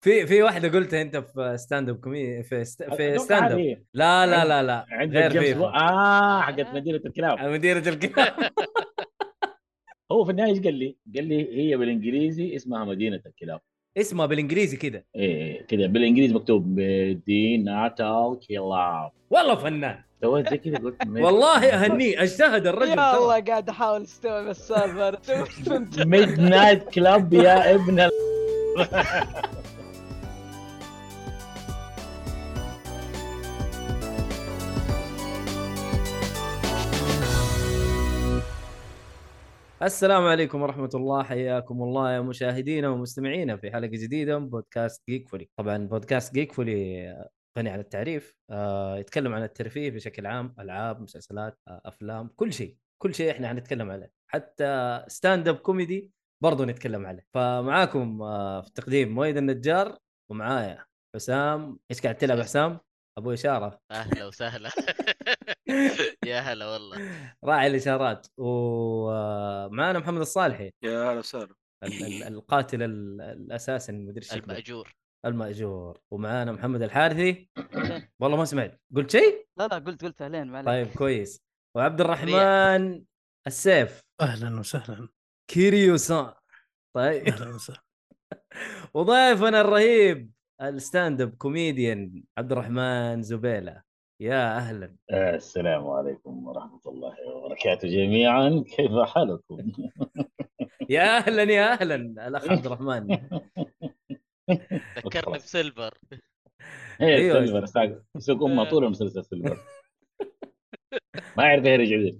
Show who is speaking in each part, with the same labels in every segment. Speaker 1: في في واحده قلتها انت في ستاند اب كوميدي في ست... في
Speaker 2: أتوقع
Speaker 1: ستاند اب
Speaker 2: هذه.
Speaker 1: لا لا
Speaker 3: أيوه.
Speaker 1: لا لا
Speaker 2: عندك
Speaker 1: غير
Speaker 2: جيمس أه، بو...
Speaker 1: فيفا
Speaker 2: اه حقت مدينه الكلاب
Speaker 1: مديرة الكلاب
Speaker 2: هو في النهايه ايش قال لي؟ قال لي هي بالانجليزي اسمها مدينه الكلاب
Speaker 1: اسمها بالانجليزي كده
Speaker 2: ايه كذا بالانجليزي مكتوب مدينه الكلاب
Speaker 1: والله فنان
Speaker 2: سويت زي كذا قلت مد-
Speaker 1: والله اهنيه اجتهد الرجل
Speaker 3: يا الله
Speaker 1: ترى.
Speaker 3: قاعد احاول استوعب السالفه أنا سويت أنت.
Speaker 2: ميد نايت كلاب يا ابن ال...
Speaker 1: السلام عليكم ورحمة الله حياكم الله يا مشاهدينا ومستمعينا في حلقة جديدة من بودكاست جيك فولي طبعا بودكاست جيك فولي آه، غني عن التعريف آه، يتكلم عن الترفيه بشكل عام ألعاب مسلسلات آه، أفلام كل شيء كل شيء احنا حنتكلم عليه حتى ستاند اب كوميدي برضه نتكلم عليه فمعاكم آه، في التقديم مويد النجار ومعايا حسام ايش قاعد تلعب يا حسام؟ ابو اشاره
Speaker 4: اهلا وسهلا يا هلا والله
Speaker 1: راعي الاشارات ومعانا محمد الصالحي
Speaker 5: يا هلا وسهلا
Speaker 1: ال- ال- القاتل ال- الاساسي المدير الشكلي
Speaker 4: الماجور
Speaker 1: الماجور ومعانا محمد الحارثي والله ما سمعت قلت شيء؟
Speaker 3: لا لا قلت قلت اهلين ما عليك
Speaker 1: طيب كويس وعبد الرحمن السيف
Speaker 6: اهلا وسهلا
Speaker 1: كيريو سان طيب
Speaker 6: اهلا وسهلا
Speaker 1: وضيفنا الرهيب الستاند اب كوميديان عبد الرحمن زبيله يا اهلا
Speaker 2: السلام عليكم ورحمه الله وبركاته جميعا كيف حالكم؟
Speaker 1: يا اهلا يا اهلا الاخ عبد الرحمن
Speaker 4: ذكرني
Speaker 2: خلاص.
Speaker 4: بسيلفر
Speaker 2: ايوه
Speaker 1: أيوه.
Speaker 2: سيلفر ساق سوق امه طول المسلسل سيلفر ما يعرف يرجع لي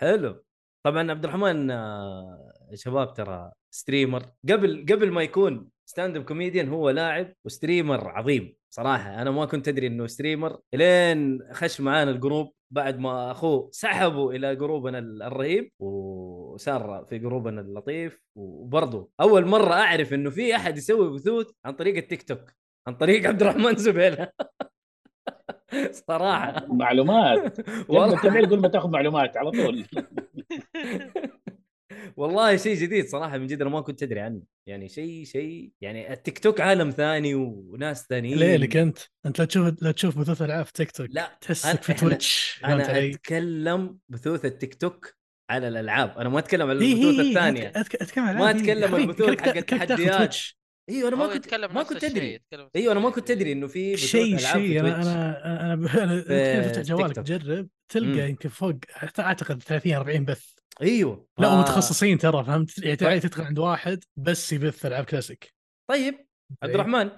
Speaker 1: حلو طبعا عبد الرحمن آه، يا شباب ترى ستريمر قبل قبل ما يكون ستاند اب كوميديان هو لاعب وستريمر عظيم صراحه انا ما كنت ادري انه ستريمر لين خش معانا الجروب بعد ما اخوه سحبه الى جروبنا ال- الرهيب وصار في جروبنا اللطيف وبرضه اول مره اعرف انه في احد يسوي بثوث عن طريق التيك توك عن طريق عبد الرحمن زبيله صراحه
Speaker 2: آه. معلومات والله
Speaker 1: والله
Speaker 2: تبع كل ما تاخذ معلومات على طول
Speaker 1: والله شيء جديد صراحه من جد انا ما كنت ادري عنه يعني شيء شيء يعني التيك توك عالم ثاني وناس ثانيين
Speaker 6: ليلك انت انت لا تشوف لا تشوف بثوث العاب في تيك توك
Speaker 1: إيه. لا
Speaker 6: تحسك في
Speaker 1: أنا- إحنا-
Speaker 6: تويتش فهمت
Speaker 1: انا
Speaker 6: علي؟
Speaker 1: اتكلم بثوث التيك توك على الالعاب انا ما اتكلم على
Speaker 6: هي- هي-
Speaker 1: البثوث
Speaker 6: هي،
Speaker 1: الثانية
Speaker 6: أتك- إيه، أتك- اتكلم عن
Speaker 1: ما
Speaker 6: العاب، هي.
Speaker 1: أتكلم عن
Speaker 6: خليك-
Speaker 1: البثوث
Speaker 6: خليك-
Speaker 1: حق
Speaker 6: خليك تاخذ
Speaker 1: التحديات.
Speaker 6: تويتش.
Speaker 1: ايوه انا
Speaker 4: هو
Speaker 1: ما كنت
Speaker 4: يتكلم
Speaker 1: ما
Speaker 4: نفس
Speaker 1: كنت
Speaker 4: الشيء،
Speaker 1: ادري
Speaker 4: يتكلم نفس
Speaker 1: ايوه انا ما
Speaker 4: الشيء.
Speaker 1: كنت ادري انه في بثوث
Speaker 6: شيء
Speaker 1: ألعاب في
Speaker 6: شيء انا
Speaker 1: تويتش.
Speaker 6: انا انا ب- أنا تخيل
Speaker 1: في
Speaker 6: تفتح جوالك
Speaker 1: TikTok.
Speaker 6: تجرب
Speaker 1: مم.
Speaker 6: تلقى يمكن فوق أعت- اعتقد 30 40 بث
Speaker 1: ايوه
Speaker 6: لا
Speaker 1: ف-
Speaker 6: ومتخصصين ترى فهمت يعني
Speaker 1: طيب.
Speaker 6: تعال تدخل عند واحد بس يبث العاب كلاسيك
Speaker 1: طيب
Speaker 6: إيه.
Speaker 1: عبد الرحمن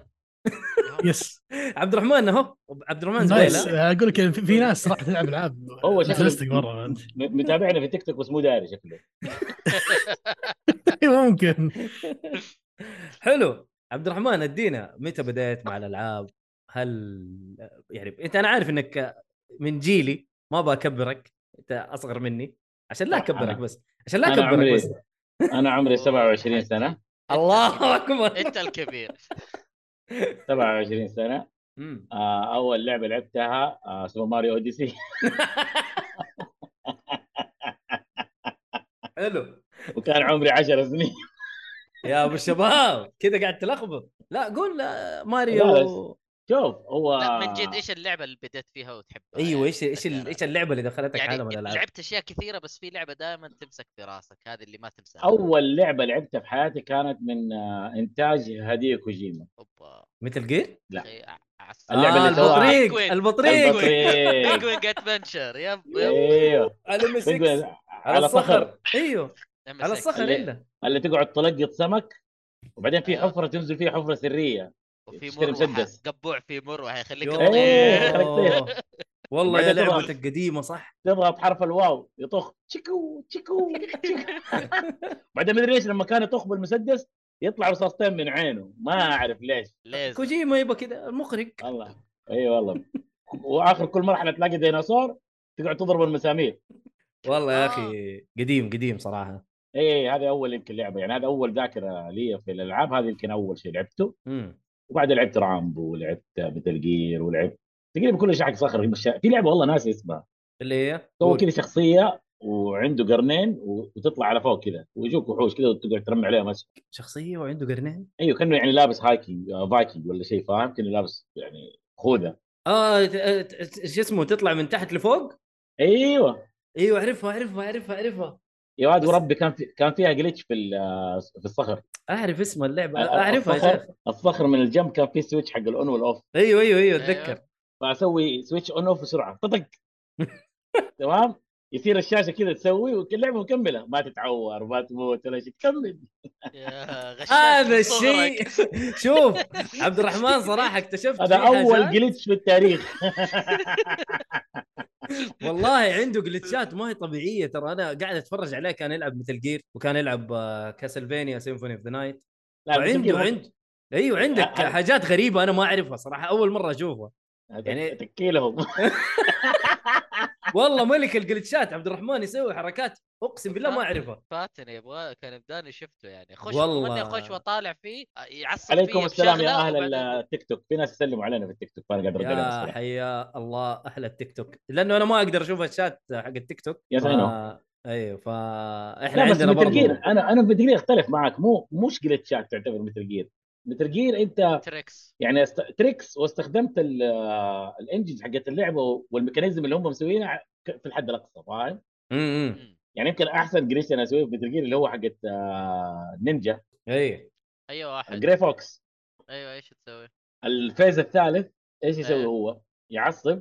Speaker 6: يس
Speaker 1: عبد الرحمن اهو عبد الرحمن
Speaker 6: نايس
Speaker 1: زبيله
Speaker 6: اقول لك في في ناس راح تلعب العاب
Speaker 2: هو شكله-
Speaker 6: انترستنج مره فهمت
Speaker 2: م- متابعنا في تيك توك بس مو داري شكله
Speaker 6: ممكن
Speaker 1: حلو عبد الرحمن ادينا متى بديت مع الالعاب؟ هل يعني انت انا عارف انك من جيلي ما بكبرك انت اصغر مني عشان لا
Speaker 2: لا،
Speaker 1: اكبرك
Speaker 2: أنا-
Speaker 1: بس عشان لا
Speaker 2: أنا
Speaker 1: اكبرك
Speaker 2: عمري-
Speaker 1: بس
Speaker 2: انا عمري 27 سنه
Speaker 1: الله اكبر
Speaker 4: انت الكبير
Speaker 2: 27 سنه
Speaker 1: مم.
Speaker 2: آه اول لعبه لعبتها آه سوبر ماريو اوديسي
Speaker 1: حلو
Speaker 2: وكان عمري 10 سنين
Speaker 1: يا ابو الشباب كذا قاعد تلخبط لا قول آه، ماريو
Speaker 2: لا، شوف هو
Speaker 4: لا من جد ايش اللعبه اللي بدأت فيها وتحبها
Speaker 1: ايوه
Speaker 4: يعني
Speaker 1: ايش ايش ال-
Speaker 4: بالذات؟
Speaker 1: ايش اللعبه اللي دخلتك
Speaker 4: يعني
Speaker 1: عالم الالعاب؟
Speaker 4: لعبت اشياء كثيره بس في لعبه دائما تمسك في راسك هذه اللي ما تمسك
Speaker 2: اول لعبه لعبتها في حياتي كانت من آه انتاج هديه كوجيما
Speaker 4: اوبا
Speaker 1: مثل جير؟
Speaker 2: لا.
Speaker 4: شيء ع- عس-
Speaker 2: اللعبة
Speaker 1: آه
Speaker 2: اللي إيه. سواها-
Speaker 1: البطريق
Speaker 4: بينجوين.
Speaker 1: البطريق
Speaker 2: البطريق
Speaker 4: بينجوين ادفنشر يب يب
Speaker 2: ايوه
Speaker 1: على
Speaker 2: بينجوين
Speaker 1: M6.
Speaker 2: على صخر
Speaker 1: ايوه على
Speaker 4: مسك.
Speaker 1: الصخر
Speaker 2: اللي-
Speaker 1: الا
Speaker 2: اللي تقعد تلقط سمك وبعدين في
Speaker 4: أيوة.
Speaker 2: حفره تنزل فيها حفره سريه
Speaker 4: وفي
Speaker 2: تشتري
Speaker 4: مروحه
Speaker 2: مسدس.
Speaker 4: قبوع في مروحه يخليك
Speaker 1: يوه.
Speaker 2: إيه.
Speaker 4: تطير.
Speaker 2: خليك
Speaker 1: والله يا
Speaker 2: بعدين طبعاً.
Speaker 1: لعبتك قديمه صح
Speaker 2: تضغط حرف الواو يطخ تشيكو تشيكو تشيكو. بعدين مدري ليش لما كان يطخ بالمسدس يطلع رصاصتين من عينه ما اعرف ليش
Speaker 4: ليزر.
Speaker 1: كوجيما يبقى كذا المخرج
Speaker 2: الله اي والله واخر كل مرحله تلاقي ديناصور تقعد تضرب المسامير
Speaker 1: والله يا
Speaker 4: آه.
Speaker 1: اخي قديم قديم صراحه
Speaker 2: اي هذه اول يمكن لعبه يعني هذا اول ذاكره لي في الالعاب هذا يمكن اول شيء لعبته
Speaker 1: امم
Speaker 2: وبعدين لعبت رامبو ولعبت متل جير ولعبت تقريبا كل شيء حق صخر في لعبه والله ناسي اسمها
Speaker 1: اللي هي
Speaker 2: سووا
Speaker 1: قول.
Speaker 2: كذا شخصيه وعنده قرنين و- وتطلع على فوق كذا ويجوك وحوش كذا وتقعد ترمي عليهم اسهم
Speaker 1: شخصيه وعنده قرنين
Speaker 2: ايوه كانه يعني لابس هايكينج آه، فايكنج ولا شيء فاهم كانه لابس يعني خوذه
Speaker 1: اه ت- ت- ت- شو اسمه تطلع من تحت لفوق
Speaker 2: ايوه
Speaker 1: ايوه اعرفها اعرفها اعرفها اعرفها
Speaker 2: يا واد
Speaker 1: بس-
Speaker 2: وربي كان في كان فيها جلتش في ال- آه، في الصخر
Speaker 1: اعرف اسم اللعبه
Speaker 2: أ- أ-
Speaker 1: اعرفها يا
Speaker 2: أتذكر.
Speaker 1: شيخ.
Speaker 2: الصخر من الجنب كان فيه سويتش حق الاون والاوف
Speaker 1: ايوه ايوه ايوه
Speaker 4: أيوة.
Speaker 1: اتذكر
Speaker 2: فاسوي سويتش اون اوف بسرعه ططق تمام يصير الشاشه كذا تسوي واللعبه مكمله ما تتعور ما تموت ولا شيء تكمل
Speaker 4: يا غشاش
Speaker 1: هذا
Speaker 4: من
Speaker 1: الشيء
Speaker 4: صغرك.
Speaker 1: شوف عبد الرحمن صراحه اكتشفت
Speaker 2: هذا
Speaker 1: فيه
Speaker 2: اول
Speaker 1: حاجات.
Speaker 2: جلتش في التاريخ
Speaker 1: والله عنده جلتشات ما هي طبيعيه ترى انا قاعد اتفرج عليه كان يلعب مثل جير وكان يلعب آه، كاسلفينيا سيمفوني اوف ذا نايت
Speaker 2: لا،
Speaker 1: وعنده
Speaker 2: بس-
Speaker 1: عنده ايوه عندك
Speaker 2: ه- ه-
Speaker 1: حاجات غريبه انا ما اعرفها صراحه اول مره اشوفها يعني-
Speaker 2: يعني تكيلهم
Speaker 1: والله ملك الجلتشات عبد الرحمن يسوي حركات اقسم بالله
Speaker 2: آه،
Speaker 1: ما اعرفها
Speaker 4: فاتني يبغى كان بداني شفته يعني خش
Speaker 1: والله.
Speaker 4: والله اخش واطالع فيه يعصب
Speaker 2: عليكم
Speaker 4: فيا
Speaker 2: السلام يا
Speaker 4: بشغلة
Speaker 2: اهل
Speaker 4: وبعدين-
Speaker 2: التيك توك في ناس يسلموا علينا في التيك توك فانا قاعد ارد عليهم
Speaker 1: يا
Speaker 2: الصراحة.
Speaker 1: حيا الله احلى التيك توك لانه انا ما اقدر اشوف الشات حق التيك توك
Speaker 2: Yes, I
Speaker 1: ف-
Speaker 2: know.
Speaker 1: ايوه فاحنا
Speaker 2: لا بس
Speaker 1: عندنا
Speaker 2: مثل
Speaker 1: برضه
Speaker 2: جير انا انا في جير اختلف معك مو مش جلتشات تعتبر مثل جير مثل جير انت
Speaker 4: تريكس
Speaker 2: يعني است... تريكس واستخدمت ال- آه، الانجنز حقت اللعبه والميكانيزم اللي هم مسوينها ك- في الحد الاقصى فاهم؟
Speaker 1: امم
Speaker 4: مم.
Speaker 2: يعني يمكن احسن جريش انا اسويه في مثل جير اللي هو حقت آه، نينجا
Speaker 1: اي
Speaker 4: ايوه واحد
Speaker 2: جري فوكس
Speaker 4: ايوه ايش تسوي؟
Speaker 2: الفيز الثالث ايش يسوي
Speaker 4: إيه.
Speaker 2: هو؟ يعصب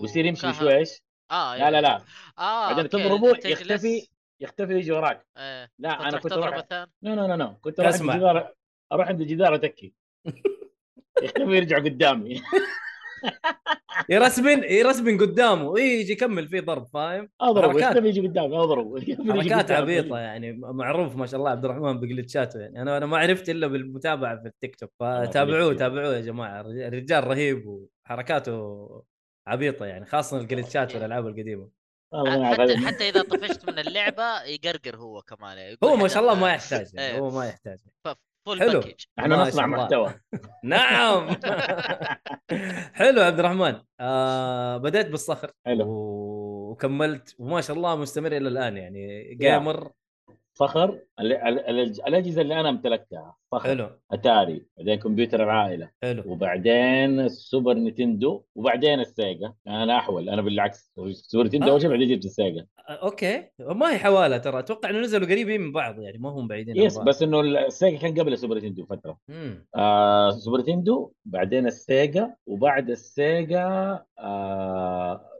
Speaker 2: ويصير يمشي
Speaker 4: وكهرب.
Speaker 2: شويش
Speaker 4: اه
Speaker 2: لا لا لا
Speaker 4: اه
Speaker 2: بعدين
Speaker 4: أوكي،
Speaker 2: تضربه
Speaker 4: تجلس.
Speaker 2: يختفي يختفي ويجي وراك
Speaker 4: ايه
Speaker 2: لا انا
Speaker 4: تروح
Speaker 2: كنت
Speaker 4: تضرب
Speaker 2: اروح
Speaker 4: الثاني
Speaker 2: لا لا لا لا كنت اروح عند
Speaker 1: اسمع.
Speaker 2: الجدار اروح عند الجدار اتكي يختفي ويرجع قدامي
Speaker 1: يرسبن يرسبن قدامه إيه، يجي يكمل فيه ضرب فاهم
Speaker 2: اضربه
Speaker 1: حركات.
Speaker 2: يختفي يجي قدامي اضربه يختفي يجي
Speaker 1: حركات
Speaker 2: قدامي.
Speaker 1: عبيطه يعني معروف ما شاء الله عبد الرحمن بجلتشاته يعني انا انا ما عرفت الا بالمتابعه في التيك توك فتابعوه
Speaker 2: بجلتشات.
Speaker 1: تابعوه يا جماعه الرجال رهيب وحركاته عبيطه يعني خاصه الجلتشات والالعاب القديمه
Speaker 2: الله ما يعرف
Speaker 4: حتى
Speaker 2: هذا.
Speaker 4: حتى اذا طفشت من اللعبه يقرقر هو كمان يعني يقول
Speaker 1: هو ما شاء الله ما
Speaker 4: حتى-
Speaker 1: يحتاج يعني
Speaker 4: إيه.
Speaker 1: هو ما يحتاج
Speaker 4: فول
Speaker 1: حلو.
Speaker 4: باكج
Speaker 1: ما
Speaker 2: احنا نصنع
Speaker 1: شاء الله.
Speaker 2: محتوى
Speaker 1: نعم حلو عبد الرحمن آه بدأت بالصخر
Speaker 2: حلو.
Speaker 1: و- وكملت وما شاء الله مستمر الى الان يعني
Speaker 2: يا.
Speaker 1: جيمر
Speaker 2: صخر ال- ال- ال- الاجهزه اللي انا امتلكتها صخر
Speaker 1: حلو
Speaker 2: اتاري بعدين كمبيوتر العائله
Speaker 1: حلو
Speaker 2: وبعدين السوبر نتندو وبعدين السيجا انا احول انا بالعكس السوبر نتندو
Speaker 1: آه.
Speaker 2: اول شيء بعدين جبت السيجا
Speaker 1: آه، اوكي ما هي حواله ترى اتوقع انه نزلوا قريبين من بعض يعني ما هم بعيدين عن
Speaker 2: يس
Speaker 1: بعض.
Speaker 2: بس انه السيجا كان قبل السوبر نتندو فتره
Speaker 1: مم.
Speaker 2: آه سوبر نتندو بعدين السيجا وبعد السيجا آه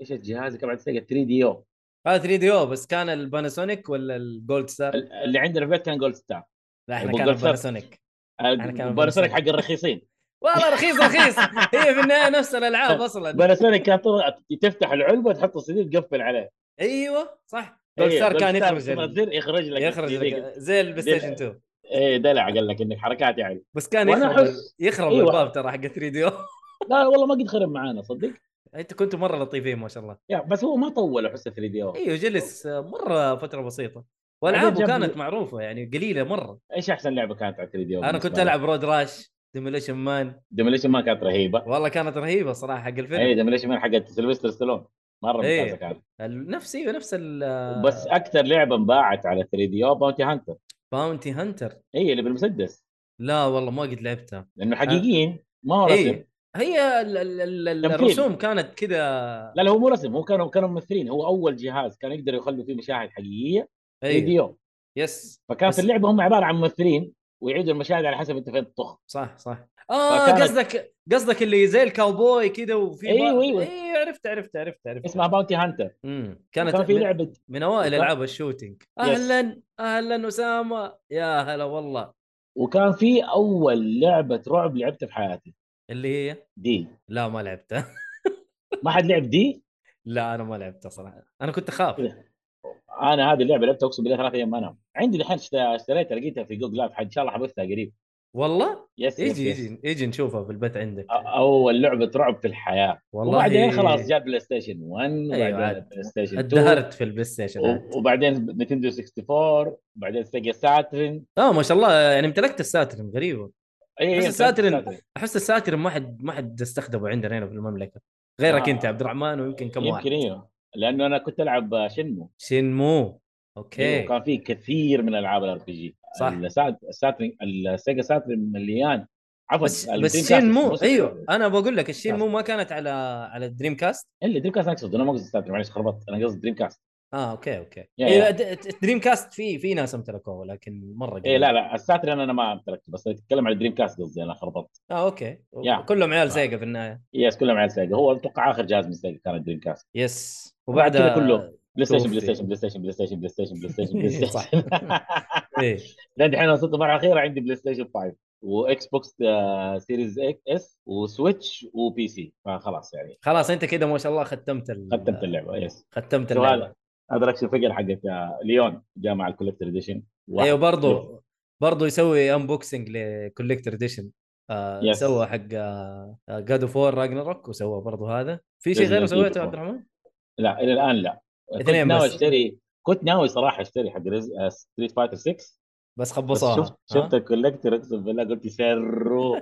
Speaker 2: ايش الجهاز اللي كان بعد السيجا 3 دي او
Speaker 1: هذا 3 دي او بس كان الباناسونيك ولا الجولد ستار؟
Speaker 2: ال- اللي عندنا في آه، البيت كان جولد ستار
Speaker 1: لا احنا
Speaker 2: أبو
Speaker 1: كان
Speaker 2: جولد ستار.
Speaker 1: الباناسونيك أنا كان
Speaker 2: باناسونيك
Speaker 1: Panasonic.
Speaker 2: حق الرخيصين
Speaker 1: والله رخيص رخيص هي في النهايه نفس الالعاب اصلا
Speaker 2: باناسونيك كان طلع- تفتح العلبه تحط السي دي تقفل عليه إيه،
Speaker 1: ايوه
Speaker 2: طيب،
Speaker 1: صح جولد ستار كان يخرج ال-
Speaker 2: يخرج يخرج لك
Speaker 1: يخرج
Speaker 2: السي دي.
Speaker 1: لك- زي البلاي ستيشن 2
Speaker 2: ايه دلع قال لك انك حركات يعني
Speaker 1: بس كان
Speaker 2: وأنا
Speaker 1: يخرب
Speaker 2: أحس-
Speaker 1: يخرب
Speaker 2: أيوة.
Speaker 1: الباب ترى حق 3 دي او
Speaker 2: لا والله ما قد خرب معانا صدق
Speaker 1: انت كنتوا مره لطيفين ما شاء الله
Speaker 2: يا بس هو ما طول احس 3 دي او
Speaker 1: ايوه جلس مره فتره بسيطه والعابه
Speaker 2: بعدين جاب-
Speaker 1: كانت معروفه يعني قليله مره
Speaker 2: ايش احسن لعبه كانت على 3 دي او
Speaker 1: انا كنت العب رود راش ديموليشن مان
Speaker 2: ديموليشن ما كانت رهيبه
Speaker 1: والله كانت رهيبه صراحه حق الفيلم
Speaker 2: اي ديموليشن مان حقت سيلفستر ستالون مره
Speaker 1: إيه.
Speaker 2: ممتازه كانت
Speaker 1: ال- نفس ايوه نفس ال
Speaker 2: بس اكثر لعبه انباعت على 3 دي او باونتي هانتر
Speaker 1: باونتي هانتر
Speaker 2: هي اللي بالمسدس
Speaker 1: لا والله ما قد لعبتها
Speaker 2: لانه حقيقيين ما هو رسم
Speaker 1: اي هي ال ال ال ال-
Speaker 2: تمثيل.
Speaker 1: الرسوم كانت كذا
Speaker 2: لا لا هو مو رسم هو كانوا كانوا ممثلين هو اول جهاز كان يقدر يخلوا فيه مشاهد حقيقيه 3
Speaker 1: اي
Speaker 2: دي او
Speaker 1: يس
Speaker 2: فكان
Speaker 1: إيه. بس-
Speaker 2: في اللعبه هم عباره عن ممثلين ويعيدوا المشاهد على حسب انت فين تطخ
Speaker 1: صح صح اه
Speaker 2: فكانت-
Speaker 1: قصدك قصدك اللي زي الكاوبوي كذا وفي بار-
Speaker 2: أيوة، أيوة.
Speaker 1: ايوه عرفت عرفت عرفت عرفت
Speaker 2: اسمها باونتي هانتر
Speaker 1: امم
Speaker 2: كانت
Speaker 1: كانت
Speaker 2: كان في
Speaker 1: من-
Speaker 2: لعبه
Speaker 1: من اوائل
Speaker 2: وكان-
Speaker 1: العاب الشوتينج اهلا اهلا اسامه يا هلا والله
Speaker 2: وكان في اول لعبه رعب لعبتها في حياتي
Speaker 1: اللي هي
Speaker 2: دي
Speaker 1: لا ما لعبتها
Speaker 2: ما حد لعب دي
Speaker 1: لا انا ما لعبتها صراحه انا كنت اخاف
Speaker 2: انا هذه اللعبه لعبتها اقسم بالله ثلاث ايام ما انام عندي الحين اشت- اشتريتها لقيتها في جوجل اب ان شاء الله حبثها قريب
Speaker 1: والله
Speaker 2: يس يس-
Speaker 1: يجي
Speaker 2: يس.
Speaker 1: يجي يجي نشوفها في البيت عندك
Speaker 2: أ- اول لعبه رعب في الحياه
Speaker 1: والله أيوة،
Speaker 2: وبعدين خلاص جاء بلاي ستيشن 1 وبعدين
Speaker 1: عاد.
Speaker 2: بلاي ستيشن 2
Speaker 1: ادهرت في البلاي ستيشن عاد.
Speaker 2: و- وبعدين نتندو 64 بعدين سيجا ساترن
Speaker 1: اه ما شاء الله يعني امتلكت الساترن غريبه
Speaker 2: اي
Speaker 1: بس
Speaker 2: اي
Speaker 1: الساترن- احس الساترن ما حد ما حد استخدمه عندنا هنا في المملكه غيرك
Speaker 2: آه.
Speaker 1: انت عبد الرحمن ويمكن كم واحد
Speaker 2: يمكن ايوه لانه انا كنت العب شنمو
Speaker 1: شنمو اوكي
Speaker 2: وكان في كثير من العاب الار بي جي
Speaker 1: صح.
Speaker 2: الساترن السيجا ساترن مليان عفوا
Speaker 1: بس
Speaker 2: ال
Speaker 1: بس
Speaker 2: Dreamcast.
Speaker 1: شنمو
Speaker 2: بص-
Speaker 1: ايوه انا بقول لك
Speaker 2: آه.
Speaker 1: الشنمو ما كانت على على الدريم كاست
Speaker 2: الا دريم كاست انا اقصد انا ما قصدي ساترن معلش خربطت انا قصدي دريم كاست
Speaker 1: اه اوكي اوكي
Speaker 2: يا-
Speaker 1: إيه،
Speaker 2: يا.
Speaker 1: د- د- دريم كاست في في ناس امتلكوه لكن مره
Speaker 2: اي إيه، لا لا الساترن انا ما امتلكته بس اتكلم عن دريم كاست قصدي انا خربطت
Speaker 1: اه اوكي
Speaker 2: يا. آه.
Speaker 1: كلهم عيال
Speaker 2: صح.
Speaker 1: سيجا في النهايه
Speaker 2: يس كلهم على السيجا هو اتوقع اخر جهاز من السيجا كان دريم كاست
Speaker 1: يس
Speaker 2: وبعد
Speaker 1: وبعدها
Speaker 2: كذا كله بلاي ستيشن بلاي
Speaker 1: توفي.
Speaker 2: ستيشن بلاي ستيشن بلاي ستيشن بلاي ستيشن بلاي ستيشن بلاي
Speaker 1: صح.
Speaker 2: ستيشن
Speaker 1: ايه
Speaker 2: لان الحين وصلت المرحله الاخيره عندي بلاي ستيشن 5 واكس بوكس آه، سيريز إك- اس وسويتش وبي سي فخلاص يعني
Speaker 1: خلاص انت كده ما شاء الله ختمت ال...
Speaker 2: ختمت اللعبه يس
Speaker 1: ختمت
Speaker 2: شو
Speaker 1: اللعبه
Speaker 2: هذا هذا الاكشن فيجر حقت آه، ليون جاء مع الكوليكتر اديشن
Speaker 1: ايوه برضو برضو يسوي انبوكسنج لكوليكتر اديشن آه
Speaker 2: Yes.
Speaker 1: سوى حق آه، جاد اوف وور راجنروك وسوى برضو هذا في شيء
Speaker 2: Resident
Speaker 1: غيره
Speaker 2: Evil
Speaker 1: سويته
Speaker 2: four.
Speaker 1: عبد الرحمن؟
Speaker 2: لا الى الان لا كنت
Speaker 1: اثنين
Speaker 2: ناوي
Speaker 1: بس.
Speaker 2: اشتري كنت ناوي صراحه اشتري حق آه، ستريت فايتر 6
Speaker 1: بس
Speaker 2: بس
Speaker 1: خبصوها آه،
Speaker 2: شفت شفت الكوليكتر اقسم بالله قلت سروا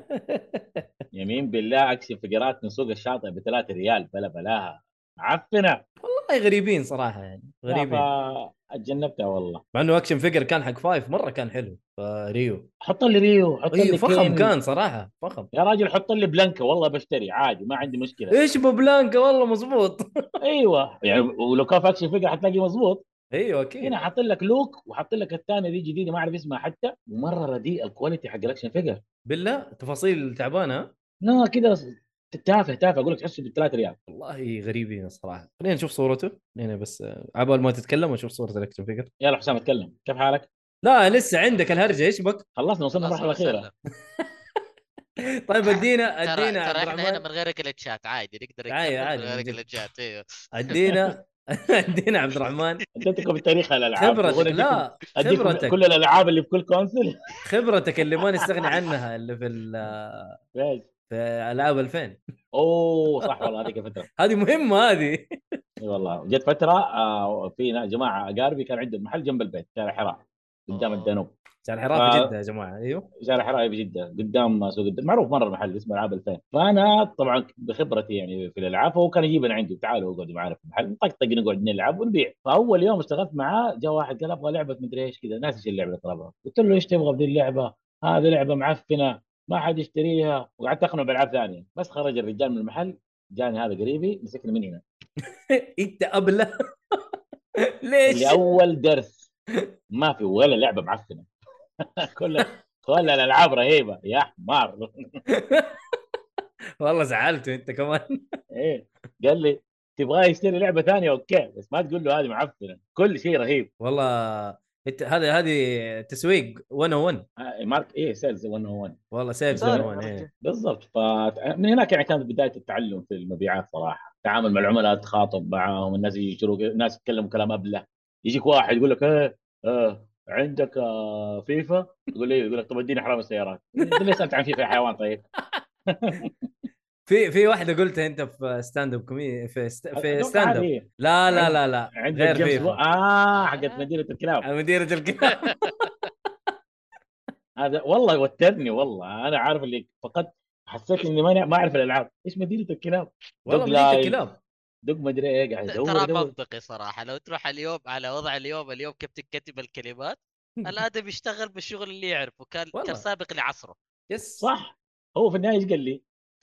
Speaker 2: يمين بالله اكشن فقرات من سوق الشاطئ ب 3 ريال بلا بلاها عفنه
Speaker 1: والله غريبين صراحه يعني غريبين
Speaker 2: اتجنبتها والله
Speaker 1: مع انه اكشن فيجر كان حق فايف مره كان حلو فريو
Speaker 2: حط لي ريو حط
Speaker 1: ايوه
Speaker 2: لي
Speaker 1: فخم
Speaker 2: كين.
Speaker 1: كان صراحه فخم
Speaker 2: يا راجل حط لي بلانكا والله بشتري عادي ما عندي مشكله
Speaker 1: ايش ببلانكا والله مزبوط
Speaker 2: ايوه يعني ولو كان في اكشن فيجر حتلاقيه مظبوط
Speaker 1: ايوه اكيد
Speaker 2: هنا حاط لك لوك وحاط لك الثانيه دي جديده ما اعرف اسمها حتى ومره رديء الكواليتي حق الاكشن فيجر
Speaker 1: بالله تفاصيل تعبانه ها؟
Speaker 2: لا كده تافه تافه اقول لك تحسه ب 3 ريال
Speaker 1: والله غريبين الصراحه خلينا نشوف صورته خلينا بس آه، عبال ما تتكلم اشوف صوره الاكشن فيجر
Speaker 2: يلا حسام اتكلم كيف حالك؟
Speaker 1: لا لسه عندك الهرجه ايش بك
Speaker 2: خلصنا وصلنا
Speaker 4: خلاص
Speaker 2: المرحله الاخيره
Speaker 4: وصلنا.
Speaker 1: طيب ادينا
Speaker 4: ترى
Speaker 1: ادينا عبد
Speaker 4: ترى احنا هنا
Speaker 1: الرحمن
Speaker 4: من غير جلتشات عادي نقدر
Speaker 1: عادي،
Speaker 4: نكمل
Speaker 1: عادي،
Speaker 4: من
Speaker 1: من
Speaker 4: غير
Speaker 1: جد.
Speaker 4: جلتشات ايوه
Speaker 1: ادينا ادينا عبد الرحمن
Speaker 2: اديتكم بتاريخ الالعاب
Speaker 1: خبرتك
Speaker 2: وأنا أديكم-
Speaker 1: لا
Speaker 2: اديكم
Speaker 1: خبرتك
Speaker 2: كل الالعاب اللي في كل كونسل
Speaker 1: خبرتك اللي ما نستغني عنها اللي في ال-
Speaker 2: بس.
Speaker 1: في العاب 2000
Speaker 2: اوه صح والله هذيك الفتره
Speaker 1: هذه مهمه هذه
Speaker 2: اي والله جت فتره آه في نا- جماعه اقاربي كان عندهم محل جنب البيت شارع حراء قدام
Speaker 4: أوه.
Speaker 2: الدانوب
Speaker 1: عشان حرافه
Speaker 2: آه.
Speaker 1: جدا يا جماعه ايوه
Speaker 2: شارع حراء بجده قدام سوق الد- معروف مره المحل اسمه العاب 2000 فانا طبعا بخبرتي يعني في الالعاب فهو كان يجيبنا عنده تعالوا اقعدوا معنا في المحل نطقطق نقعد نلعب ونبيع فاول يوم اشتغلت معاه جاء واحد قال ابغى لعبه مدري ايش كذا ناسي ايش اللعبه اللي طلبها قلت له ايش تبغى بدي اللعبه هذه لعبه معفنه ما حد يشتريها وقعدت اقنعه بالعاب ثانيه بس خرج الرجال من المحل جاني هذا قريبي مسكني من هنا
Speaker 1: انت ابله ليش؟
Speaker 2: اللي اول درس ما في ولا لعبه معفنه كل كل الالعاب رهيبه يا حمار
Speaker 1: والله زعلته انت كمان
Speaker 2: ايه قال لي تبغاه يشتري لعبه ثانيه اوكي بس ما تقول له هذه معفنه كل شيء رهيب
Speaker 1: والله انت هذا هذه تسويق 101
Speaker 2: آه، مارك ايه سيلز 101
Speaker 1: والله سيلز
Speaker 3: صار يا
Speaker 1: 101 إيه.
Speaker 3: رجل.
Speaker 2: بالضبط فمن هناك يعني كانت بدايه التعلم في المبيعات صراحه التعامل مع العملاء تخاطب معاهم الناس يجي يشتروا الناس يتكلموا كلام ابله يجيك واحد يقول لك ايه آه عندك آه فيفا يقول ايه يقول لك طب اديني حرام السيارات ليه سالت عن فيفا يا حيوان طيب
Speaker 1: في في واحده قلتها انت في ستاند اب كومي في ست... في
Speaker 2: أتوقع
Speaker 1: ستاند اب
Speaker 2: هذه.
Speaker 1: لا
Speaker 2: أيوه.
Speaker 1: لا لا لا
Speaker 2: عندك
Speaker 1: غير
Speaker 2: جيمس
Speaker 1: فيفا
Speaker 2: بو... اه حقت مدينه الكلاب
Speaker 1: مديرة الكلاب
Speaker 2: هذا والله وترني والله انا عارف اللي فقدت حسيت اني ما ما اعرف الالعاب ايش مدينه الكلاب
Speaker 1: والله
Speaker 2: Dog
Speaker 1: مديرة
Speaker 2: Life.
Speaker 1: الكلاب
Speaker 2: دق ما ادري ايه قاعد ادور
Speaker 4: ترى
Speaker 2: ادور
Speaker 4: منطقي صراحه لو تروح اليوم على وضع اليوم اليوم كيف تكتب الكلمات الادم يشتغل بالشغل اللي يعرفه كان
Speaker 1: والله.
Speaker 4: كان سابق لعصره
Speaker 1: يس
Speaker 2: صح هو في النهايه ايش قال لي؟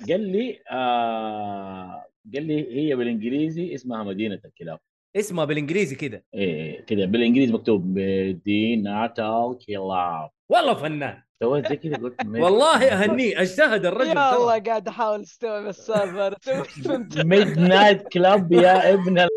Speaker 2: قال لي آه قال لي هي بالانجليزي اسمها مدينه الكلاب
Speaker 1: اسمها بالانجليزي كذا
Speaker 2: إيه كذا بالانجليزي مكتوب مدينه الكلاب
Speaker 1: والله فنان
Speaker 2: سويت زي كذا قلت مد-
Speaker 1: والله اهنيه اجتهد الرجل
Speaker 3: يا الله
Speaker 1: ترى.
Speaker 3: قاعد احاول استوعب السالفه أنا توي فهمت.
Speaker 2: ميد نايت كلاب يا ابن ال-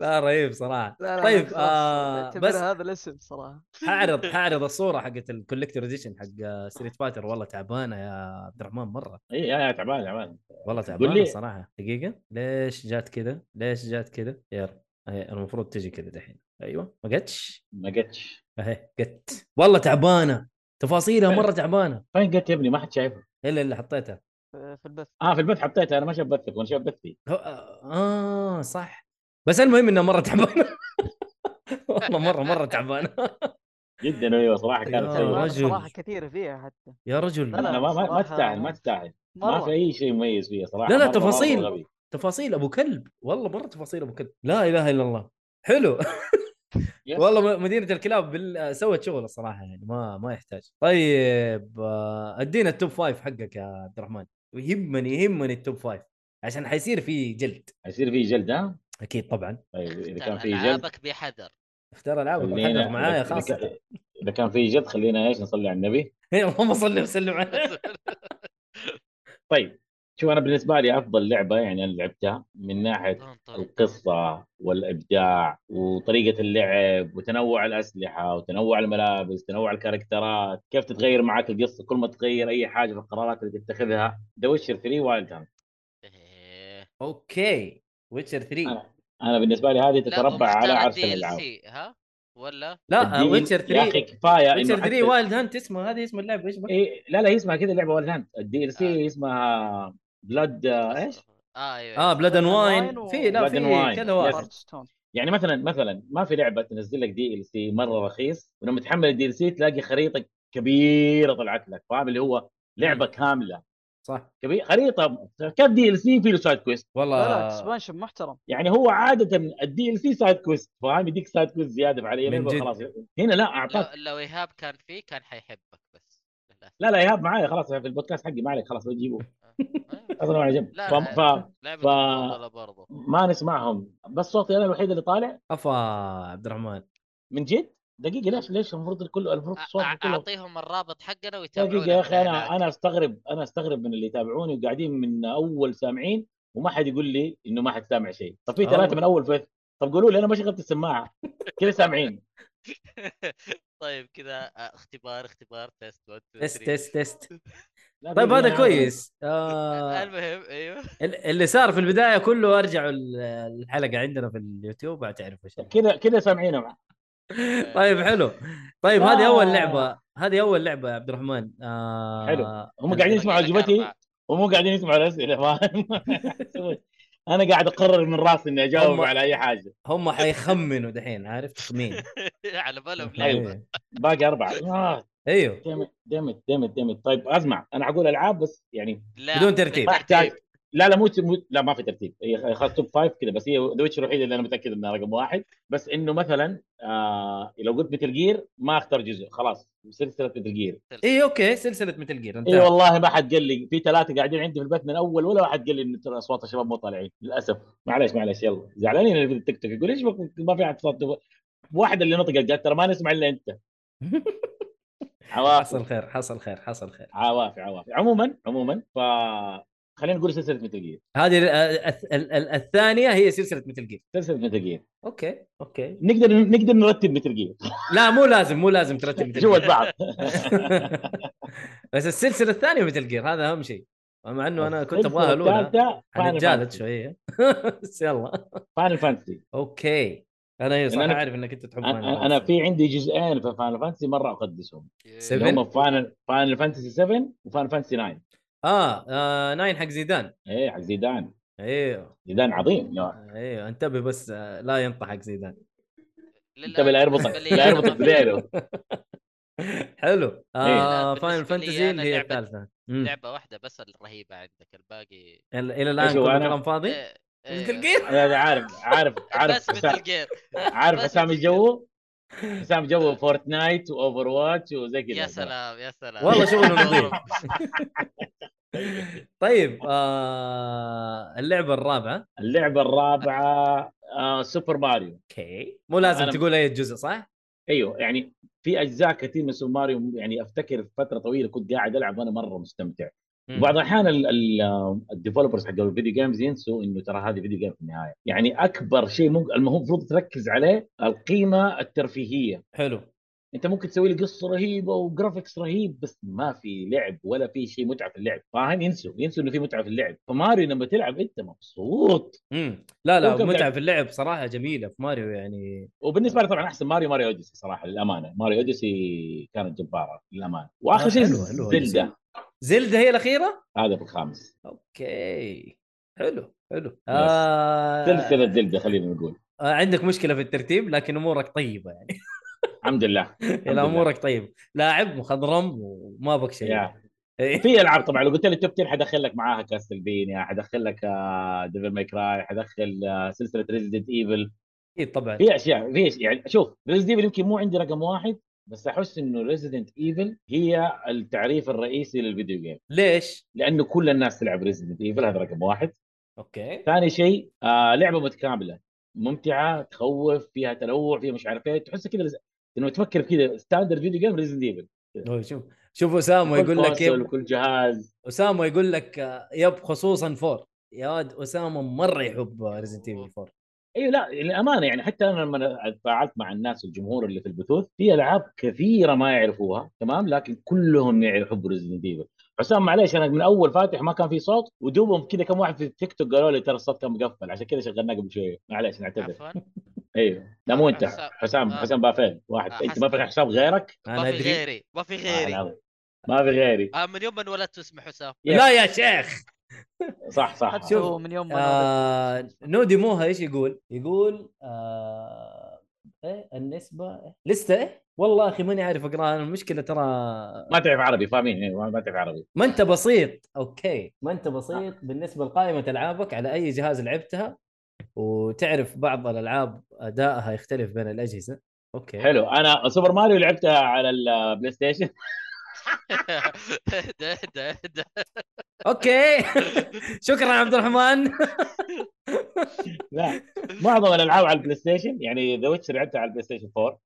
Speaker 1: لا رهيب صراحه
Speaker 3: لا، لا،
Speaker 1: طيب،
Speaker 3: خلاص،
Speaker 1: آه،
Speaker 3: اعتبر
Speaker 1: بس-
Speaker 3: هذا الاسم صراحه
Speaker 1: حاعرض حاعرض الصوره حقت الكوليكتور اديشن حق ستريت فايتر والله تعبانه يا عبد الرحمن مره
Speaker 2: إيه، يا يا تعبان تعبان
Speaker 1: والله
Speaker 2: قول
Speaker 1: تعبانه
Speaker 2: لي.
Speaker 1: صراحه دقيقه ليش جات كذا ليش جات كذا يا رب هي المفروض تجي كذا دحين ايوه ما جتش
Speaker 2: ما قتش
Speaker 1: اهي جت والله تعبانه تفاصيلها مره تعبانه
Speaker 2: فين قت يا ابني ما حد شايفه
Speaker 1: الا اللي حطيتها
Speaker 3: في البث
Speaker 2: اه في البث حطيتها انا ما شايف بثك وانا شايف بثي
Speaker 1: هو- اه صح بس المهم انها مره تعبانه والله مره مره تعبانه
Speaker 2: جدا ايوه صراحه
Speaker 1: يا
Speaker 2: كانت سيئه
Speaker 1: أيوة، رجل.
Speaker 3: صراحه كثيره فيها حتى
Speaker 1: يا
Speaker 3: لا،
Speaker 1: رجل
Speaker 2: لا ما ما ما
Speaker 3: صراحة-
Speaker 2: تستاهل ما تستاهل ما
Speaker 3: مره
Speaker 2: في اي شيء مميز فيها صراحه
Speaker 1: لا، لا،
Speaker 2: مرة- مرة
Speaker 1: تفاصيل.
Speaker 2: غبي.
Speaker 1: تفاصيل ابو كلب والله مره تفاصيل ابو كلب لا اله الا الله حلو
Speaker 2: يس.
Speaker 1: والله م- مدينه الكلاب بال... سوت شغل الصراحه يعني ما ما يحتاج طيب آه، ادينا التوب فايف حقك يا عبد الرحمن يهمني يهمني التوب فايف عشان حيصير في جلد
Speaker 2: حيصير فيه جلد ها؟
Speaker 1: اكيد طبعا
Speaker 2: طيب اذا كان
Speaker 4: اختار
Speaker 2: فيه جلد
Speaker 4: العابك بحذر
Speaker 1: اختار العابك
Speaker 2: خلينا-
Speaker 1: وحذر معايا
Speaker 2: إذا- إذا
Speaker 1: خاصه
Speaker 2: كان- اذا كان فيه جلد خلينا ايش نصلي على النبي
Speaker 1: اللهم صل وسلم عليه
Speaker 2: طيب شوف انا بالنسبه لي افضل لعبه يعني انا لعبتها من ناحيه
Speaker 4: طن- طن-
Speaker 2: القصه والابداع وطريقه اللعب وتنوع الاسلحه وتنوع الملابس تنوع الكاركترات كيف تتغير معاك القصه كل ما تغير اي حاجه في القرارات اللي تتخذها ذا ويتشر 3 وايلد هانت
Speaker 4: إيه.
Speaker 1: اوكي ويتشر 3
Speaker 2: انا بالنسبه لي هذه
Speaker 4: لا،
Speaker 2: تتربع
Speaker 4: ومختار
Speaker 2: على عرش
Speaker 4: DLC
Speaker 2: الالعاب
Speaker 4: ها ولا
Speaker 1: لا
Speaker 2: الدين-
Speaker 1: ويتشر
Speaker 2: يا اخي
Speaker 1: 3
Speaker 2: كفايه
Speaker 1: ويتشر
Speaker 2: انه
Speaker 1: 3
Speaker 2: حتى
Speaker 1: وايلد هانت اسمه هذه اسم اللعبه ايش بك؟
Speaker 2: إيه لا لا هي اسمها كذا اللعبه وايلد هانت الدي ال سي اسمها بلاد ايش؟
Speaker 4: اه
Speaker 2: إيه،
Speaker 4: ايوه
Speaker 2: آه،
Speaker 1: اه بلاد اند
Speaker 3: Wine
Speaker 1: واين
Speaker 3: و-
Speaker 1: في لا
Speaker 2: Blood and
Speaker 1: في
Speaker 2: Wine.
Speaker 1: كذا
Speaker 2: Yes.
Speaker 1: واحد
Speaker 3: هارت ستون
Speaker 2: يعني مثلا مثلا ما في لعبه تنزل لك دي ال سي مره رخيص ولما تحمل الدي ال سي تلاقي خريطه كبيره طلعت لك فاهم اللي هو لعبه كامله
Speaker 1: صح
Speaker 2: كبير خريطه كيف دي ال سي فيه سايد كويست
Speaker 3: لا لا
Speaker 1: والله
Speaker 3: اكسبانشن محترم
Speaker 2: يعني هو عاده الدي ال سي سايد كويست فاهم يديك سايد كويست زياده على
Speaker 1: من جد.
Speaker 2: خلاص هنا لا اعطاك
Speaker 4: لو, لو ايهاب كان فيه كان حيحبك بس للاسف
Speaker 2: لا لا ايهاب معايا خلاص في البودكاست حقي ما عليك خلاص بجيبه
Speaker 4: آه.
Speaker 2: اصلا على جنب
Speaker 4: لا،
Speaker 2: ف-
Speaker 4: لا.
Speaker 2: ف-
Speaker 4: لعبة
Speaker 2: ف-
Speaker 4: المفضلة برضو
Speaker 2: ما نسمعهم بس صوتي انا الوحيد اللي طالع
Speaker 1: افا عبد الرحمن
Speaker 2: من جد دقيقه ليش ليش المفروض الكل المفروض
Speaker 4: أع-
Speaker 2: الصوت
Speaker 4: أع-
Speaker 2: كله
Speaker 4: اعطيهم الرابط حقنا ويتابعونا
Speaker 2: دقيقة يا أخي
Speaker 4: من هناك.
Speaker 2: أنا أنا أستغرب أنا أستغرب من اللي يتابعوني وقاعدين من أول سامعين وما حد يقول لي إنه ما حد سامع شيء، طب في
Speaker 1: آه.
Speaker 2: ثلاثة من أول فيس طب قولوا لي أنا ما شغلت السماعة كذا سامعين
Speaker 4: طيب كذا آه، اختبار اختبار تيست 1 2
Speaker 1: تست
Speaker 4: 3
Speaker 1: تست تست
Speaker 2: لا
Speaker 1: طيب
Speaker 2: دقيقة
Speaker 1: هذا
Speaker 2: أنا-
Speaker 1: كويس آه،
Speaker 4: المهم ايوه
Speaker 1: ال- اللي صار في البدايه كله ارجعوا ال- الحلقه عندنا في اليوتيوب هتعرفوا ايش
Speaker 2: كذا كذا سامعينهم
Speaker 1: طيب حلو طيب هذه
Speaker 2: آه.
Speaker 1: اول لعبه هذه اول لعبه يا عبد الرمان آه،
Speaker 2: حلو. هم قاعدين يسمعوا
Speaker 4: باقي لك
Speaker 2: عجبتي
Speaker 4: أربعة.
Speaker 2: ومو قاعدين يسمعوا الأسئلة فاهم أنا قاعد أقرر من راسي إني أجاوب
Speaker 1: هم-
Speaker 2: على أي حاجة
Speaker 1: هم حيخمنوا دحين عارف تخمين
Speaker 4: على بالهم لعبة
Speaker 1: أيوه.
Speaker 2: باقي أربعة آه
Speaker 1: ايوه
Speaker 2: دمت دمت دمت دمت طيب أسمع أنا أقول ألعاب بس يعني
Speaker 4: لا،
Speaker 1: بدون ترتيب.
Speaker 2: ما احتاج
Speaker 4: بالترتيب.
Speaker 2: لا لا مو مو- لا ما في ترتيب هي خلاص توب فايف كذا بس هي ذا ويتش الوحيده اللي انا متاكد انها رقم واحد بس انه مثلا آه لو قلت مثل جير ما اختار جزء خلاص سلسله مثل جير
Speaker 1: اي اوكي سلسله مثل جير
Speaker 2: اي إيه، والله ما حد قال لي في ثلاثه قاعدين عندي في البيت من اول ولا واحد قال لي ان ترى اصوات الشباب مو طالعين للاسف معلش معلش يلا زعلانين اللي في التيك توك يقول ايش بك- ما في احد صوت واحد اللي نطق قال ترى ما نسمع الا انت عوافي
Speaker 1: حصل خير حصل خير حصل خير
Speaker 2: عوافي عوافي عموما عموما ف خلينا نقول سلسله مثل جير
Speaker 1: هذه ال- الث- ال- ال- الثانيه هي سلسله مثل جير
Speaker 2: سلسله مثل جير
Speaker 1: اوكي اوكي
Speaker 2: نقدر نقدر نرتب مثل جير
Speaker 1: لا مو لازم مو لازم ترتب مثل
Speaker 2: جوة بعض
Speaker 1: بس السلسله الثانيه مثل جير هذا اهم شيء مع انه انا كنت ابغاها الاولى حنتجالد شويه بس يلا
Speaker 2: فاينل فانتسي
Speaker 1: اوكي انا إيه، صح
Speaker 2: أنا-
Speaker 1: اعرف انك انت تحب Final
Speaker 2: انا أنا
Speaker 1: Fantasy.
Speaker 2: في عندي جزئين في فاينل فانتسي مره اقدسهم
Speaker 1: Seven.
Speaker 2: اللي هم فاينل فاينل فانتسي 7 وفاينل فانتسي 9
Speaker 1: اه, آه ناين حق زيدان
Speaker 2: ايه حق زيدان
Speaker 1: ايوه
Speaker 2: زيدان عظيم يا
Speaker 1: ايوه انتبه بس آه، لا ينطح حق زيدان
Speaker 4: للآن
Speaker 2: انتبه لا يربطك
Speaker 4: بالنسبة لي
Speaker 2: لا
Speaker 4: أنا
Speaker 2: يربطك
Speaker 4: ما في-
Speaker 2: بديله
Speaker 1: حلو
Speaker 2: إيه.
Speaker 4: لا،
Speaker 1: آه
Speaker 4: بالنسبة
Speaker 1: فاينل
Speaker 4: لي
Speaker 1: فانتزي
Speaker 4: أنا
Speaker 1: اللي هي
Speaker 4: لعبة-
Speaker 1: الثالثه مم.
Speaker 4: لعبة واحدة بس الرهيبة عندك الباقي
Speaker 1: الى إلى
Speaker 2: إيش
Speaker 1: الان
Speaker 2: هو
Speaker 1: كله
Speaker 2: أنا؟
Speaker 1: كلام فاضي
Speaker 4: إيه، إيه.
Speaker 1: مثل جير
Speaker 2: انا أنا عارف عارف عارف
Speaker 4: بس مثل
Speaker 2: حسام-
Speaker 4: جير
Speaker 2: عارف
Speaker 4: بس
Speaker 2: حسام
Speaker 4: مثل
Speaker 2: الجو حسام جو فورتنايت واوفر واتش وزي كذا
Speaker 4: يا سلام يا سلام
Speaker 1: والله شغله نظيف.
Speaker 4: والله.
Speaker 1: طيب آه اللعبه الرابعه
Speaker 2: اللعبه الرابعه آه سوبر ماريو
Speaker 1: اوكي مو لازم
Speaker 2: أنا-
Speaker 1: تقول اي جزء صح؟
Speaker 2: ايوه يعني في اجزاء كثير من سوبر ماريو يعني افتكر فتره طويله كنت قاعد العب وانا مره مستمتع
Speaker 1: مم.
Speaker 2: وبعض الاحيان ال- ال- الديفلوبرز حق الفيديو جيمز ينسوا انه ترى هذه فيديو جيم في النهايه يعني اكبر شيء ممكن المفروض تركز عليه القيمه الترفيهيه
Speaker 1: حلو
Speaker 2: انت ممكن تسوي لي قصه رهيبه وجرافيكس رهيب بس ما في لعب ولا في شيء متعه في اللعب فاهم ينسوا ينسوا انه في متعه في اللعب فماريو لما تلعب انت مبسوط
Speaker 1: مم. لا لا
Speaker 2: ممكن
Speaker 1: متعه
Speaker 2: لعب.
Speaker 1: في اللعب صراحه جميله في ماريو يعني
Speaker 2: وبالنسبه لي طبعا احسن ماريو ماريو اوديسي صراحه للامانه ماريو اوديسي كانت جباره للامانه واخر
Speaker 1: آه،
Speaker 2: شيء
Speaker 1: حلوة- حلوة Odyssey.
Speaker 2: زلده
Speaker 1: زلده هي الاخيره؟
Speaker 2: هذا في الخامس
Speaker 1: اوكي حلو حلو آه...
Speaker 2: سلسله زلده خلينا نقول
Speaker 1: آه عندك مشكله في الترتيب لكن امورك طيبه يعني
Speaker 2: الحمد لله
Speaker 1: الى امورك طيب لاعب مخضرم وما بك شيء
Speaker 2: يا
Speaker 1: إيه.
Speaker 2: في العاب طبعا لو قلت لي التوب 10 حدخل لك معاها كاستلفينيا حدخل لك آه، ديفل ماي كراي حدخل آه، سلسله ريزدنت ايفل
Speaker 1: اكيد طبعا
Speaker 2: في اشياء في أشياء. يعني شوف ريزدنت ايفل يمكن مو عندي رقم واحد بس احس انه ريزدنت ايفل هي التعريف الرئيسي للفيديو جيم
Speaker 1: ليش؟
Speaker 2: لانه كل الناس تلعب ريزدنت ايفل هذا رقم واحد
Speaker 1: اوكي
Speaker 2: ثاني شيء آه لعبه متكامله ممتعه تخوف فيها تنوع فيها مش عارف ايه تحس كذا رز- انه تفكر في كذا ستاندرد فيديو جيم ريزدنت ايفل
Speaker 1: هو شوف شوف اسامه يقول لك
Speaker 2: كل
Speaker 1: يب...
Speaker 2: كل جهاز
Speaker 1: اسامه يقول لك آه، يب خصوصا فور يا ولد اسامه مره يحب ريزنت ايفل 4
Speaker 2: ايوه لا للامانه يعني حتى انا لما تفاعلت مع الناس الجمهور اللي في البثوث في العاب كثيره ما يعرفوها تمام لكن كلهم يحبوا ريزدنت ايفل حسام معليش انا من اول فاتح ما كان في صوت ودوبهم كذا كم واحد في التيك توك قالوا لي ترى الصوت كان مقفل عشان كذا شغلناه قبل شويه معليش نعتذر
Speaker 4: عفوا
Speaker 2: ايوه لا مو انت
Speaker 4: حسام.
Speaker 2: حسام
Speaker 4: آه.
Speaker 2: حسام بافين واحد
Speaker 4: آه،
Speaker 2: انت
Speaker 4: حسام.
Speaker 2: ما فتح حساب غيرك
Speaker 4: ما
Speaker 1: انا
Speaker 4: في
Speaker 1: ادري
Speaker 4: غيري ما في
Speaker 2: آه،
Speaker 4: غيري
Speaker 2: العظيم. ما في غيري
Speaker 4: آه من يوم ما انولدت اسمه حسام
Speaker 1: لا يا شيخ
Speaker 2: صح صح
Speaker 1: شوف.
Speaker 3: هو من يوم ما نولد.
Speaker 1: آه نودي موها ايش يقول؟ يقول آه ايه النسبه لسته ايه؟ والله اخي ماني عارف اقراها أنا المشكله ترى
Speaker 2: ما تعرف عربي فاهمين إيه، ما ما تعرف عربي
Speaker 1: ما انت بسيط اوكي ما انت بسيط بالنسبه لقائمه العابك على اي جهاز لعبتها وتعرف بعض الالعاب ادائها يختلف بين الاجهزه اوكي
Speaker 2: حلو انا سوبر ماريو لعبتها على البلاي ستيشن
Speaker 4: ده ده ده
Speaker 1: اوكي شكرا عبد الرحمن
Speaker 2: لا معظم الالعاب على البلاي ستيشن يعني ذا ويتش لعبتها على البلاي ستيشن 4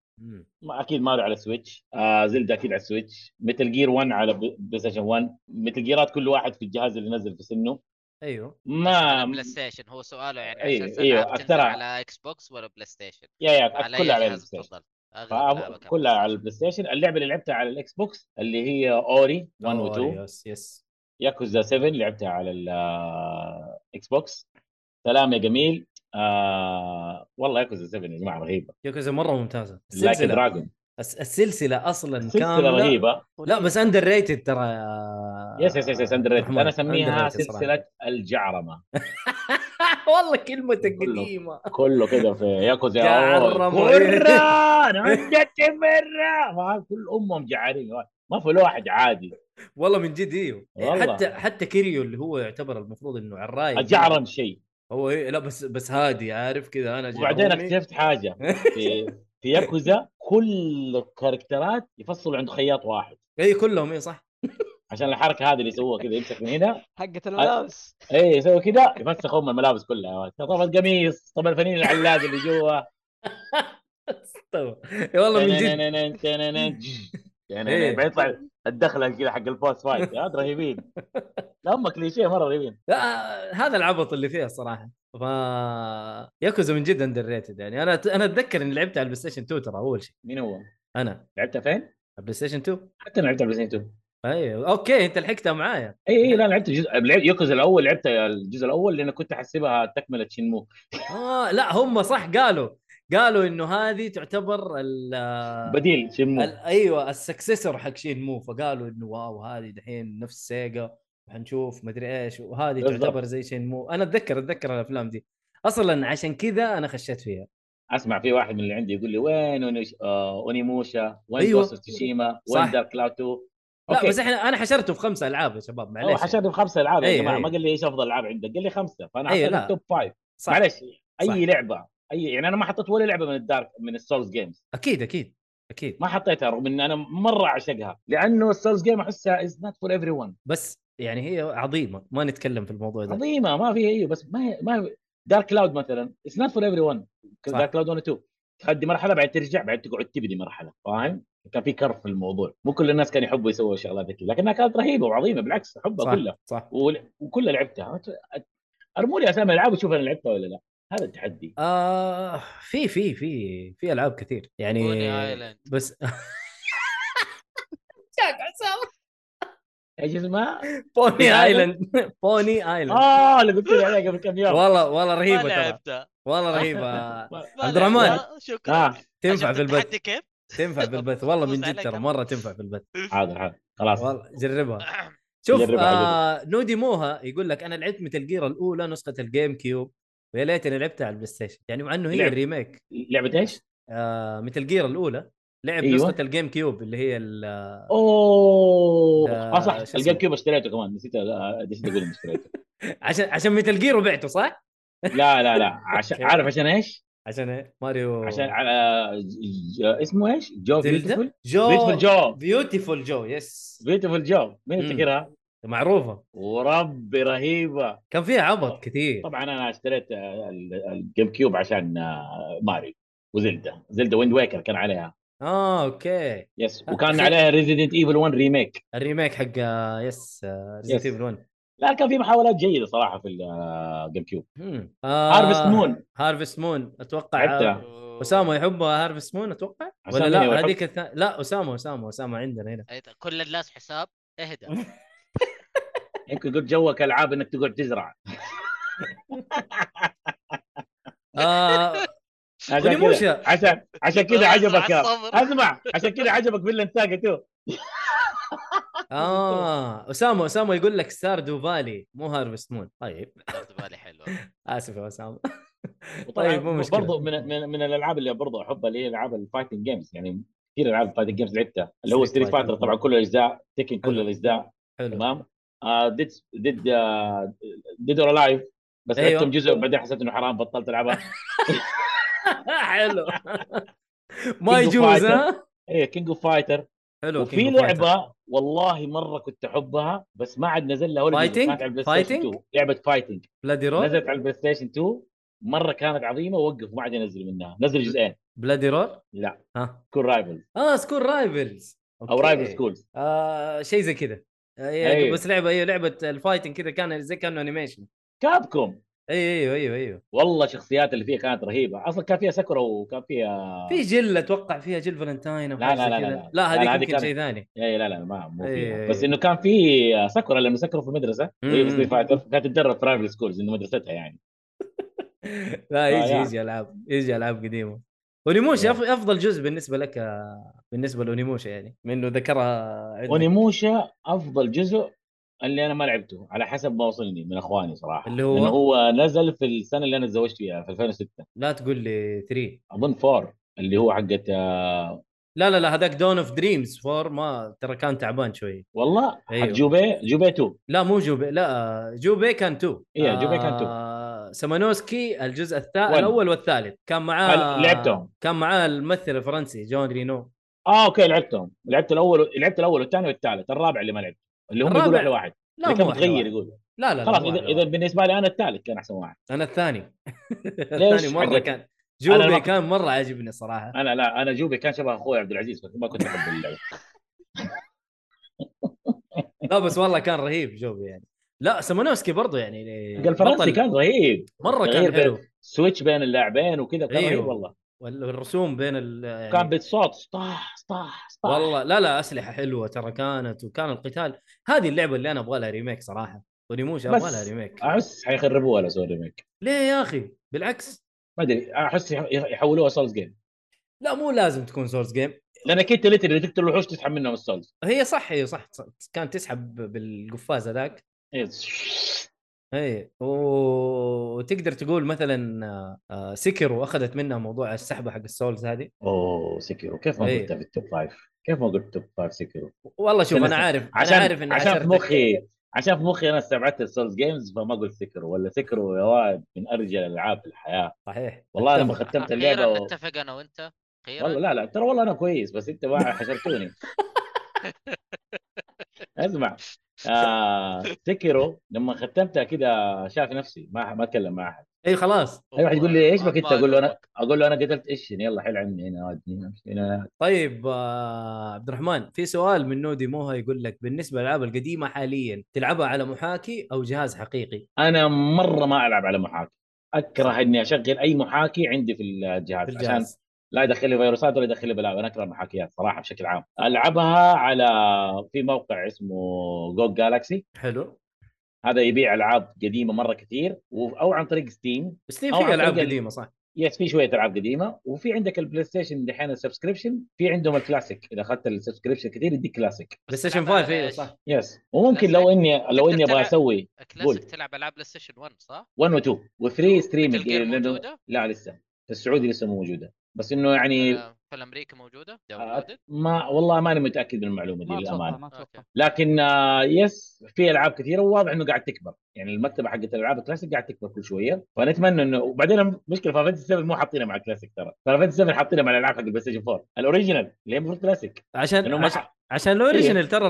Speaker 2: ما اكيد ماريو على السويتش آه زلدا اكيد على السويتش متل جير 1 على بل- بلاي ستيشن 1 متل جيرات كل واحد في الجهاز اللي نزل في سنه
Speaker 1: ايوه
Speaker 2: ما
Speaker 4: بلاي ستيشن هو سؤاله يعني
Speaker 2: أيوه،
Speaker 4: عشان
Speaker 2: أيوه،
Speaker 4: ألعاب تنزل
Speaker 2: أكثرها.
Speaker 4: على اكس بوكس ولا بلاي ستيشن
Speaker 2: يا يا
Speaker 4: على
Speaker 2: كلها
Speaker 4: اي
Speaker 2: على
Speaker 4: جهاز
Speaker 2: البلاي ستيشن
Speaker 4: تفضل
Speaker 2: فأب-
Speaker 4: أغلب ألعابك
Speaker 2: كلها على البلاي ستيشن اللعبه اللي لعبتها على الاكس بوكس اللي هي اوري 1 و 2
Speaker 1: يس يس
Speaker 2: ياكوزا 7 لعبتها على الاكس بوكس سلام يا جميل آه والله ياكوزا 7 يا جماعه رهيبه
Speaker 1: يوكوزا مره ممتازه
Speaker 2: لايك
Speaker 1: السلسله
Speaker 2: دراجون
Speaker 1: الس- السلسله اصلا
Speaker 2: سلسله
Speaker 1: كامله
Speaker 2: رهيبه
Speaker 1: لا بس اندر ريتد ترى
Speaker 2: يس يس يس, يس اندر ريتد. انا اسميها
Speaker 1: underrated صراحة.
Speaker 2: سلسله الجعرمه
Speaker 1: والله كلمتك
Speaker 2: كله.
Speaker 1: قديمه
Speaker 2: كله كده في ياكوزا
Speaker 1: جعرمة.
Speaker 2: قران عندك مره ما كل امهم جعارين ما في ولا واحد عادي
Speaker 1: والله من جد ايوه
Speaker 2: والله.
Speaker 1: حتى حتى كيريو اللي هو يعتبر المفروض انه عراي
Speaker 2: الجعرم شيء
Speaker 1: هو إيه لا بس بس هادي عارف كذا انا
Speaker 2: وبعدين
Speaker 1: جعروني.
Speaker 2: اكتشفت حاجه في في ياكوزا كل الكاركترات يفصلوا عند خياط واحد
Speaker 1: اي إيه، كلهم اي صح
Speaker 2: عشان الحركه هذه اللي يسووها كذا يمسك من هنا
Speaker 3: حقة الملابس
Speaker 2: ايه يسوي كذا يفسخ ام الملابس كلها طب القميص طب الفنين العلاج اللي جوا
Speaker 1: طبعا. إي طيب. والله
Speaker 2: إيه،
Speaker 1: من جد
Speaker 2: تنننن- تنننن- يعني جج.
Speaker 1: إيه.
Speaker 2: تنننن. بعدين يطلع الدخله كذا حق البوس فايت هذا رهيبين لا هم كليشيه مره رهيبين
Speaker 1: لا هذا العبط اللي فيها الصراحه ف ياكوزا من جد اندر ريتد يعني انا انا اتذكر اني لعبت على البلاي ستيشن 2 ترى اول شيء
Speaker 2: مين هو؟
Speaker 1: انا
Speaker 2: لعبتها فين؟
Speaker 1: البلاي ستيشن 2
Speaker 2: حتى انا لعبتها بلاي ستيشن 2
Speaker 1: ايوه اوكي انت لحقتها معايا
Speaker 2: اي اي إيه، لا لعبت الجزء لعبت يوكوزا الاول لعبت الجزء الاول لان كنت احسبها تكمله شنمو
Speaker 1: اه لا هم صح قالوا قالوا انه هذه تعتبر ال
Speaker 2: بديل شنمو
Speaker 1: آه. ال- ايوه السكسسور حق شين مو فقالوا انه واو هذه دحين نفس سيجا حنشوف مدري ايش وهذه
Speaker 2: بالضبط.
Speaker 1: تعتبر زي شين مو انا اتذكر اتذكر الافلام دي اصلا عشان كذا انا خشيت فيها
Speaker 2: اسمع في واحد من اللي عندي يقول لي وين أونيش... آه اونيموشا وين
Speaker 1: أيوة.
Speaker 2: أيوة. جوست تشيما
Speaker 1: صح.
Speaker 2: وين دارك كلاود 2
Speaker 1: لا بس احنا انا حشرته في خمسه العاب يا شباب معليش
Speaker 2: حشرني بخمسه العاب
Speaker 1: أيوة،
Speaker 2: يا جماعه
Speaker 1: أيوة.
Speaker 2: ما قال لي ايش افضل العاب عندك قال لي خمسه فانا
Speaker 1: أيوة،
Speaker 2: حطيت
Speaker 1: لا.
Speaker 2: التوب فايف
Speaker 1: صح
Speaker 2: معلش
Speaker 1: صح.
Speaker 2: اي لعبه اي يعني انا ما حطيت ولا لعبه من الدارك من السولز جيمز
Speaker 1: اكيد اكيد اكيد
Speaker 2: ما حطيتها رغم ان انا مره اعشقها لانه السولز جيم احسها از نوت فور ايفري ون
Speaker 1: بس يعني هي عظيمه ما نتكلم في الموضوع ده
Speaker 2: عظيمه ما فيها ايوه بس ما هي ما هي دارك كلاود مثلا اتس نوت فور ايفري ون
Speaker 1: صح.
Speaker 2: دارك كلاود 1 2 تخدي مرحله بعد ترجع بعد تقعد تبني مرحله فاهم؟ كان في كرف في الموضوع مو كل الناس كانوا يحبوا يسووا الشغلات ذي لكنها كانت رهيبه وعظيمه بالعكس احبها
Speaker 1: صح
Speaker 2: كلها
Speaker 1: صح
Speaker 2: ول- وكلها لعبتها ارموا لي اسامي العاب وشوف انا لعبتها ولا لا هذا التحدي
Speaker 1: آه في في في في العاب كثير
Speaker 4: بوني
Speaker 1: يعني
Speaker 4: ايلاند
Speaker 1: بس
Speaker 2: ايش اسمها؟
Speaker 1: بوني ايلاند بوني ايلاند
Speaker 2: اه اللي قلت لي عليها قبل كم يوم
Speaker 1: والله والله رهيبه
Speaker 4: ما
Speaker 1: ترى
Speaker 4: لعبتها
Speaker 1: والله رهيبه
Speaker 4: ما
Speaker 1: عبد الرحمن. آه،
Speaker 4: لعبتها. شكرا
Speaker 2: اه
Speaker 1: تنفع
Speaker 4: عشان
Speaker 1: في البث
Speaker 4: تتحدي كيف؟
Speaker 1: تنفع في البث والله من جد
Speaker 4: فوز عليك
Speaker 1: ترى
Speaker 4: أنا.
Speaker 1: مره تنفع في البث
Speaker 2: حاضر حاضر خلاص
Speaker 1: والله جربها شوف
Speaker 2: جربها،
Speaker 1: آه نودي موها يقول لك انا لعبت متل جير الاولى نسخه الجيم كيوب ويا ليتني لعبتها على البلاي ستيشن يعني مع انه هي
Speaker 2: لعب.
Speaker 1: ريميك
Speaker 2: لعبه ايش؟
Speaker 1: آه متل جير الاولى لعب أيوة.
Speaker 2: أيوة.
Speaker 1: نسخه الجيم كيوب اللي هي ال-
Speaker 2: اوه اه صح
Speaker 1: آه. شو اسمه؟
Speaker 2: الجيم كيوب اشتريته كمان نسيت آه، نسيت اقول إني اشتريته
Speaker 1: عشان عشان ميتال جير وبعته صح؟
Speaker 2: لا لا لا عشان عارف عشان ايش؟
Speaker 1: عشان إيه؟ ماريو
Speaker 2: عشان على ج- ج- اسمه ايش؟ جو بيوتيفول
Speaker 1: زلدا جو
Speaker 2: بيوتيفول جو
Speaker 1: بيوتيفول جو يس
Speaker 2: بيوتيفول جو مين
Speaker 1: مم.
Speaker 2: يفتكرها؟
Speaker 1: معروفه
Speaker 2: وربي رهيبه
Speaker 1: كان فيها عبط كثير
Speaker 2: طبعا انا اشتريت آه، ال- الجيم كيوب عشان آه، ماريو وزلدا زلدا ويند ويكر كان عليها
Speaker 1: اه اوكي
Speaker 2: يس
Speaker 1: آه،
Speaker 2: وكان
Speaker 1: أخي.
Speaker 2: عليها ريزيدنت ايفل 1 ريميك
Speaker 1: الريميك حق آه، يس ريزنت
Speaker 2: يس.
Speaker 1: ايفل 1
Speaker 2: لا كان في محاولات جيده صراحه في الجيم كيوب
Speaker 1: Hmm. آه،
Speaker 2: هارفست مون
Speaker 1: هارفست مون اتوقع
Speaker 2: لعبتها.
Speaker 1: آه، اسامه يحبها هارفست مون اتوقع ولا
Speaker 2: حسام
Speaker 1: لا
Speaker 2: أيوة،
Speaker 1: هذيك الثانيه لا اسامه اسامه اسامه عندنا هنا
Speaker 4: أيضا كل الناس حساب اهدى
Speaker 2: يمكن قلت جوك العاب انك تقعد تزرع
Speaker 1: آه
Speaker 2: عشان كذا
Speaker 1: ونموشا
Speaker 2: عشان عشان كذا عجبك يا-
Speaker 4: الصبر.
Speaker 2: اسمع عشان كذا عجبك فيلا ساقا تو
Speaker 1: اه اسامه اسامه يقول لك ستار دو فالي مو هارفست مون طيب
Speaker 4: برضو بالي حلوه
Speaker 1: اسف يا اسامه
Speaker 2: وطبعاً
Speaker 1: طيب، مو مشكلة.
Speaker 2: برضو من من, من الالعاب اللي برضو احبها اللي هي العاب الفايتنج جيمز يعني كثير العاب الفايتنج جيمز لعبتها اللي هو
Speaker 1: Street
Speaker 2: ستريت فايتر
Speaker 1: Fighter.
Speaker 2: طبعا كل الاجزاء تكن كل
Speaker 1: حلو.
Speaker 2: الاجزاء
Speaker 1: حلو
Speaker 2: تمام آه، ديد ديد آه، ديد اور لايف بس
Speaker 1: أيوة.
Speaker 2: لعبتهم جزء وبعدين حسيت انه حرام بطلت العبها
Speaker 1: حلو ما
Speaker 2: King of
Speaker 1: يجوز
Speaker 2: Fighter.
Speaker 1: ها
Speaker 2: ايه كينج اوف فايتر
Speaker 1: حلو
Speaker 2: وفي
Speaker 1: King of Fighter.
Speaker 2: لعبه والله مره كنت احبها بس ما عاد نزل لها ولا جزء.
Speaker 1: Fighting؟
Speaker 2: كانت على البلاي ستيشن
Speaker 1: Fighting؟
Speaker 2: 2 لعبه فايتنج
Speaker 1: بلادي رول
Speaker 2: نزلت على البلاي ستيشن 2 مره كانت عظيمه ووقف ما عاد ينزل منها نزل جزئين
Speaker 1: بلادي رول
Speaker 2: لا
Speaker 1: ها
Speaker 2: سكول رايفل
Speaker 1: اه سكول رايفلز
Speaker 2: او رايفل سكول
Speaker 1: آه شيء زي كذا أيوة.
Speaker 2: أيوة.
Speaker 1: بس لعبه ايوه لعبه الفايتنج كذا كان زي كانه انيميشن
Speaker 2: كابكم
Speaker 1: ايوه ايوه ايوه ايوه
Speaker 2: والله الشخصيات اللي فيها كانت رهيبه اصلا كان فيها ساكورا وكان فيها
Speaker 1: في جل اتوقع فيها جل فالنتاين أو
Speaker 2: آه. لا،
Speaker 1: حاجة زي
Speaker 2: لا، لا، لا،
Speaker 1: كذا.
Speaker 2: لا.
Speaker 1: لا
Speaker 2: لا،
Speaker 1: هذيك
Speaker 2: هذه
Speaker 1: يمكن
Speaker 2: كانت-
Speaker 1: شيء ثاني
Speaker 2: اي لا لا ما مو
Speaker 1: إيه.
Speaker 2: فيها بس انه كان في ساكورا لما سكروا في إيه، مدرسه وهي
Speaker 1: مم.
Speaker 2: بتصير فايتر كانت تتدرب في رايفل سكولز انه مدرستها يعني
Speaker 1: لا يجي
Speaker 2: يعني.
Speaker 1: يجي العاب يجي العاب قديمه اونيموشا أف- افضل جزء بالنسبه لك آه، بالنسبه لاونيموشا يعني منه ذكرها عندك.
Speaker 2: اونيموشا افضل جزء اللي انا ما لعبته على حسب ما وصلني من اخواني صراحه
Speaker 1: اللي هو؟
Speaker 2: لانه هو نزل في السنه اللي انا تزوجت فيها في 2006
Speaker 1: لا تقول لي 3
Speaker 2: اظن 4 اللي هو حقت آه،
Speaker 1: لا لا لا هذاك دون اوف دريمز فور ما ترى كان تعبان شوي
Speaker 2: والله حق
Speaker 1: أيوه.
Speaker 2: جوبي جوبي 2
Speaker 1: لا مو جوبي لا جوبي كان تو
Speaker 2: إيه، جوبي كان تو.
Speaker 1: تو آه، سمانوسكي الجزء الثالث
Speaker 2: ون.
Speaker 1: الاول والثالث كان معاه
Speaker 2: هل- لعبتهم؟
Speaker 1: كان معاه الممثل الفرنسي جون رينو
Speaker 2: اه اوكي لعبتهم لعبت الاول لعبت الاول والثاني والثالث الرابع اللي ما لعبته اللي هم
Speaker 1: الرابع؟
Speaker 2: يقولوا احلى واحد
Speaker 1: لا
Speaker 2: اللي كان
Speaker 1: مو أحلى
Speaker 2: متغير
Speaker 1: واحد.
Speaker 2: يقول
Speaker 1: لا لا لا
Speaker 2: خلاص
Speaker 1: مو
Speaker 2: اذا
Speaker 1: أحلى
Speaker 2: اذا
Speaker 1: واحد.
Speaker 2: بالنسبه لي انا الثالث كان احسن واحد
Speaker 1: انا الثاني الثاني مره
Speaker 2: حقك؟
Speaker 1: كان جوبي
Speaker 2: ما-
Speaker 1: كان مره عاجبني صراحه
Speaker 2: انا لا انا جوبي كان شبه اخوي عبد العزيز ما كنت احب اللعب
Speaker 1: لا بس والله كان رهيب جوبي يعني لا سمانوسكي برضه يعني
Speaker 2: الفرنسي
Speaker 1: بطل.
Speaker 2: كان رهيب
Speaker 1: مره
Speaker 2: غير
Speaker 1: كان
Speaker 2: بين-
Speaker 1: حلو
Speaker 2: سويتش بين اللاعبين وكذا كان
Speaker 1: أيوه.
Speaker 2: رهيب والله
Speaker 1: والرسوم بين ال يعني
Speaker 2: كان بالصوت طاح طاح طاح
Speaker 1: والله لا لا اسلحه حلوه ترى كانت وكان القتال هذه اللعبه اللي انا ابغى لها ريميك صراحه ونيموشا
Speaker 2: بس-
Speaker 1: ابغى لها ريميك
Speaker 2: احس حيخربوها لو سووا ريميك
Speaker 1: ليه يا اخي بالعكس
Speaker 2: ما ادري احس يح- يحولوها سولز جيم
Speaker 1: لا مو لازم تكون سورس جيم
Speaker 2: لانك انت ليتر تقتل الوحوش تسحب منهم السولز
Speaker 1: هي صح هي صح صح. كانت تسحب بالقفاز هذاك
Speaker 2: إيه.
Speaker 1: اي و- وتقدر تقول مثلا آه، آه، سكرو اخذت منها موضوع السحبه حق السولز هذه
Speaker 2: اوه سيكيرو كيف ما
Speaker 1: إيه.
Speaker 2: قلتها في التوب فايف كيف ما قلت توب فايف سيكيرو
Speaker 1: والله شوف انا
Speaker 2: عشان-
Speaker 1: عارف
Speaker 2: عشان
Speaker 1: انا عارف ان
Speaker 2: عشان في
Speaker 1: عشرتك-
Speaker 2: مخي عشان في مخي انا استبعدت السولز جيمز فما قلت سيكرو ولا سيكرو يا واد من ارجل العاب الحياه
Speaker 1: صحيح
Speaker 2: والله لما
Speaker 1: أتفق.
Speaker 2: ختمت اللعبه
Speaker 4: اخيرا
Speaker 2: و...
Speaker 4: نتفق انا وانت اخيرا
Speaker 2: والله لا لا ترى والله انا كويس بس انت ما حشرتوني اسمع آه سكرو لما ختمتها كذا شاف نفسي ما ما اتكلم مع احد
Speaker 1: اي إيه، خلاص
Speaker 2: اي واحد يقول لي ايش
Speaker 4: ما-
Speaker 2: بك انت
Speaker 4: ما
Speaker 2: اقول له انا
Speaker 4: ألومك.
Speaker 2: اقول له انا قتلت ايش يلا حل عني هنا ودني هنا، امشي هنا
Speaker 1: طيب آه، عبد الرحمن في سؤال من نودي موها يقول لك بالنسبه للالعاب القديمه حاليا تلعبها على محاكي او جهاز حقيقي
Speaker 2: انا مره ما العب على محاكي اكره اني اشغل اي محاكي عندي في الجهاز,
Speaker 1: في
Speaker 2: عشان
Speaker 1: الجهاز
Speaker 2: لا يدخل لي فيروسات ولا يدخل لي بلاوي انا اكره المحاكيات صراحه بشكل عام العبها على في موقع اسمه جو جالكسي
Speaker 1: حلو
Speaker 2: هذا يبيع العاب قديمه مره كثير و- او عن طريق ستيم
Speaker 1: ستيم
Speaker 2: أو
Speaker 1: فيه
Speaker 2: عن
Speaker 1: العاب
Speaker 2: طريق ال-
Speaker 1: قديمه صح
Speaker 2: يس في شويه العاب قديمه وفي عندك البلاي ستيشن دحين السبسكريبشن في عندهم الكلاسيك اذا اخذت السبسكريبشن كثير يديك كلاسيك
Speaker 1: بلاي ستيشن 5
Speaker 4: إيه،
Speaker 1: ايوه
Speaker 4: أه،
Speaker 1: صح
Speaker 2: يس وممكن لو اني لو اني ابغى اسوي قول.
Speaker 4: كلاسيك تلعب العاب بلاي ستيشن 1 صح؟
Speaker 2: 1 و2 و3
Speaker 4: متل
Speaker 2: ستريمنج
Speaker 4: جير موجوده؟
Speaker 2: لا لسه في السعودي لسه مو موجوده بس انه يعني
Speaker 4: آه، في الامريكي موجوده
Speaker 2: آه،
Speaker 4: داونلودد
Speaker 2: ما والله ماني متاكد من المعلومه دي
Speaker 3: ما اتوقع
Speaker 2: للامانه
Speaker 3: ما اتوقع
Speaker 4: أوكي.
Speaker 2: لكن آه، يس في العاب كثيره وواضح انه قاعد تكبر يعني المكتبه حقت الالعاب الكلاسيك قاعد تكبر كل شويه فنتمنى انه وبعدين المشكله فاينل 7 مو حاطينها مع الكلاسيك ترى فاينل 7 حاطينها مع الالعاب حق البلاي ستيشن 4 الاوريجينال اللي هي المفروض كلاسيك
Speaker 1: عشان
Speaker 2: لانه ما إيه.
Speaker 1: عش...
Speaker 2: ح-
Speaker 1: عشان الاوريجنال ترى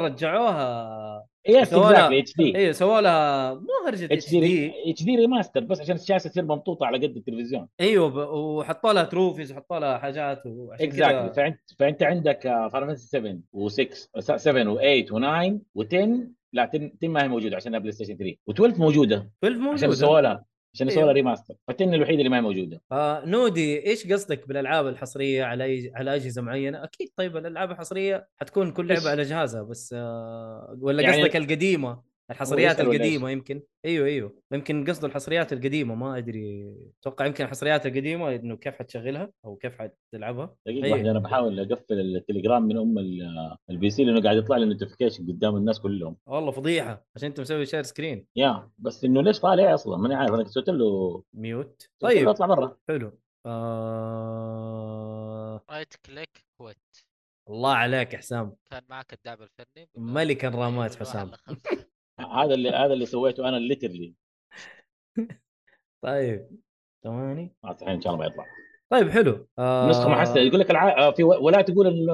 Speaker 1: رجعوها
Speaker 2: يس
Speaker 1: سووا لها-
Speaker 2: اكزاكتلي اتش دي
Speaker 1: ايوه سووا لها مو هرجه
Speaker 2: اتش
Speaker 1: اتش دي
Speaker 2: دي اتش دي ريماستر بس عشان الشاشه تصير ممطوطه على قد التلفزيون
Speaker 1: ايوه ب... وحطوا لها تروفيز وحطوا لها حاجات وعشان
Speaker 2: اكزاكتلي
Speaker 1: كذا
Speaker 2: فانت فانت عندك آه، فاينل 7 و6 7 و8 و9 و10 لا 10 10 ما هي موجوده عشان بلاي ستيشن 3 و12 موجوده
Speaker 1: 12
Speaker 2: عشان سووا
Speaker 1: موجوده
Speaker 2: لها عشان
Speaker 1: أيوه.
Speaker 2: سووا لها ريماستر ف10 الوحيده اللي ما هي موجوده
Speaker 1: آه نودي ايش قصدك بالالعاب الحصريه على أي- على اجهزه معينه؟ اكيد طيب الالعاب الحصريه حتكون كل
Speaker 2: بس-
Speaker 1: لعبه على جهازها بس آه ولا
Speaker 2: يعني-
Speaker 1: قصدك القديمه الحصريات
Speaker 2: يسأل ولا إيش؟
Speaker 1: القديمه يمكن ايوه ايوه يمكن قصده الحصريات القديمه ما ادري اتوقع يمكن الحصريات القديمه انه كيف حتشغلها او كيف حتلعبها
Speaker 2: دقيقة
Speaker 1: أيوه.
Speaker 2: واحدة أنا بحاول أقفل التليجرام من أم ال- البي سي لأنه قاعد يطلع لي نوتيفيكيشن قدام الناس كلهم
Speaker 1: والله فضيحه عشان انت مسوي شير سكرين
Speaker 2: يا بس إنه ليش طالع أصلا ماني عارف أنا سويت له
Speaker 1: ميوت
Speaker 2: سويت له
Speaker 1: طيب
Speaker 2: أطلع برا
Speaker 1: حلو آه...
Speaker 4: رايت كليك كويت
Speaker 1: الله عليك يا حسام
Speaker 4: كان معك الدعم الفني أيوة،
Speaker 1: ملك الرامات
Speaker 4: من واحد
Speaker 1: حسام
Speaker 4: لخمسة.
Speaker 2: هذا اللي هذا اللي سويته أنا ليترلي
Speaker 1: طيب ثواني
Speaker 2: الحين إن شاء الله ما يطلع
Speaker 1: طيب حلو آه...
Speaker 2: نسخة محسنة يقول لك الع... آه، في و- ولا تقول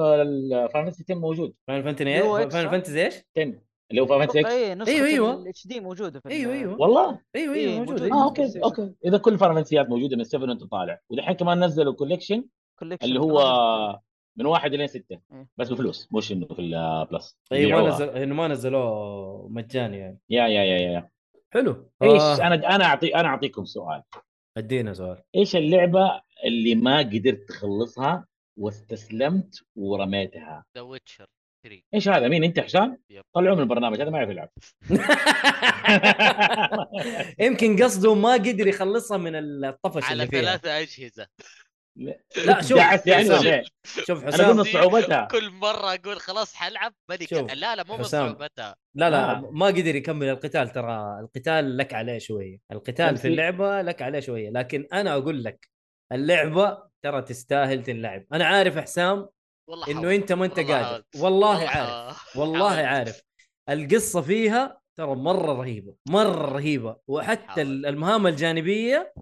Speaker 2: الفانتسي 10 موجود
Speaker 1: فاين
Speaker 3: اللي
Speaker 1: فانتزي
Speaker 3: هو إكس،
Speaker 1: فاين
Speaker 3: صح؟
Speaker 1: فانتزي ايش؟
Speaker 2: 10 اللي هو فانتسي 6
Speaker 3: اي نسخه
Speaker 1: أيوة، أيوة.
Speaker 3: الاتش دي موجوده في إيه، ال-
Speaker 1: ايوه ايوه
Speaker 2: والله
Speaker 1: ايوه ايوه
Speaker 3: إيه،
Speaker 1: موجود
Speaker 3: موجود.
Speaker 1: أيوه.
Speaker 2: اه اوكي اوكي اذا كل الفارماسيات موجوده من 7 وانت طالع ودحين كمان نزلوا كوليكشن
Speaker 3: collection
Speaker 2: اللي
Speaker 3: كمان.
Speaker 2: هو من واحد الين سته
Speaker 3: إيه.
Speaker 2: بس بفلوس مش انه في البلس
Speaker 1: طيب ما
Speaker 2: يبيعوها.
Speaker 1: نزل انه ما نزلوه مجاني يعني
Speaker 2: يا يا يا يا- يا
Speaker 1: حلو
Speaker 2: ايش
Speaker 1: آه،
Speaker 2: انا انا اعطي انا اعطيكم سؤال
Speaker 1: ادينا سؤال
Speaker 2: ايش اللعبه اللي ما قدرت تخلصها واستسلمت ورميتها
Speaker 4: ذا ويتشر 3
Speaker 2: ايش هذا مين انت حسام
Speaker 4: يب.
Speaker 2: طلعوا من البرنامج هذا ما يعرف يلعب
Speaker 1: يمكن قصده ما قدر يخلصها من الطفش
Speaker 4: على
Speaker 1: اللي فيها
Speaker 4: ثلاثة أجهزة
Speaker 1: لا شوف
Speaker 2: دعست يعني ولا
Speaker 1: حسام
Speaker 2: إيه؟
Speaker 1: شوف
Speaker 2: انا قلنا
Speaker 1: حسام
Speaker 2: صعوبتها
Speaker 4: كل مرة أقول خلاص حلعب ملك
Speaker 1: شوف،
Speaker 4: لا لا مو من
Speaker 1: حسام.
Speaker 4: صعوبتها
Speaker 1: لا لا
Speaker 2: آه.
Speaker 1: ما قدر يكمل القتال ترى القتال لك عليه شويه القتال
Speaker 2: تمثيل.
Speaker 1: في اللعبه لك عليه شويه لكن انا اقول لك اللعبه ترى تستاهل تنلعب انا عارف يا حسام
Speaker 4: والله
Speaker 1: انه
Speaker 4: حاولت.
Speaker 1: انت ما انت
Speaker 4: والله
Speaker 1: قادر
Speaker 4: حاولت.
Speaker 1: والله عارف
Speaker 4: حاولت.
Speaker 1: والله
Speaker 4: حاولت.
Speaker 1: عارف القصه فيها ترى مره رهيبه مره رهيبه وحتى
Speaker 4: حاول.
Speaker 1: ال- المهام الجانبيه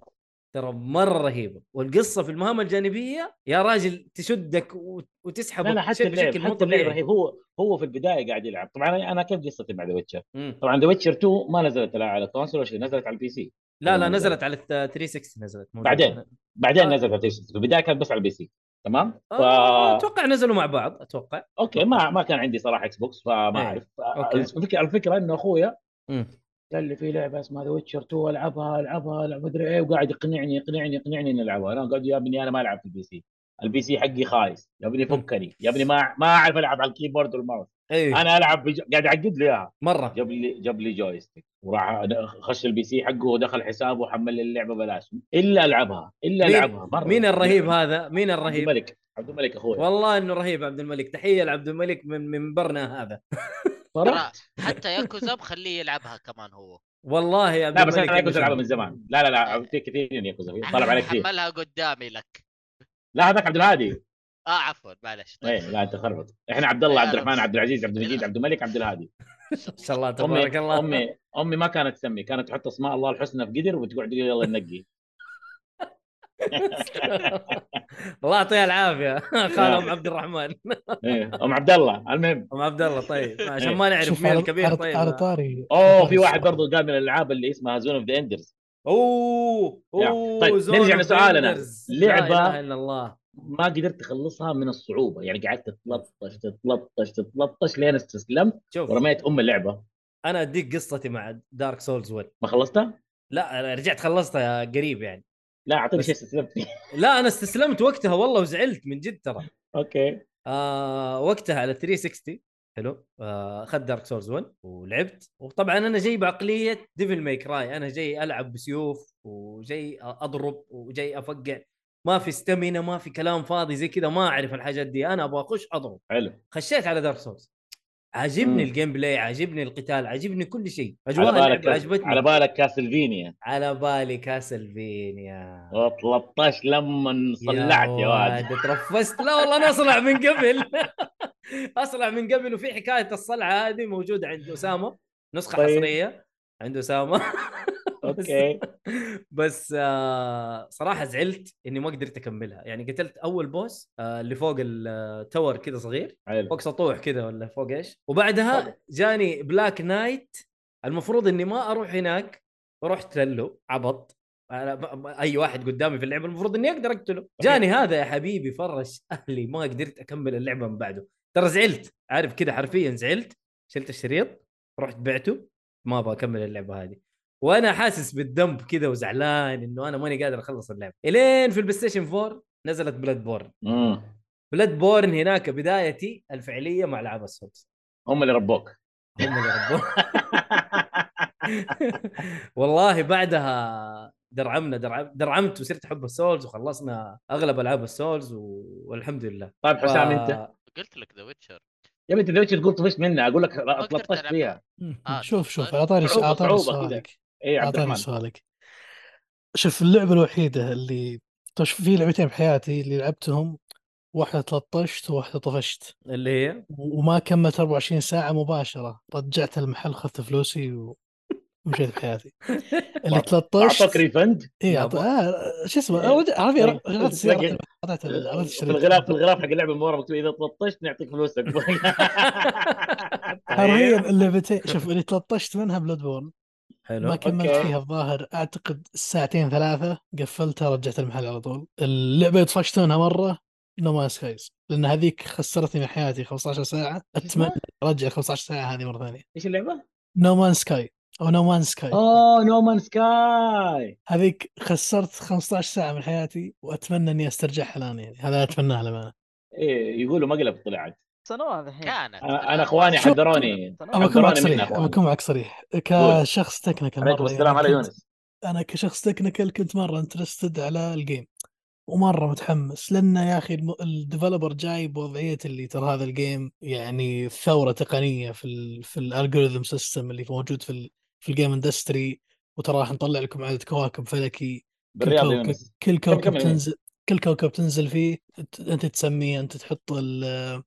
Speaker 1: ترى مره رهيبه والقصه في المهام الجانبيه يا راجل تشدك وت- وتسحبك
Speaker 2: لا لا حتى
Speaker 1: بشكل-
Speaker 2: اللعب
Speaker 1: بشكل مو
Speaker 2: حتى اللعب
Speaker 1: طبيعي.
Speaker 2: رهيب هو هو في البدايه قاعد يلعب طبعا أنا- انا كيف قصتي مع ذا ويتشر؟
Speaker 1: مم.
Speaker 2: طبعا ذا ويتشر 2 ما نزلت لا على كونسول ولا شيء نزلت على البي سي
Speaker 1: لا لا نزلت على الت- 360 نزلت موجودة.
Speaker 2: بعدين. بعدين
Speaker 1: آه.
Speaker 2: نزلت على البلاي ستيشن. في البدايه كانت بس على البي سي تمام؟ ف...
Speaker 1: آه، اتوقع نزلوا مع بعض اتوقع
Speaker 2: اوكي ما ما كان عندي صراحه اكس بوكس فما
Speaker 1: إيه.
Speaker 2: اعرف
Speaker 1: أوكي.
Speaker 2: الفكره الفكره انه اخويا
Speaker 1: مم.
Speaker 2: قال لي في لعبه اسمها ذا ويتشر 2 العبها العبها العب مدري ايه وقاعد يقنعني يقنعني يقنعني اني العبها انا قاعد يا ابني انا ما العب في البي سي البي سي حقي خايس يا ابني فكني يا ابني ما ما اعرف العب على الكيبورد والماوس
Speaker 1: ايوه
Speaker 2: انا العب بج... قاعد اعقد له اياها
Speaker 1: مره
Speaker 2: جاب لي جاب لي جويستيك وراح خش البي سي حقه ودخل حسابه وحمل لي اللعبه بلاش الا العبها الا
Speaker 1: مين-
Speaker 2: العبها مره
Speaker 1: مين الرهيب هذا مين
Speaker 2: عبد
Speaker 1: الرهيب
Speaker 2: الملك عبد الملك اخوي
Speaker 1: والله انه رهيب عبد الملك تحيه لعبد الملك من منبرنا هذا
Speaker 2: صراحه
Speaker 4: حتى ياكوزا بخليه يلعبها كمان هو
Speaker 1: والله يا عبد
Speaker 2: لا بس
Speaker 1: الملك
Speaker 2: انا كنت
Speaker 1: يمشي.
Speaker 2: العبها من زمان لا لا لا في كثير يا كوزا طلب عليك كثير
Speaker 4: حملها قدامي لك
Speaker 2: لا هذاك عبد الهادي
Speaker 4: اه عفوا معلش
Speaker 2: ايه لا انت خربت احنا عبد الله
Speaker 4: لا،
Speaker 2: عبد الرحمن
Speaker 4: بس-
Speaker 2: عبد العزيز عبد المجيد عبد الملك عبد الهادي
Speaker 1: ان شاء الله
Speaker 2: امي
Speaker 1: تبارك الله
Speaker 2: امي امي ما كانت تسمي كانت تحط اسماء الله الحسنى في قدر وتقعد تقول يلا ننقي
Speaker 1: الله يعطيها العافيه خال ام عبد الرحمن
Speaker 2: إيه، ام عبد الله المهم
Speaker 1: ام عبد الله طيب عشان
Speaker 2: إيه.
Speaker 1: ما نعرف
Speaker 6: شوف
Speaker 1: مين
Speaker 6: على-
Speaker 1: الكبير
Speaker 6: على-
Speaker 1: طيب
Speaker 6: على طاري
Speaker 2: اوه في
Speaker 6: طاري
Speaker 2: واحد
Speaker 6: الصراحة.
Speaker 2: برضه قال من الالعاب اللي اسمها زون اوف ذا اندرز
Speaker 1: اوه
Speaker 2: يا.
Speaker 1: اوه
Speaker 2: طيب،
Speaker 1: زون
Speaker 2: نرجع
Speaker 1: أوف
Speaker 2: لسؤالنا.
Speaker 1: بيندرز.
Speaker 2: لعبة-
Speaker 1: لا اله الا الله
Speaker 2: ما قدرت اخلصها من الصعوبه يعني قعدت تتلطش تتلطش تتلطش لين استسلمت
Speaker 1: شوف
Speaker 2: ورميت ام اللعبه
Speaker 1: انا اديك قصتي مع دارك سولز 1
Speaker 2: ما خلصتها؟
Speaker 1: لا أنا رجعت خلصتها قريب يعني
Speaker 2: لا اعطيني
Speaker 1: بس-
Speaker 2: شيء استسلمت فيه
Speaker 1: لا انا استسلمت وقتها والله وزعلت من جد ترى
Speaker 2: اوكي
Speaker 1: آه وقتها على 360 حلو آه، اخذت دارك سورز 1 ولعبت وطبعا انا جاي بعقليه ديفل ماي كراي انا جاي العب بسيوف وجاي اضرب وجاي افقع ما في استمينة ما في كلام فاضي زي كذا ما اعرف الحاجات دي انا ابغى اخش اضرب
Speaker 2: حلو
Speaker 1: خشيت على دارك سورز عاجبني
Speaker 2: مم.
Speaker 1: الجيم بلاي عاجبني القتال عاجبني كل شيء اجواء
Speaker 2: على بالك
Speaker 1: اللعبه
Speaker 2: كاس...
Speaker 1: عجبتني
Speaker 2: على بالك كاسلفينيا
Speaker 1: على بالي كاسلفينيا
Speaker 2: 13 لما صلعت يا واد
Speaker 1: ترفست لا والله انا اصلع من قبل اصلع من قبل وفي حكايه الصلعه هذه موجوده عند اسامه نسخه
Speaker 2: طيب.
Speaker 1: حصريه عند اسامه
Speaker 2: اوكي
Speaker 1: بس آه صراحه زعلت اني ما قدرت اكملها يعني قتلت اول بوس آه اللي فوق التور كذا صغير
Speaker 2: حلو
Speaker 1: فوق سطوح كذا ولا فوق ايش وبعدها جاني بلاك نايت المفروض اني ما اروح هناك ورحت له عبط أنا ب- ب- اي واحد قدامي في اللعبه المفروض اني اقدر اقتله جاني هذا يا حبيبي فرش اهلي ما قدرت اكمل اللعبه من بعده ترى زعلت عارف كذا حرفيا زعلت شلت الشريط رحت بعته ما ابغى اكمل اللعبه هذه وانا حاسس بالذنب كذا وزعلان انه انا ماني قادر اخلص اللعبه الين في البلاي ستيشن 4 نزلت بلاد بورن
Speaker 2: مم.
Speaker 1: بلاد بورن هناك بدايتي الفعليه مع العاب السولز
Speaker 2: هم اللي ربوك
Speaker 1: هم اللي ربونا والله بعدها درعمنا درعم درعمت وصرت احب السولز وخلصنا اغلب العاب السولز و... والحمد لله
Speaker 2: طيب
Speaker 1: ف-
Speaker 2: حسام انت
Speaker 4: قلت لك ذا ويتشر
Speaker 2: يا ابني انت ليش تقول طفشت منها اقول لك
Speaker 4: أقدر
Speaker 2: 13 فيها
Speaker 4: آه،
Speaker 6: شوف شوف
Speaker 4: تفضل.
Speaker 6: اعطاني
Speaker 2: صعوبة-
Speaker 6: اعطاني
Speaker 2: صعوبة كذا.
Speaker 6: سؤالك
Speaker 2: اي عبد
Speaker 6: اعطاني
Speaker 2: الرحمن
Speaker 6: سؤالك شوف اللعبه الوحيده اللي طيب شوف في لعبتين بحياتي اللي لعبتهم واحده تلطشت وواحده طفشت
Speaker 1: اللي هي
Speaker 6: و- وما كملت 24 ساعه مباشره رجعت المحل خذت فلوسي ومشيت بحياتي اللي
Speaker 2: اعطوك
Speaker 6: تلطشت
Speaker 2: ريفند
Speaker 6: اي
Speaker 1: يا
Speaker 6: عط-
Speaker 1: أبو.
Speaker 6: آه، شو اسمه
Speaker 2: إيه.
Speaker 6: أول- عرفي
Speaker 2: إيه.
Speaker 6: رحت السيارة
Speaker 2: تلاقي-
Speaker 6: عرفت ال- عرفت
Speaker 2: في
Speaker 6: الشريط.
Speaker 2: الغلاف في الغلاف حق اللعبه من ورا مكتوب اذا تلطشت نعطيك فلوسك طيب.
Speaker 6: حرفيا اللعبتين شوف اللي تلطشت منها بلاد بورن
Speaker 1: حلو
Speaker 6: ما كملت
Speaker 2: أوكي.
Speaker 6: فيها الظاهر اعتقد ساعتين ثلاثه قفلتها رجعت المحل على طول اللعبه اللي طفشت منها مره نو مان سكايز لان هذيك خسرتني من حياتي 15 ساعه اتمنى
Speaker 2: أيوة.
Speaker 6: ارجع 15 ساعه هذه مره ثانيه
Speaker 2: ايش اللعبه؟
Speaker 6: نو مان سكاي او نو مان سكاي
Speaker 2: اوه نو مان سكاي
Speaker 6: هذيك خسرت 15 ساعه من حياتي واتمنى اني استرجعها الان يعني هذا اتمناه للامانه
Speaker 2: إيه، يقولوا مقلب طلعت آه،
Speaker 3: سنوات الحين
Speaker 4: كانت
Speaker 2: أنا- انا اخواني
Speaker 6: شو-
Speaker 2: حذروني
Speaker 6: ابى
Speaker 3: سنوات
Speaker 6: اكون معك
Speaker 2: حذروني منها
Speaker 6: صريح
Speaker 2: أخوان.
Speaker 6: ابى اكون معك صريح
Speaker 2: قول.
Speaker 6: كشخص تكنيكال
Speaker 2: عليكم
Speaker 6: مرة
Speaker 2: السلام
Speaker 6: يعني
Speaker 2: على
Speaker 6: كنت-
Speaker 2: يونس
Speaker 6: انا كشخص تكنيكال كنت مره انترستد على الجيم ومره متحمس لان يا اخي الم- الديفلوبر جاي بوضعيه اللي ترى هذا الجيم يعني ثوره تقنيه في ال في الالجوريثم سيستم اللي موجود في ال في الجيم اندستري وترى راح نطلع لكم عدد كواكب فلكي كل
Speaker 2: بالرياض
Speaker 6: كوكب
Speaker 2: يونس
Speaker 6: كل كوكب
Speaker 2: كمل.
Speaker 6: تنزل كل كوكب تنزل فيه أنت- انت تسميه انت تحط ال-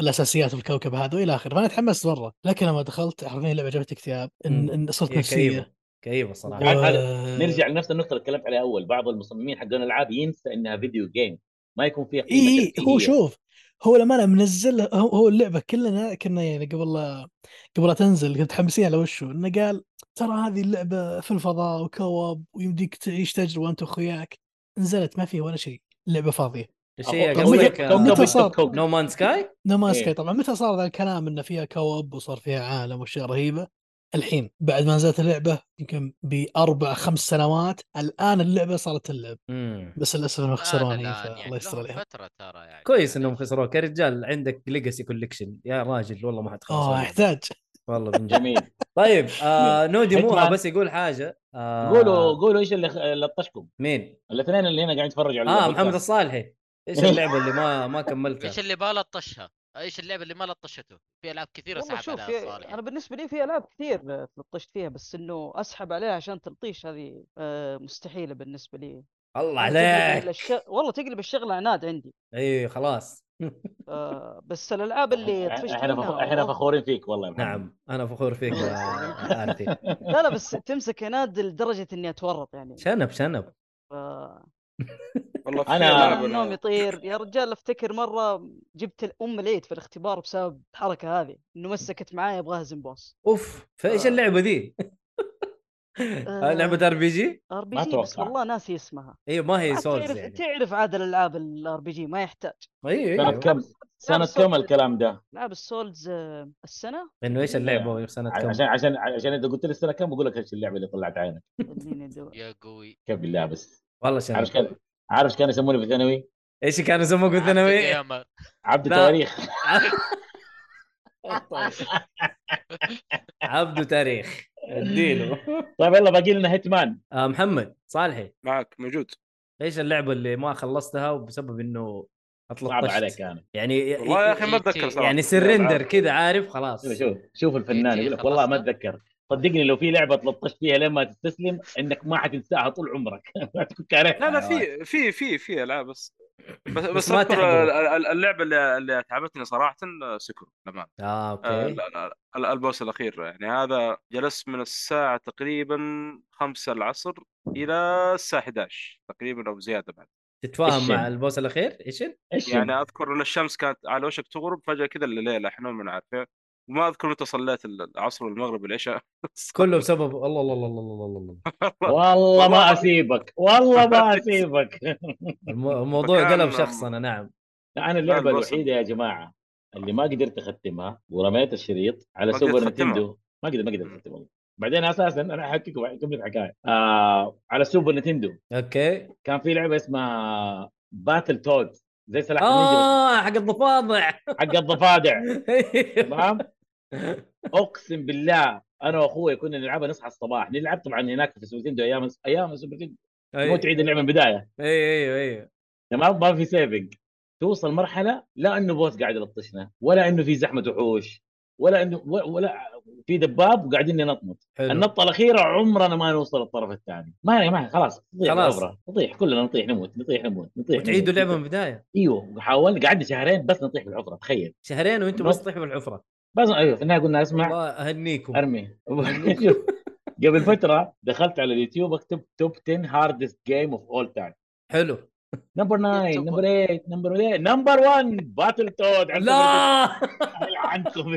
Speaker 6: الاساسيات في الكوكب هذا والى اخره فانا تحمست مره لكن لما دخلت حرفيا اللعبه جابت اكتئاب
Speaker 1: مم.
Speaker 6: ان, إن صرت
Speaker 1: هي
Speaker 6: نفسيه
Speaker 1: كئيبه كئيبه
Speaker 6: و-
Speaker 1: صراحه
Speaker 2: عاد- نرجع لنفس النقطه اللي تكلمت عليها اول بعض المصممين حق الالعاب ينسى انها فيديو جيم ما يكون فيها قيمه
Speaker 6: اي إي، إيه،
Speaker 2: ترفيهية.
Speaker 6: هو شوف هو لما انا منزل هو, هو اللعبه كلنا كنا يعني قبل لا قبل لا تنزل كنت حمسين على وشه انه قال ترى هذه اللعبه في الفضاء وكواب ويمديك تعيش تجربه انت واخوياك نزلت ما فيها ولا شيء اللعبه فاضيه
Speaker 1: الشيء
Speaker 2: أقول لك
Speaker 1: قصدك
Speaker 2: كوكب
Speaker 6: متى صار؟
Speaker 2: يكتب كوكب.
Speaker 1: نو مان سكاي
Speaker 6: نو مان
Speaker 2: إيه.
Speaker 6: سكاي طبعا متى صار ذا الكلام انه فيها كواب وصار فيها عالم واشياء رهيبه الحين بعد ما نزلت اللعبه يمكن باربع خمس سنوات الان اللعبه صارت تلعب بس للاسف انهم خسروها هي
Speaker 4: الآن يعني
Speaker 6: فالله يستر
Speaker 4: لهم
Speaker 6: عليهم
Speaker 4: فتره ترى يعني
Speaker 1: كويس انهم
Speaker 4: معليش.
Speaker 1: خسروك يا رجال عندك ليجاسي كوليكشن يا راجل والله ما حد خلص
Speaker 6: اه
Speaker 1: عليك.
Speaker 6: يحتاج
Speaker 1: والله من جد
Speaker 2: جميل
Speaker 1: طيب آه نودي موها
Speaker 2: حكمان.
Speaker 1: بس يقول حاجه آه
Speaker 2: قولوا قولوا ايش اللي اللي لطشكم
Speaker 1: مين
Speaker 2: الاثنين اللي هنا قاعد يتفرجوا على
Speaker 1: اه
Speaker 2: البودكاست.
Speaker 1: محمد الصالحي ايش اللعبه اللي ما ما كملتها
Speaker 4: ايش اللي ما لطشها؟ ايش اللعبه اللي ما لطشته؟ في العاب كثيره
Speaker 3: والله
Speaker 4: سحب
Speaker 3: شوف
Speaker 4: عليها
Speaker 3: في-
Speaker 4: الصالح
Speaker 3: انا بالنسبه لي في العاب كثير تلطشت فيها بس انه اسحب عليها عشان تلطيش هذه آه، مستحيله بالنسبه لي يعني
Speaker 1: الله
Speaker 3: تقلب
Speaker 1: عليك
Speaker 3: الش- والله تقلب الشغله عناد عندي
Speaker 1: اي خلاص
Speaker 3: آه، بس الالعاب اللي طفشت
Speaker 2: احنا فخ-
Speaker 3: منها
Speaker 2: احنا
Speaker 3: والله-
Speaker 2: فخورين فيك والله يا محمد.
Speaker 1: نعم انا فخور فيك يا عارفي
Speaker 3: لا لا بس تمسك عناد لدرجه اني اتورط يعني
Speaker 1: شنب شنب
Speaker 3: ف-
Speaker 5: والله في
Speaker 2: أنا-
Speaker 5: ألعاب
Speaker 3: النوم
Speaker 5: أنا-
Speaker 3: يطير يا رجال افتكر مره جبت الام العيد في الاختبار بسبب الحركه هذه انه مسكت معايا ابغى اهزم بوس
Speaker 1: اوف فايش
Speaker 3: آه.
Speaker 1: اللعبه ذي؟ آه، لعبه ار بي جي؟
Speaker 3: ار بي
Speaker 2: ما
Speaker 3: جي بس
Speaker 2: أتوقع.
Speaker 3: والله ناسي اسمها
Speaker 1: اي ما هي
Speaker 3: عاد
Speaker 1: سولز
Speaker 3: آه، تعرف
Speaker 1: يعني
Speaker 3: تعرف عاد الالعاب الار بي جي ما يحتاج
Speaker 1: اي
Speaker 2: سنه
Speaker 1: اي
Speaker 3: نعم،
Speaker 2: كم سنه كم الكلام ده
Speaker 3: العاب السولز آه، السنه
Speaker 1: انه ايش اللعبه وسنه كم؟
Speaker 2: عشان عشان عشان اذا قلت لي السنه كم بقول لك ايش اللعبه اللي طلعت عينك
Speaker 3: خليني ادور
Speaker 4: يا قوي
Speaker 2: كيف بالله بس
Speaker 1: والله
Speaker 2: عارف إيش
Speaker 1: شنب
Speaker 2: كان عارف إيش كانوا يسموني في الثانوي
Speaker 1: ايش كان يسموك بالثانوي؟
Speaker 4: عبد
Speaker 2: عبد
Speaker 1: لا.
Speaker 2: التواريخ
Speaker 1: عبده تاريخ اديله
Speaker 2: طيب يلا باقي لنا هيتمان
Speaker 1: آه محمد صالحي
Speaker 5: معك موجود
Speaker 1: ايش اللعبه اللي ما خلصتها وبسبب انه
Speaker 2: صعب
Speaker 1: اطلطشت
Speaker 2: عليك انا
Speaker 1: يعني
Speaker 5: والله يا اخي ما
Speaker 4: إي تي.
Speaker 5: اتذكر صراحه
Speaker 1: يعني سرندر كذا عارف خلاص
Speaker 2: شوف شوف, شوف الفنان يقول لك والله ما اتذكر صدقني لو في لعبه تلطشت فيها لين ما تستسلم انك ما حتنساها طول عمرك تكون كاره
Speaker 5: لا لا في في في في العاب بس بس, بس
Speaker 1: آه، ما
Speaker 5: اذكر
Speaker 1: تحضر.
Speaker 5: ال- ال- اللعبه اللي, اللي تعبتني صراحه سكر للامانه
Speaker 1: اه
Speaker 5: آه،
Speaker 1: اوكي
Speaker 5: ال- ال- ال- البوس الاخير يعني هذا جلست من الساعه تقريبا 5 العصر الى الساعه 11 تقريبا او زياده بعد
Speaker 1: تتفاهم مع
Speaker 2: إيشن.
Speaker 1: البوس الاخير ايش
Speaker 2: ايش
Speaker 5: يعني اذكر ان الشمس كانت على وشك تغرب فجاه كذا الليل احنا ما نعرف وما اذكر متى صليت العصر والمغرب والعشاء
Speaker 1: كله بسبب الله الله الله الله الله الله
Speaker 2: والله ما اسيبك والله ما اسيبك
Speaker 1: الم- الموضوع
Speaker 5: فكان-
Speaker 1: قلب شخصنا نعم
Speaker 2: لا انا اللعبه
Speaker 5: البوس.
Speaker 2: الوحيده يا جماعه اللي ما قدرت اختمها ورميت الشريط على
Speaker 5: ما قدرت
Speaker 2: سوبر
Speaker 5: تختمها.
Speaker 2: نتندو ما قدرت ما قدرت اختمها بعدين اساسا انا احكيك اكمل الحكايه آه على سوبر نتندو
Speaker 1: اوكي
Speaker 2: كان في لعبه اسمها باتل تود زي سلاح النينجا
Speaker 1: اه حق الضفادع
Speaker 2: بس حق الضفادع تمام اقسم بالله انا واخوي كنا نلعبها نصحى الصباح نلعب طبعا هناك في سوبر نتندو ايام ايام سوبر نتندو مو تعيد اللعبه من البدايه
Speaker 1: ايوه ايوه
Speaker 2: تمام ما في سيفنج توصل مرحله لا انه بوس قاعد يلطشنا ولا انه في زحمه وحوش ولا انه و- ولا في دباب وقاعدين ننطمط
Speaker 1: حلو
Speaker 2: النطه الاخيره عمرنا ما نوصل الطرف الثاني ما ما خلاص تطيح
Speaker 1: خلاص.
Speaker 2: خلاص نطيح كلنا نطيح نموت نطيح نموت نطيح
Speaker 1: وتعيدوا
Speaker 2: نموت.
Speaker 1: اللعبه من البدايه
Speaker 2: ايوه حاولنا قعدنا شهرين بس نطيح بالعطره تخيل
Speaker 1: شهرين وانتم بس تطيحوا بالحفره
Speaker 2: بس ايوه في النهايه قلنا اسمع
Speaker 1: الله اهنيكم
Speaker 2: ارمي شوف، قبل فتره دخلت على اليوتيوب اكتب توب 10 هاردست جيم اوف اول تايم
Speaker 1: حلو
Speaker 2: نمبر 9
Speaker 3: توب
Speaker 2: نمبر 8 نمبر 8 نمبر 1 باتل تود
Speaker 1: لا
Speaker 2: عنكم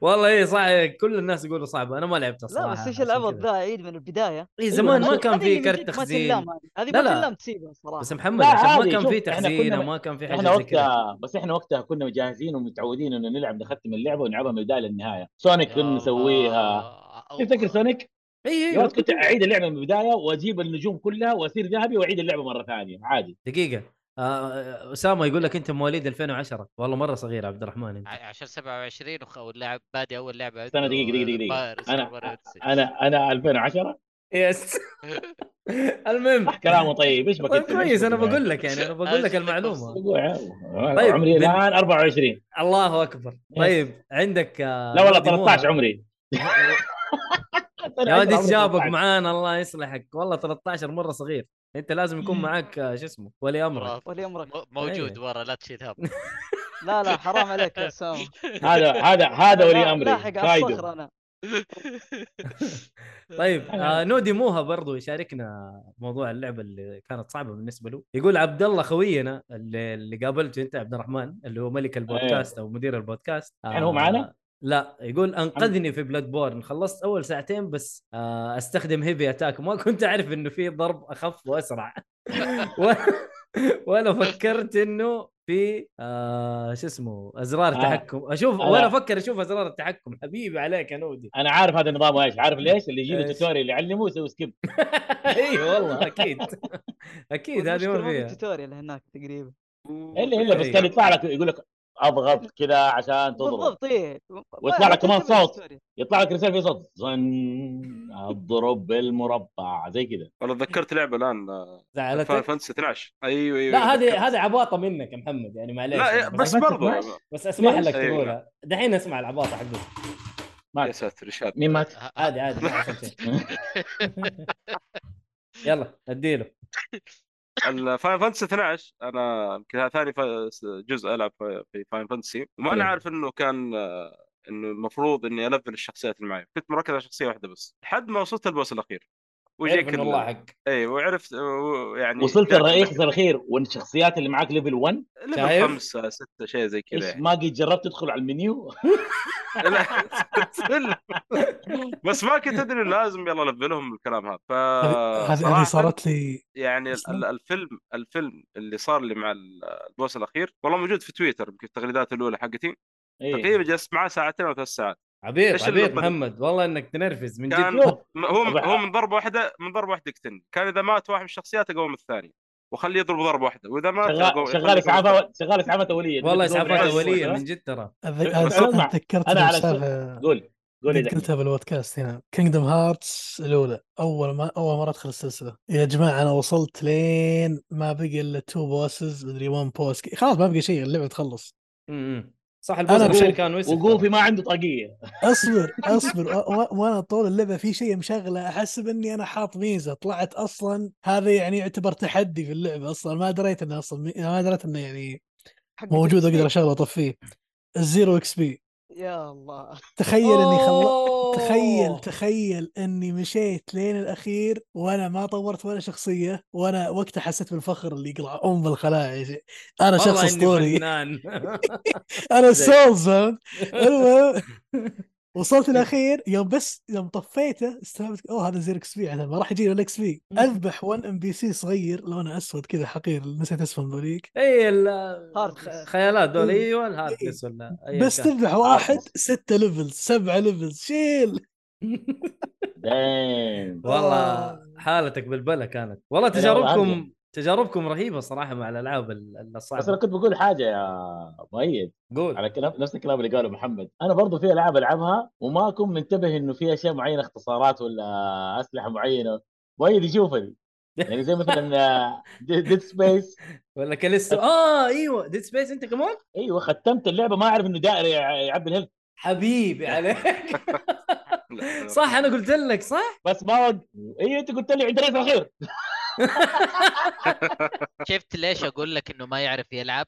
Speaker 1: والله ايه صح كل الناس يقولوا صعبه انا ما لعبتها
Speaker 3: لا
Speaker 1: الصراحه
Speaker 3: بس ايش
Speaker 1: عشان
Speaker 3: العبط
Speaker 1: كذا.
Speaker 3: ذا عيد من البدايه
Speaker 1: إيه زمان ما
Speaker 3: هذه-
Speaker 1: كان
Speaker 3: هذه
Speaker 1: في
Speaker 3: من
Speaker 1: كرت
Speaker 3: جد ما
Speaker 1: تخزين
Speaker 3: تنلام هذه هذه
Speaker 1: لا،
Speaker 3: ما
Speaker 1: لا.
Speaker 3: تنلام تسيبها صراحه
Speaker 1: بس محمد
Speaker 2: طيب. لا،
Speaker 1: عشان ما
Speaker 2: عادي،
Speaker 1: كان
Speaker 2: شوف،
Speaker 1: في
Speaker 2: إحنا
Speaker 1: تخزين
Speaker 2: كنا-
Speaker 1: أو ما كان في حاجه
Speaker 2: احنا
Speaker 1: زي كذا
Speaker 2: وقتها بس احنا وقتها كنا جاهزين ومتعودين انه نلعب نختم اللعبه ونلعبها من البدايه للنهايه سونيك كنا نسويها إيه، تفتكر سونيك؟
Speaker 1: اي
Speaker 2: يا
Speaker 1: اي
Speaker 2: ولد كنت اعيد اللعبه من البدايه واجيب النجوم كلها واصير ذهبي واعيد اللعبه مره ثانيه عادي
Speaker 1: دقيقه آه، اسامه يقول لك انت مواليد 2010 والله مره صغير عبد الرحمن انت
Speaker 4: عشان 27 وخ- واللاعب بادي اول لعبه
Speaker 2: استنى
Speaker 4: عنده
Speaker 2: دقيقة- دقيقة- دقيقة.
Speaker 4: باير اسمه باير
Speaker 2: انا
Speaker 4: أوديسي.
Speaker 2: انا انا 2010
Speaker 1: يس المهم
Speaker 2: كلامه طيب ايش بك
Speaker 1: طيب
Speaker 2: أنت؟
Speaker 1: كويس انا
Speaker 2: مشغول
Speaker 1: بقول لك يعني انا بقول لك
Speaker 4: أجل
Speaker 1: المعلومه طيب،
Speaker 2: طيب عمري
Speaker 1: من-
Speaker 2: الان 24
Speaker 1: الله اكبر طيب عندك
Speaker 2: لا والله 13 عمري
Speaker 1: يا ولد ايش جابك معانا الله يصلحك والله 13 مره صغير انت لازم يكون معاك آه، شو اسمه ولي امرك
Speaker 4: خرافي.
Speaker 3: ولي امرك
Speaker 4: مو- موجود
Speaker 1: إيه.
Speaker 2: أيوة.
Speaker 4: ورا لا تشيل هم
Speaker 3: لا لا حرام عليك يا اسامه
Speaker 2: هذا هذا هذا
Speaker 3: لا،
Speaker 2: ولي امري
Speaker 3: لاحق على
Speaker 2: كايدو
Speaker 3: الصخره انا
Speaker 1: طيب
Speaker 2: نعم.
Speaker 1: آه نودي موها برضو يشاركنا موضوع اللعبه اللي كانت صعبه بالنسبه له يقول عبد الله خوينا اللي, اللي قابلته انت عبد الرحمن اللي هو ملك البودكاست او مدير البودكاست آه
Speaker 2: يعني إيه. هو معانا؟
Speaker 1: لا يقول انقذني في بلاد بورن خلصت اول ساعتين بس آه استخدم هيفي اتاك ما كنت اعرف انه في ضرب اخف واسرع و... ولا فكرت انه في آه شو اسمه ازرار
Speaker 2: آه.
Speaker 1: تحكم اشوف
Speaker 2: أنا-
Speaker 1: ولا افكر اشوف ازرار التحكم حبيبي عليك يا نودي
Speaker 2: انا عارف هذا النظام ايش عارف ليش اللي يجي له
Speaker 1: إيش؟
Speaker 2: توتوريال يعلمه يسوي سكيب
Speaker 1: اي والله اكيد اكيد إيه، هذه ما
Speaker 3: والمشكلة مو في
Speaker 1: فيها
Speaker 3: التوتوريال هناك تقريبا
Speaker 2: الا الا بس كان يطلع لك يقول لك اضغط كذا عشان تضرب
Speaker 3: بالضبط ايه
Speaker 2: ويطلع لك كمان
Speaker 3: ما تعتمد
Speaker 2: صوت.
Speaker 3: التوتوريال.
Speaker 2: يطلع لك رساله في صوت زن اضرب بالمربع زي كذا
Speaker 5: والله تذكرت لعبه الان فاينل
Speaker 1: زعلتك
Speaker 5: فانتسي 12 ايوه ايوه
Speaker 1: لا
Speaker 5: تذكرت.
Speaker 1: هذه هذه عباطه منك يا محمد يعني معليش
Speaker 5: لا يا-
Speaker 1: يعني
Speaker 5: بس
Speaker 2: بس
Speaker 5: برضو
Speaker 2: ماشي.
Speaker 1: بس اسمح
Speaker 2: ليش؟
Speaker 1: لك
Speaker 5: أيوة.
Speaker 1: تقولها دحين اسمع العباطه حقتك
Speaker 5: يا
Speaker 2: مات
Speaker 5: ساتر ايش هذا
Speaker 2: مين مات؟
Speaker 1: عادي عادي ما حصل شيء يلا اديله
Speaker 5: فاين فانتسي 12 انا يمكن هذا ثاني فا- جزء العب في- في فاين فانتسي وما انا
Speaker 1: حلو.
Speaker 5: عارف انه كان آه، انه المفروض اني الفل الشخصيات اللي معي كنت مركز على شخصيه واحده بس لحد ما وصلت البوس الاخير
Speaker 1: عرف
Speaker 5: ويجيك
Speaker 1: إنه
Speaker 5: ال-
Speaker 1: الله حق
Speaker 5: اي وعرفت و- يعني
Speaker 2: وصلت
Speaker 5: جاك-
Speaker 2: الرئيس الاخير والشخصيات اللي معاك ليفل 1
Speaker 5: ليفل
Speaker 1: شايف؟
Speaker 5: خمسة ستة شيء زي كذا
Speaker 2: ايش
Speaker 5: يعني
Speaker 2: ما قد جربت تدخل على المنيو
Speaker 5: لا، تسلم. بس ما كنت ادري إنه لازم يلا لفلهم الكلام هذا
Speaker 4: آه،
Speaker 6: هذه-
Speaker 5: ف
Speaker 6: هذه
Speaker 5: صراحة-
Speaker 6: صارت لي
Speaker 5: يعني ال- ال-
Speaker 6: أصلاً؟
Speaker 5: الفيلم الفيلم اللي صار لي مع ال- البوس الاخير والله موجود في تويتر يمكن التغريدات الاولى حقتي
Speaker 2: إيه.
Speaker 5: تقريبا جلست معاه ساعتين او ثلاث ساعات
Speaker 1: عبيط
Speaker 5: إيش
Speaker 1: عبيط
Speaker 5: اللي-
Speaker 1: محمد والله انك تنرفز من
Speaker 5: كان-
Speaker 1: جد
Speaker 2: شوف
Speaker 5: م- هو
Speaker 2: طبعاً.
Speaker 5: هو من ضربه واحده من ضربه واحده يقتلني كان اذا مات واحد من الشخصيات اقوم الثاني واخليه يضرب ضربه واحده واذا مات
Speaker 2: شغال
Speaker 5: أقوم-
Speaker 2: شغال
Speaker 5: أخليه يقوم الثاني.
Speaker 2: اسعافات شغال اسعافات اوليه
Speaker 1: والله
Speaker 2: تقول
Speaker 5: أه؟
Speaker 1: اسعافات
Speaker 2: بالعكس.
Speaker 1: اوليه من جد ترى
Speaker 6: أتذ-
Speaker 5: بس
Speaker 6: أت-
Speaker 2: اسمع،
Speaker 6: اتذكرت
Speaker 2: أنا على
Speaker 6: الاستاذ
Speaker 2: قول قول
Speaker 6: قد
Speaker 2: إذا
Speaker 6: قلتها بالبودكاست هنا كينجدم هارتس الاولى اول ما اول مره ادخل السلسله يا جماعه انا وصلت لين ما بقي الا تو بوسز مدري 1 بوس خلاص ما بقي شيء اللعبه تخلص
Speaker 1: امم صح البوس الأخير كان وسخ
Speaker 2: وقوفي
Speaker 1: ترى.
Speaker 2: ما عنده طاقيه
Speaker 6: اصبر اصبر و- و- وانا طول اللعبه في شيء مشغله احسب اني انا حاط ميزه طلعت اصلا هذا يعني يعتبر تحدي في اللعبه اصلا ما دريت انه اصلا مي- ما دريت انه يعني
Speaker 3: حق
Speaker 6: موجود
Speaker 3: جبت
Speaker 6: اقدر
Speaker 3: فيه.
Speaker 6: اشغله واطفيه الزيرو اكس بي
Speaker 3: يا الله
Speaker 6: تخيل اني خلصت
Speaker 1: أوه.
Speaker 6: تخيل تخيل اني مشيت لين الاخير وانا ما طورت ولا شخصيه وانا وقتها حسيت بالفخر اللي يقلع ام الخلايا يا شيخ. انا
Speaker 1: والله
Speaker 6: شخص
Speaker 1: إني
Speaker 6: اسطوري
Speaker 1: فنان
Speaker 6: انا
Speaker 2: زي.
Speaker 6: سولز فهمت المهم وصلت الاخير يوم بس يوم طفيته استوعبت اوه هذا زير اكس بي يعني ما راح يجيني الا اكس بي اذبح 1 ام بي سي صغير لونه اسود كذا حقير نسيت اسمه ذوليك
Speaker 1: اي ال-
Speaker 3: هاردنس.
Speaker 1: خيالات دول
Speaker 6: إيه.
Speaker 1: ايوه الهاردنس ولا أيا
Speaker 6: بس
Speaker 1: أيوة، كان.
Speaker 6: تذبح واحد ستة ليفلز سبعة ليفلز شيل
Speaker 2: دايم
Speaker 1: والله
Speaker 6: آه.
Speaker 1: حالتك بالبلا كانت والله
Speaker 2: أنا إيه، والله
Speaker 1: تجاربكم تجاربكم رهيبه صراحه مع الالعاب ال-
Speaker 2: بس انا
Speaker 1: الصعبه
Speaker 2: كنت بقول حاجه يا مؤيد
Speaker 1: قول
Speaker 2: على كلام نفس الكلام اللي قاله محمد انا برضو في العاب العبها وما اكون منتبه انه في اشياء معينه اختصارات ولا اسلحه معينه مؤيد يشوفني يعني زي مثلا ديد سبيس
Speaker 1: ولا كاليستو اه ايوه ديد سبيس انت كمان
Speaker 2: ايوه ختمت اللعبه ما اعرف انه دائري يعبي الهيلث
Speaker 1: حبيبي عليك صح انا قلت لك صح
Speaker 2: بس ما وقت ايوه انت قلت لي عند رئيس الاخير
Speaker 4: شفت ليش اقول لك انه ما يعرف يلعب؟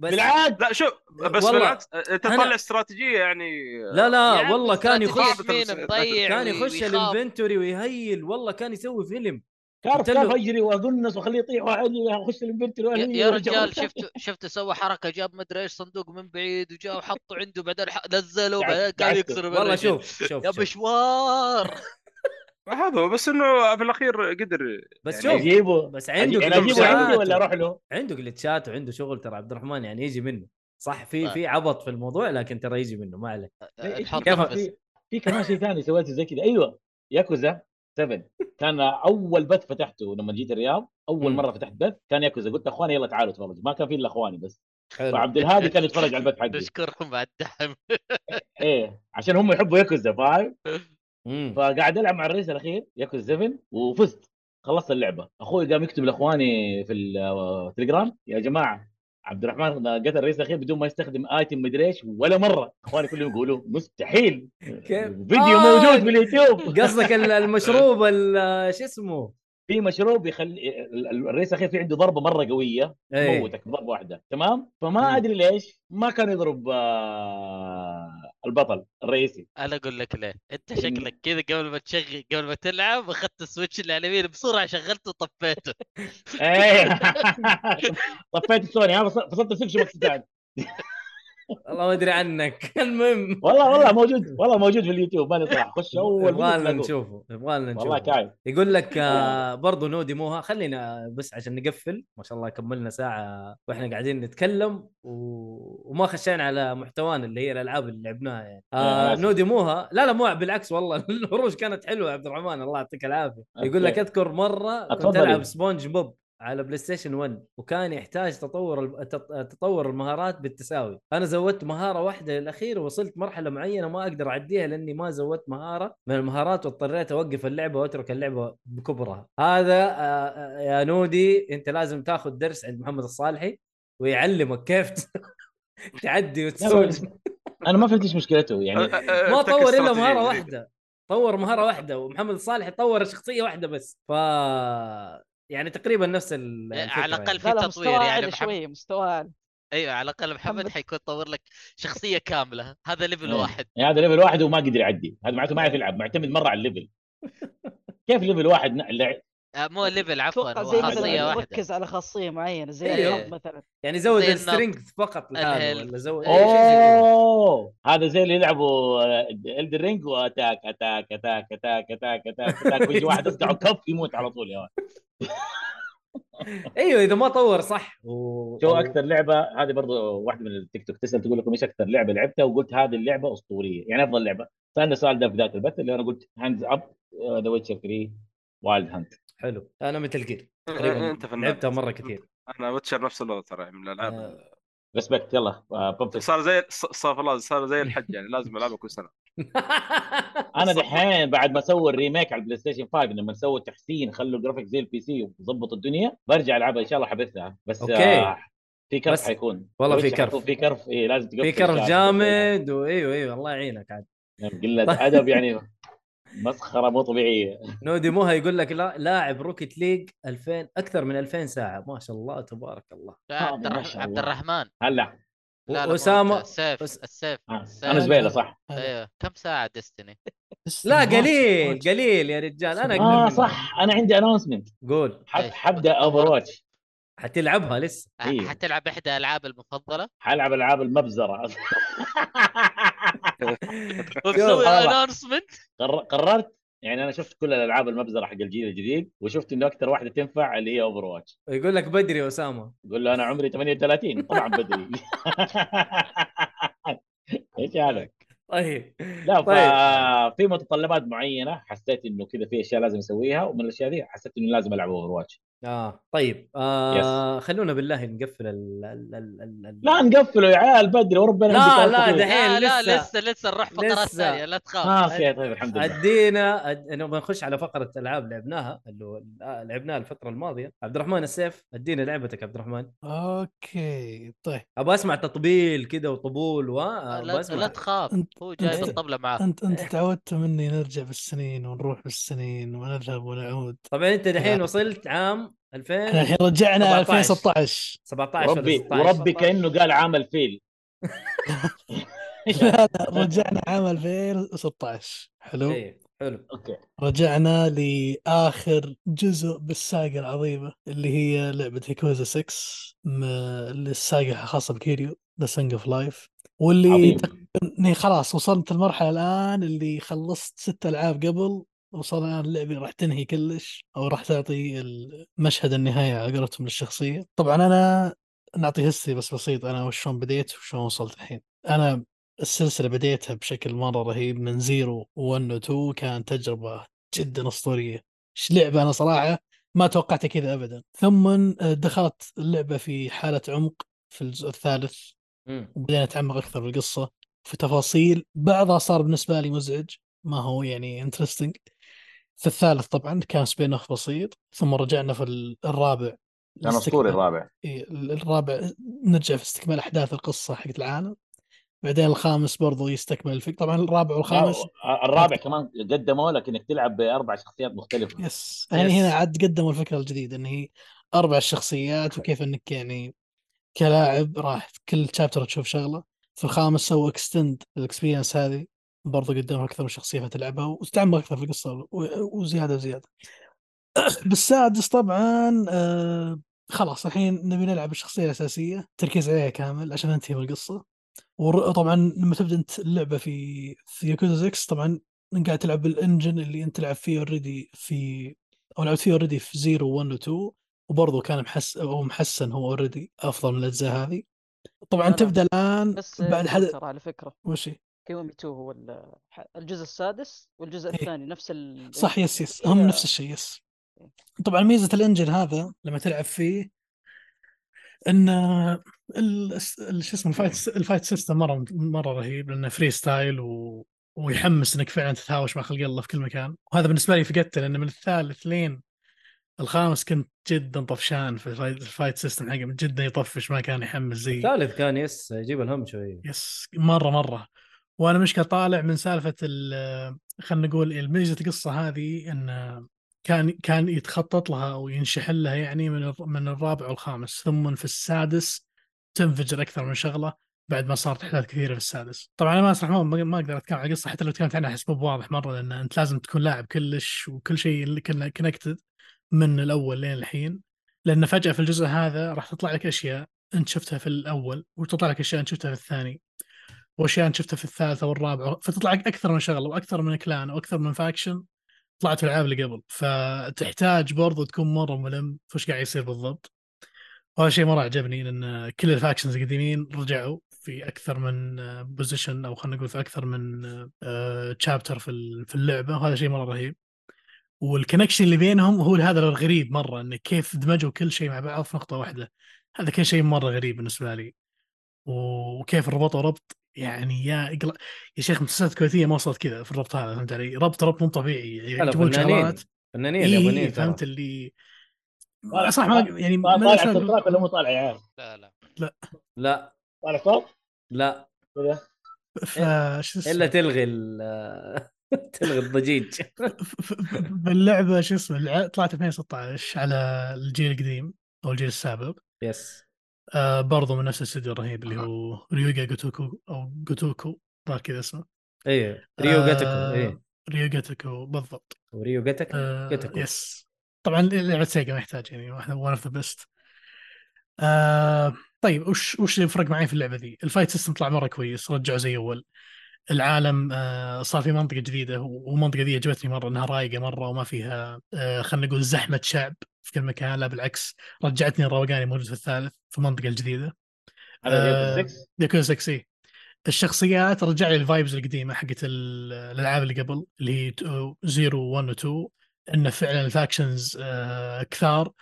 Speaker 1: بس
Speaker 2: بالعكس
Speaker 5: لا شوف بس
Speaker 1: والله.
Speaker 5: بالعكس انت
Speaker 1: أنا-
Speaker 5: تطلع استراتيجيه يعني
Speaker 1: لا
Speaker 4: يا
Speaker 1: لا
Speaker 4: عم
Speaker 1: آه، والله كان
Speaker 4: استراتيجية
Speaker 1: يخش
Speaker 5: يخاف
Speaker 4: مين
Speaker 5: بترس-
Speaker 4: مضيع
Speaker 1: كان
Speaker 4: وي-
Speaker 1: يخش
Speaker 4: يعني ويخاف.
Speaker 1: الانفنتوري ويهيل والله كان يسوي فيلم
Speaker 2: كارف
Speaker 1: قلت له-
Speaker 2: كارف اجري واقنص واخليه يطيح واعلي اخش الانفنتوري
Speaker 4: يا- يا رجال شفت شفت سوى حركه جاب مدري ايش صندوق من بعيد وجاء وحطه عنده بعدين ح- نزله بعدين قاعد
Speaker 2: دعسته.
Speaker 4: يكسر
Speaker 1: والله
Speaker 4: بالرجل.
Speaker 1: شوف شوف,
Speaker 4: يا
Speaker 1: شوف.
Speaker 4: مشوار
Speaker 5: هذا هو، بس انه في الاخير قدر
Speaker 1: بس
Speaker 5: يعني
Speaker 1: شوف
Speaker 2: اجيبه
Speaker 1: بس عنده
Speaker 2: يعني اجيبه عندي
Speaker 1: جلتشات
Speaker 2: ولا اروح له؟
Speaker 1: عنده جلتشات وعنده شغل ترى عبد الرحمن يعني يجي منه صح في
Speaker 4: طيب.
Speaker 1: في عبط في الموضوع لكن ترى يجي منه ما عليه
Speaker 2: إيه،
Speaker 4: نحط
Speaker 1: كيف-
Speaker 4: بس
Speaker 2: في في كمان شيء ثاني سويته زي كذا ايوه ياكوزا 7 كان اول بث فتحته لما جيت الرياض اول
Speaker 1: مم.
Speaker 2: مره فتحت بث كان ياكوزا قلت اخواني يلا تعالوا تفرجوا ما كان في الا اخواني بس
Speaker 1: حلو
Speaker 2: فعبد الهادي كان يتفرج على البث حقي
Speaker 4: نشكرهم على إيه. الدعم
Speaker 2: ايه عشان هم يحبوا ياكوزا فاهم
Speaker 1: مم.
Speaker 2: فقاعد العب مع الرئيس الاخير ياكوزا 7 وفزت خلصت اللعبه اخوي قام يكتب لاخواني في التليجرام يا جماعه عبد الرحمن قتل الرئيس الاخير بدون ما يستخدم ايتم مدري ايش ولا مره اخواني كلهم يقولوا مستحيل
Speaker 1: كيف؟
Speaker 2: فيديو
Speaker 1: آه،
Speaker 2: موجود في اليوتيوب
Speaker 1: قصدك ال- المشروب ال- شو اسمه؟
Speaker 2: في مشروب يخلي ال- ال- الرئيس الاخير في عنده ضربه مره قويه
Speaker 1: إيه.
Speaker 2: تموتك بضربه واحده تمام فما
Speaker 1: مم.
Speaker 2: ادري ليش ما كان يضرب آه، البطل الرئيسي
Speaker 4: انا اقول لك ليه انت
Speaker 2: إن-
Speaker 4: شكلك كذا قبل ما تشغل قبل ما تلعب اخذت السويتش اللي على اليمين بسرعه شغلته وطفيته
Speaker 2: إيه. طفيت السوني ها فص- فصلت السلك شبكه ثاني
Speaker 1: والله ما ادري عنك المهم
Speaker 2: والله والله موجود والله موجود في اليوتيوب ماني صراحه خش اول فيديو
Speaker 1: يبغالنا
Speaker 2: تلاقوه.
Speaker 1: نشوفه يبغالنا
Speaker 2: والله
Speaker 1: نشوفه
Speaker 2: كايف
Speaker 1: يقول لك آه، برضو نودي موها خلينا بس عشان نقفل ما شاء الله كملنا ساعه واحنا قاعدين نتكلم و... وما خشينا على محتوانا اللي هي الالعاب اللي لعبناها يعني
Speaker 2: يا
Speaker 1: آه
Speaker 2: ناس.
Speaker 1: نودي موها لا لا مو بالعكس والله الهروج كانت حلوه يا عبد الرحمن الله يعطيك العافيه يقول لك
Speaker 2: أوكي.
Speaker 1: اذكر مره كنت
Speaker 2: اتفضلي.
Speaker 1: العب سبونج بوب على بلاي ستيشن 1 وكان يحتاج تطور ال- تط- تطور المهارات بالتساوي انا زودت مهاره واحده للاخير ووصلت مرحله معينه ما اقدر اعديها لاني ما زودت مهاره من المهارات واضطريت اوقف اللعبه واترك اللعبه بكبرها هذا آه، آه، يا نودي انت لازم تاخذ درس عند محمد الصالحي ويعلمك كيف ت- تعدي وتسوي
Speaker 2: انا ما فهمت ايش مشكلته يعني
Speaker 5: آه،
Speaker 1: ما طور الا مهاره واحده طور مهاره واحده ومحمد الصالح طور شخصيه واحده بس ف يعني تقريبا نفس ال-
Speaker 4: إيه، على
Speaker 1: الفكرة
Speaker 4: الأقل
Speaker 1: يعني.
Speaker 4: في
Speaker 3: لا لا
Speaker 4: تطوير
Speaker 3: مستوى
Speaker 4: يعني
Speaker 3: اعلى
Speaker 4: محمد.
Speaker 3: شويه مستوى اعلى
Speaker 4: ايوه على الاقل محمد
Speaker 3: محمد.
Speaker 4: حيكون طور لك شخصيه كامله هذا ليفل
Speaker 2: إيه.
Speaker 4: واحد
Speaker 2: يعني هذا ليفل واحد وما قدر يعدي هذا معناته ما يعرف يلعب معتمد مره على الليفل كيف ليفل واحد ن- لع-
Speaker 4: آه، مو ليفل عفوا
Speaker 3: اتوقع
Speaker 4: هو
Speaker 3: إيه. زي
Speaker 2: ما
Speaker 4: خاصيه
Speaker 3: مثلا
Speaker 4: واحده
Speaker 3: ركز على خاصيه معينه زي
Speaker 1: أيوه.
Speaker 3: الحظ مثلا
Speaker 1: يعني زود
Speaker 4: زي النط.
Speaker 1: السترينث فقط لحاله
Speaker 4: الهيلث.
Speaker 1: ولا زود أي شيء زي كذا.
Speaker 2: اوه هذا زي اللي يلعبوا آه، الد رينج واتاك اتاك اتاك اتاك اتاك اتاك اتاك ويجي واحد يصقعه كف يموت على طول يا ولد.
Speaker 1: ايوه اذا ما طور صح و...
Speaker 2: شو اكثر لعبه هذه برضو واحده من التيك توك تسال تقول لكم ايش اكثر لعبه لعبتها وقلت هذه اللعبه اسطوريه يعني افضل لعبه سالنا السؤال ده في ذاك البث اللي انا قلت آه، هاندز اب ذا ويتشر 3 وايلد هانت
Speaker 1: حلو انا مثل جير تقريبا
Speaker 5: انت فنان
Speaker 1: لعبتها مره كثير
Speaker 5: انا ويتشر نفس اللغه ترى يعني من الالعاب
Speaker 1: آه، طيب.
Speaker 2: ريسبكت يلا آه، بمسك.
Speaker 5: صار زي ص- صار خلاص صار زي الحج يعني لازم العبها كل سنه
Speaker 2: انا دحين بعد ما سووا الريميك على البلاي ستيشن 5 لما سووا تحسين خلوا الجرافيك زي البي سي وظبطوا الدنيا برجع العبها ان شاء الله حبثها بس
Speaker 1: أوكي.
Speaker 2: آه في كرف
Speaker 1: بس-
Speaker 2: حيكون
Speaker 1: والله في
Speaker 2: وش
Speaker 1: كرف.
Speaker 2: حيكون في كرف اي لازم
Speaker 1: في
Speaker 2: تقفل شاشة.
Speaker 1: كرف جامد وايوه ايوه الله يعينك عاد
Speaker 2: يعني قله ادب يعني مسخره مو طبيعيه
Speaker 1: نودي موها يقول لك لا لاعب روكيت ليج 2000 اكثر من 2000 ساعه ما شاء الله تبارك الله
Speaker 4: لا
Speaker 2: آه،
Speaker 4: عبد
Speaker 2: ما
Speaker 4: الرح-
Speaker 2: شاء
Speaker 4: عبد
Speaker 2: الله.
Speaker 4: الرحمن
Speaker 2: هلا
Speaker 1: و-
Speaker 4: لا لا مو
Speaker 1: أسامة-
Speaker 4: أنت، السيف
Speaker 1: أس-
Speaker 4: السيف
Speaker 2: آه،
Speaker 4: سهل.
Speaker 2: انا زبيله صح
Speaker 4: ايوه كم ساعه ديستني
Speaker 1: أيوة. لا قليل قليل يا رجال انا اقدر
Speaker 2: اه
Speaker 1: منك.
Speaker 2: صح انا عندي اناونسمنت
Speaker 1: قول
Speaker 4: إيش؟
Speaker 2: حبدا اوفر واتش
Speaker 1: حتلعبها لسه
Speaker 2: إيه.
Speaker 4: حتلعب احدى العاب المفضله
Speaker 2: حلعب العاب المبزره
Speaker 4: ومسوي
Speaker 2: خلاص.
Speaker 4: انونسمنت
Speaker 2: قر- قررت يعني انا شفت كل الالعاب المبزره حق الجيل الجديد وشفت انه اكثر واحده تنفع اللي هي اوفر واتش
Speaker 1: يقول لك بدري يا اسامه
Speaker 2: قول له انا عمري 38 طبعا بدري ايش هذا؟
Speaker 1: طيب
Speaker 2: لا
Speaker 1: طيب
Speaker 2: ففي متطلبات معينه حسيت انه كذا في اشياء لازم اسويها ومن الاشياء دي حسيت انه لازم العب اوفر واتش
Speaker 1: اه طيب آه خلونا بالله نقفل ال ال ال ال ال-
Speaker 2: لا نقفله يا عيال بدري وربنا
Speaker 1: لا،
Speaker 2: عندي
Speaker 1: لا،
Speaker 2: كار طويل.
Speaker 1: دحين
Speaker 4: لا لا
Speaker 1: لسه.
Speaker 4: لسه لسه نروح
Speaker 1: لسه.
Speaker 4: فقرات ثانيه لا تخاف
Speaker 2: اه اوكي طيب الحمد لله
Speaker 1: ادينا أد... نبغى نخش على فقره العاب لعبناها اللي هو- آه، لعبناها الفتره الماضيه عبد الرحمن السيف ادينا لعبتك عبد الرحمن
Speaker 6: اوكي طيب
Speaker 1: ابغى اسمع تطبيل كده وطبول و آه،
Speaker 2: آه،
Speaker 4: لا,
Speaker 1: أبغى
Speaker 4: لا
Speaker 1: اسمع
Speaker 4: تخاف
Speaker 6: أنت-
Speaker 4: هو جايب
Speaker 6: أنت-
Speaker 4: الطبله معاه
Speaker 6: انت انت تعودت مني نرجع بالسنين ونروح بالسنين ونذهب ونعود
Speaker 1: طبعا انت دحين
Speaker 6: لا.
Speaker 1: وصلت عام
Speaker 6: احنا
Speaker 1: 2017
Speaker 6: الحين رجعنا
Speaker 1: 17.
Speaker 6: 2016
Speaker 1: ولا
Speaker 2: وربي
Speaker 1: 16
Speaker 2: وربي كانه قال عام الفيل
Speaker 6: لا لا رجعنا عام 2016 حلو
Speaker 1: إيه، حلو
Speaker 2: اوكي
Speaker 6: رجعنا لآخر جزء بالساقة العظيمة اللي هي لعبة هيكوزا 6 م- اللي الساقة خاصة بكيريو ذا سنج اوف لايف واللي
Speaker 2: عظيم
Speaker 6: تق- اني خلاص وصلت المرحلة الآن اللي خلصت ست ألعاب قبل وصل الآن اللعبة راح تنهي كلش أو راح تعطي المشهد النهاية على قولتهم للشخصية طبعا أنا نعطي هسي بس بسيط أنا وشون بديت وشون وصلت الحين أنا السلسلة بديتها بشكل مرة رهيب من زيرو 1 و 2 كانت تجربة جدا اسطوريه ايش لعبه انا صراحه ما توقعتها كذا ابدا ثم دخلت اللعبه في حاله عمق في الجزء الثالث
Speaker 1: مم.
Speaker 6: وبدينا نتعمق اكثر في القصه في تفاصيل بعضها صار بالنسبه لي مزعج ما هو يعني انترستنج في الثالث طبعا كان سبين اوف بسيط ثم رجعنا في ال- الرابع
Speaker 2: كان اسطوري الرابع
Speaker 6: إيه، الرابع نرجع في استكمال احداث القصه حقت العالم بعدين الخامس برضو يستكمل الفكره طبعا الرابع والخامس
Speaker 2: لا، آه، الرابع كمان قدموا لك انك تلعب باربع شخصيات مختلفه
Speaker 6: يس يعني
Speaker 1: يس.
Speaker 6: هنا عاد قدموا الفكره الجديده ان هي اربع شخصيات وكيف انك يعني كلاعب راح كل شابتر تشوف شغله في الخامس سووا اكستند الاكسبيرينس هذه برضه قدموا اكثر من شخصيه فتلعبها وتتعمق اكثر في القصه و- وزياده وزياده بالسادس طبعا آه خلاص الحين نبي نلعب الشخصيه الاساسيه تركيز عليها كامل عشان ننتهي من القصه وطبعا لما تبدا انت اللعبه في في ياكوزا 6 طبعا انت قاعد تلعب بالانجن اللي انت لعب فيه اوريدي في او لعبت فيه اوريدي في 0 1 و 2 وبرضه كان محس او محسن هو اوريدي افضل من الاجزاء هذه طبعا
Speaker 3: لا، لا.
Speaker 6: تبدا الان
Speaker 3: بس
Speaker 6: بعد
Speaker 3: بعد
Speaker 6: حد
Speaker 3: ترى على فكره
Speaker 6: وش هي؟
Speaker 3: كيومي 2 هو ال- ح- الجزء السادس والجزء
Speaker 6: إيه.
Speaker 3: الثاني نفس ال
Speaker 6: صح
Speaker 3: ال-
Speaker 6: يس يس
Speaker 3: هي-
Speaker 6: هم نفس الشيء يس طبعا ميزه الانجن هذا لما تلعب فيه ان ال- الس- ال- شو اسمه الفايت الفايت سيستم مره مره رهيب لانه فري ستايل و... ويحمس انك فعلا تتهاوش مع خلق الله في كل مكان وهذا بالنسبه لي فقدته لان من الثالث لين الخامس كنت جدا طفشان في الفايت- الفايت سيستم حقه جدا يطفش ما كان يحمس زي
Speaker 1: الثالث كان يس يجيب الهم شويه
Speaker 6: يس مره مره وانا مشكله طالع من سالفه ال- خلينا نقول الميزه القصه هذه ان كان كان يتخطط لها او ينشحن لها يعني من الر- من الرابع والخامس ثم في السادس تنفجر اكثر من شغله بعد ما صارت احداث كثيره في السادس طبعا انا ما اسرح ما- ما اقدر اتكلم عن القصه حتى لو تكلمت عنها احس مو بواضح مره لان انت لازم تكون لاعب كلش وكل شيء اللي كنا كونكتد من الاول لين الحين لان فجاه في الجزء هذا راح تطلع لك اشياء انت شفتها في الاول وتطلع لك اشياء انت شفتها في الثاني واشياء انت شفتها في الثالثه والرابعه فتطلع لك اكثر من شغله واكثر من كلان واكثر من فاكشن طلعت في الالعاب اللي قبل فتحتاج برضو تكون مره ملم في وش قاعد يصير بالضبط وهذا شيء مره عجبني لان كل الفاكشنز القديمين رجعوا في اكثر من بوزيشن او خلينا نقول في اكثر من تشابتر في ال- في اللعبه وهذا شيء مره رهيب والكونكشن اللي بينهم هو هذا الغريب مره انه كيف دمجوا كل شيء مع بعض في نقطه واحده هذا كان شيء مره غريب بالنسبه لي وكيف ربطوا ربط يعني يا اقرا يا شيخ المسلسلات الكويتيه ما وصلت كذا في الربط هذا فهمت علي؟ ربط ربط مو طبيعي يعني
Speaker 1: هلا
Speaker 6: يجيبون
Speaker 1: فنانين
Speaker 6: شغلات
Speaker 1: فنانين
Speaker 6: إيه
Speaker 1: يابانيين
Speaker 6: إيه
Speaker 1: ترى.
Speaker 6: فهمت اللي
Speaker 2: طالع-
Speaker 6: صح ما يعني ما
Speaker 2: طالع
Speaker 6: لها شغل-
Speaker 2: التراك ولا مو طالع يا عيال؟
Speaker 4: لا لا
Speaker 1: لا
Speaker 2: طالع صوت؟
Speaker 1: لا
Speaker 2: كذا
Speaker 6: فشو اسمه
Speaker 1: الا تلغي ال- تلغي الضجيج
Speaker 6: ف- ف- باللعبه شو اسمه الع- طلعت 2016 على الجيل القديم او الجيل السابق
Speaker 1: يس
Speaker 6: آه برضو من نفس الاستوديو الرهيب اللي هو ريوغا جوتوكو او جوتوكو ظهر كذا اسمه
Speaker 1: ايه
Speaker 6: آه،
Speaker 1: ريو جاتكو ايه
Speaker 6: ريو جاتكو بالضبط
Speaker 1: وريو جاتكو
Speaker 6: آه،
Speaker 1: جاتكو
Speaker 6: يس طبعا لعبه سيجا ما يحتاج يعني واحده ون اوف ذا بيست طيب وش وش اللي فرق معي في اللعبه ذي؟ الفايت سيستم طلع مره كويس رجعوا زي اول العالم آه، صار في منطقه جديده والمنطقه ذي عجبتني مره انها رايقه مره وما فيها آه، خلينا نقول زحمه شعب في كل مكان لا بالعكس رجعتني الروقان اللي موجود في الثالث في المنطقه الجديده
Speaker 2: هذا
Speaker 6: آه،
Speaker 2: Yakuza 6
Speaker 6: يكون سكسي الشخصيات رجع لي الفايبز القديمه حقت ال- الالعاب اللي قبل اللي هي 0 1 و 2 انه فعلا الفاكشنز آه، كثار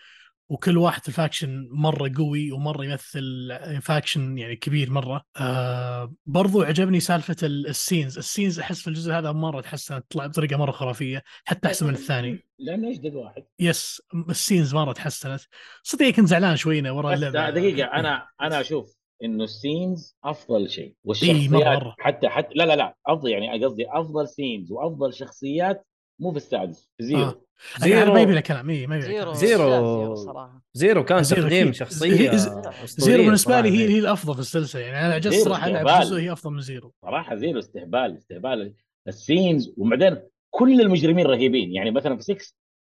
Speaker 6: وكل واحد في الفاكشن مره قوي ومره يمثل فاكشن يعني كبير مره آه برضو عجبني سالفه ال- السينز السينز احس في الجزء هذا مره تحسنت طلع بطريقه مره خرافيه حتى احسن من الثاني
Speaker 2: لانه يجدد واحد
Speaker 6: يس السينز مره تحسنت صدق كنت زعلان شوينا ورا
Speaker 2: بس
Speaker 6: اللعبه
Speaker 2: دقيقه انا انا اشوف انه السينز افضل شيء
Speaker 6: إيه، مرة-
Speaker 2: والشخصيات
Speaker 6: مرة.
Speaker 2: حتى حتى لا لا لا افضل يعني قصدي افضل سينز وافضل شخصيات مو في السادس في زيرو
Speaker 6: آه. زيرو ما يبي له
Speaker 1: زيرو
Speaker 6: كلام إيه ما يبي
Speaker 3: زيرو
Speaker 6: له كلام
Speaker 1: زيرو.
Speaker 3: لا، زيرو صراحه
Speaker 1: زيرو كان
Speaker 6: زيرو
Speaker 1: تقديم
Speaker 6: أكيد.
Speaker 1: شخصيه
Speaker 6: ز-
Speaker 1: أسطورية
Speaker 6: زيرو بالنسبه لي
Speaker 1: صراحة.
Speaker 6: هي هي الافضل في السلسله يعني انا جالس
Speaker 2: زيرو
Speaker 6: صراحه العب
Speaker 2: جبال.
Speaker 6: جزء هي افضل من زيرو
Speaker 2: صراحه زيرو استهبال استهبال السينز وبعدين كل المجرمين رهيبين يعني مثلا في 6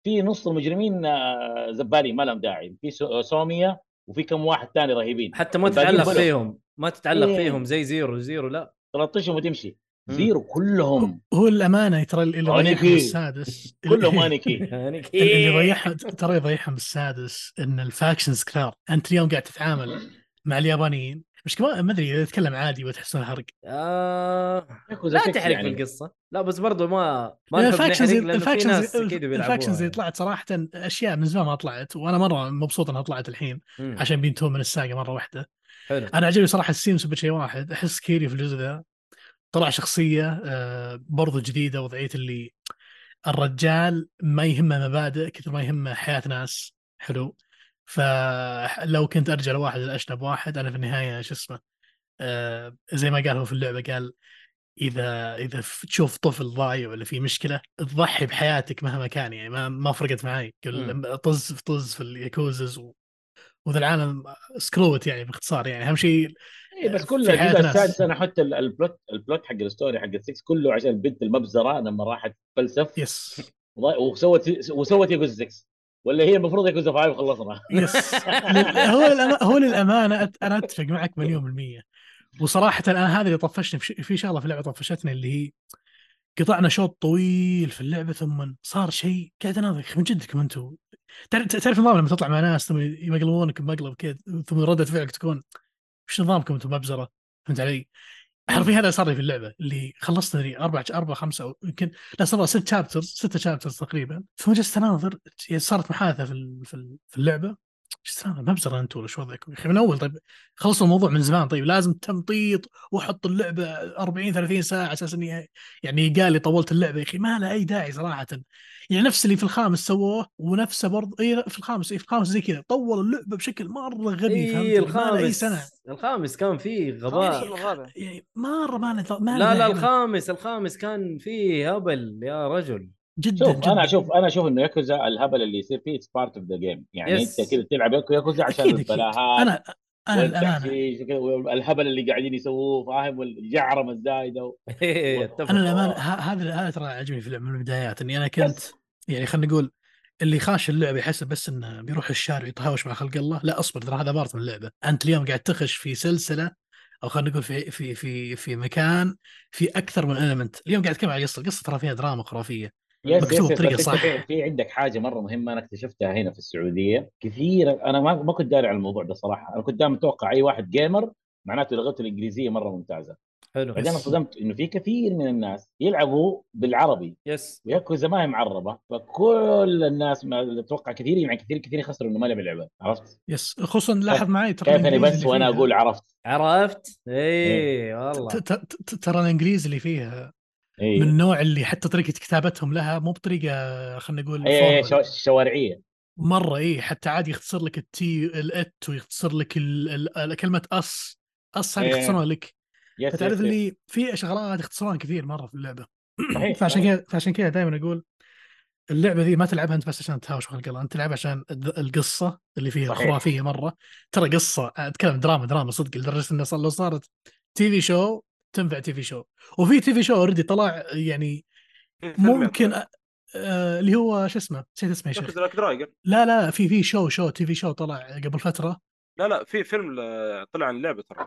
Speaker 2: في نص المجرمين آه، زبالين ما لهم داعي في سو- آه، سوميا وفي كم واحد ثاني رهيبين
Speaker 1: حتى ما
Speaker 2: الباقيين
Speaker 1: تتعلق
Speaker 2: بلو.
Speaker 1: فيهم ما تتعلق
Speaker 2: إيه.
Speaker 1: فيهم زي زيرو زيرو لا
Speaker 2: 13 وتمشي
Speaker 1: مم.
Speaker 2: زيرو كلهم
Speaker 6: هو الامانه ترى اللي
Speaker 2: أنيكي.
Speaker 6: ضيعهم السادس
Speaker 2: كلهم انيكي
Speaker 1: يعني
Speaker 6: اللي اللي
Speaker 1: إيه.
Speaker 6: ضيعها ترى يضيعهم السادس ان الفاكشنز كثار انت اليوم قاعد تتعامل مع اليابانيين مش كمان ما ادري اذا اتكلم عادي وتحسون حرق
Speaker 1: آه...
Speaker 2: ياكوزا يعني.
Speaker 1: لا
Speaker 2: ستة
Speaker 1: تحرق
Speaker 6: يعني.
Speaker 1: في القصه لا بس برضو ما ما نحب
Speaker 6: الفاكشنز
Speaker 1: نحرق لانه في ناس
Speaker 6: الفاكشنز
Speaker 1: اكيد
Speaker 6: الفاكشنز اللي
Speaker 1: بيلعبوها
Speaker 6: طلعت صراحه اشياء من زمان ما طلعت وانا مره مبسوط انها طلعت الحين
Speaker 1: مم.
Speaker 6: عشان بينتهون من الساقه مره واحده
Speaker 1: حلو
Speaker 6: انا عجبني صراحه السيمس بشيء واحد احس كيري في الجزء ذا طلع شخصيه آه، برضو جديده وضعيه اللي الرجال ما يهمه مبادئ كثر ما يهمه حياه ناس حلو فلو كنت ارجع لواحد الاشنب واحد انا في النهايه شو اسمه آه، زي ما قال هو في اللعبه قال اذا اذا ف- تشوف طفل ضايع ولا في مشكله تضحي بحياتك مهما كان يعني ما ما فرقت معي
Speaker 1: مم.
Speaker 6: قل طز في طز في الياكوزز و... وذا العالم سكروت يعني باختصار يعني اهم شيء
Speaker 2: اي إيه، بس كل
Speaker 6: في حياة
Speaker 2: الجزء
Speaker 6: ناس.
Speaker 2: السادس انا حتى ال- البلوت البلوت حق الستوري حق 6 كله عشان البنت المبزره لما راحت تفلسف
Speaker 6: يس
Speaker 2: وضا- وسوت وسوت ياكوزا 6 ولا هي المفروض ياكوزا 5 وخلصنا
Speaker 6: يس لل- هو للأما... هو للامانه أت- انا اتفق معك مليون بالمية وصراحه انا هذا اللي طفشني في, ش... في شغله في اللعبه طفشتني اللي هي قطعنا شوط طويل في اللعبه ثم صار شيء قاعد اناظر يا أخي من جدكم انتم تعرف تعرف النظام لما تطلع مع ناس ثم يمقلبونك بمقلب كذا ثم رده فعلك تكون وش نظامكم انتم مبزره فهمت علي؟ حرفيا هذا صار لي في اللعبه اللي خلصت لي اربع اربع خمسه او يمكن لا صار ست شابترز ستة شابترز تقريبا ثم جلست اناظر يعني صارت محادثه في ال- في ال- في اللعبه جلست اناظر مبزره انتم ولا شو وضعكم يا اخي من اول طيب خلصوا الموضوع من زمان طيب لازم تمطيط واحط اللعبه 40 30 ساعه على اساس اني يعني قال لي طولت اللعبه يا اخي ما لها اي داعي صراحه يعني نفس اللي في الخامس سووه ونفسه برضه اي في الخامس اي في الخامس زي كذا طول اللعبه بشكل مره غبي فهمت
Speaker 1: إيه
Speaker 6: ما لها اي سنه
Speaker 1: الخامس الخامس كان فيه غباء
Speaker 3: الخامس ولا الرابع؟
Speaker 6: يعني مره ما له ما له
Speaker 1: لا لا
Speaker 6: داعي.
Speaker 1: الخامس الخامس كان فيه هبل يا رجل
Speaker 6: جدا
Speaker 2: شوف
Speaker 6: جدا
Speaker 2: انا اشوف انا اشوف انه ياكوزا الهبل اللي يصير فيه اتس بارت اوف ذا جيم يعني
Speaker 1: Yes.
Speaker 2: انت كذا تلعب ياكو- ياكوزا عشان
Speaker 6: اكيد اكيد
Speaker 2: البلاهات
Speaker 6: انا انا الامانه
Speaker 2: والتحشيش وكذا والهبل اللي قاعدين يسووه فاهم والجعرمه الزايده و...
Speaker 1: اتفق
Speaker 6: انا الامانه ه- هذا هذا ترى عجبني في اللعبه من البدايات اني انا كنت
Speaker 2: بس.
Speaker 6: يعني خلينا نقول اللي خاش اللعبه يحسب بس انه بيروح الشارع يتهاوش مع خلق الله لا اصبر ترى هذا بارت من اللعبه انت اليوم قاعد تخش في سلسله او خلينا نقول في في في في مكان في اكثر من المنت اليوم قاعد اتكلم عن القصه القصه ترى فيها دراما خرافيه
Speaker 2: يس يس
Speaker 6: مكتوب
Speaker 2: يس
Speaker 6: بطريقة
Speaker 2: بس
Speaker 6: صح.
Speaker 2: انت في, في عندك حاجه مره مهمه انا اكتشفتها هنا في السعوديه كثير انا ما ما كنت داري عن الموضوع ده صراحه انا كنت دائما اتوقع اي واحد جيمر معناته لغته الانجليزيه مره ممتازه
Speaker 1: حلو
Speaker 2: بعدين انصدمت انه في كثير من الناس يلعبوا بالعربي
Speaker 1: يس
Speaker 2: وياكوزا ما هي معربه فكل الناس ما اتوقع كثير يعني كثير كثير يخسروا انه ما لعب اللعبه عرفت؟
Speaker 6: يس خصوصا لاحظ معي ترى
Speaker 2: طيب، كيف اني
Speaker 6: الإنجليزي
Speaker 2: بس
Speaker 6: اللي
Speaker 2: وانا
Speaker 6: فيها-
Speaker 2: اقول عرفت
Speaker 1: عرفت؟ اي والله
Speaker 6: إيه. ت- ت- ت- ترى الانجليزي اللي فيها
Speaker 2: اي
Speaker 6: من النوع اللي حتى طريقه كتابتهم لها مو بطريقه خلينا نقول
Speaker 2: اي اي
Speaker 6: formal.
Speaker 2: إيه، شو- شوارعيه
Speaker 6: مره اي حتى عادي يختصر لك التي الات ويختصر لك ال- ال- ال- كلمه اس اس هذه
Speaker 2: إيه.
Speaker 6: يختصرونها لك
Speaker 2: يس
Speaker 6: فتعرف
Speaker 2: يس- يس.
Speaker 6: اللي في شغلات يختصرونها كثير مره في اللعبه
Speaker 2: صحيح،
Speaker 6: فعشان
Speaker 2: صحيح.
Speaker 6: كذا فعشان كذا دائما اقول اللعبه ذي ما تلعبها انت بس عشان تهاوش خلق الله انت تلعبها عشان الد- القصه اللي فيها
Speaker 2: صحيح.
Speaker 6: خرافيه مره ترى قصه اتكلم دراما دراما صدق لدرجه انها صار لو صارت تي في شو تنفع تي في شو وفي تي في شو اوريدي طلع يعني
Speaker 5: في فيلم
Speaker 6: ممكن
Speaker 5: يعطيك.
Speaker 6: أ- آه، اللي هو شو اسمه نسيت اسمه يا شيخ
Speaker 5: تاخذ لك درايجن
Speaker 6: لا لا في في شو شو تي في شو طلع قبل فتره
Speaker 5: لا لا في فيلم ل- طلع عن اللعبه ترى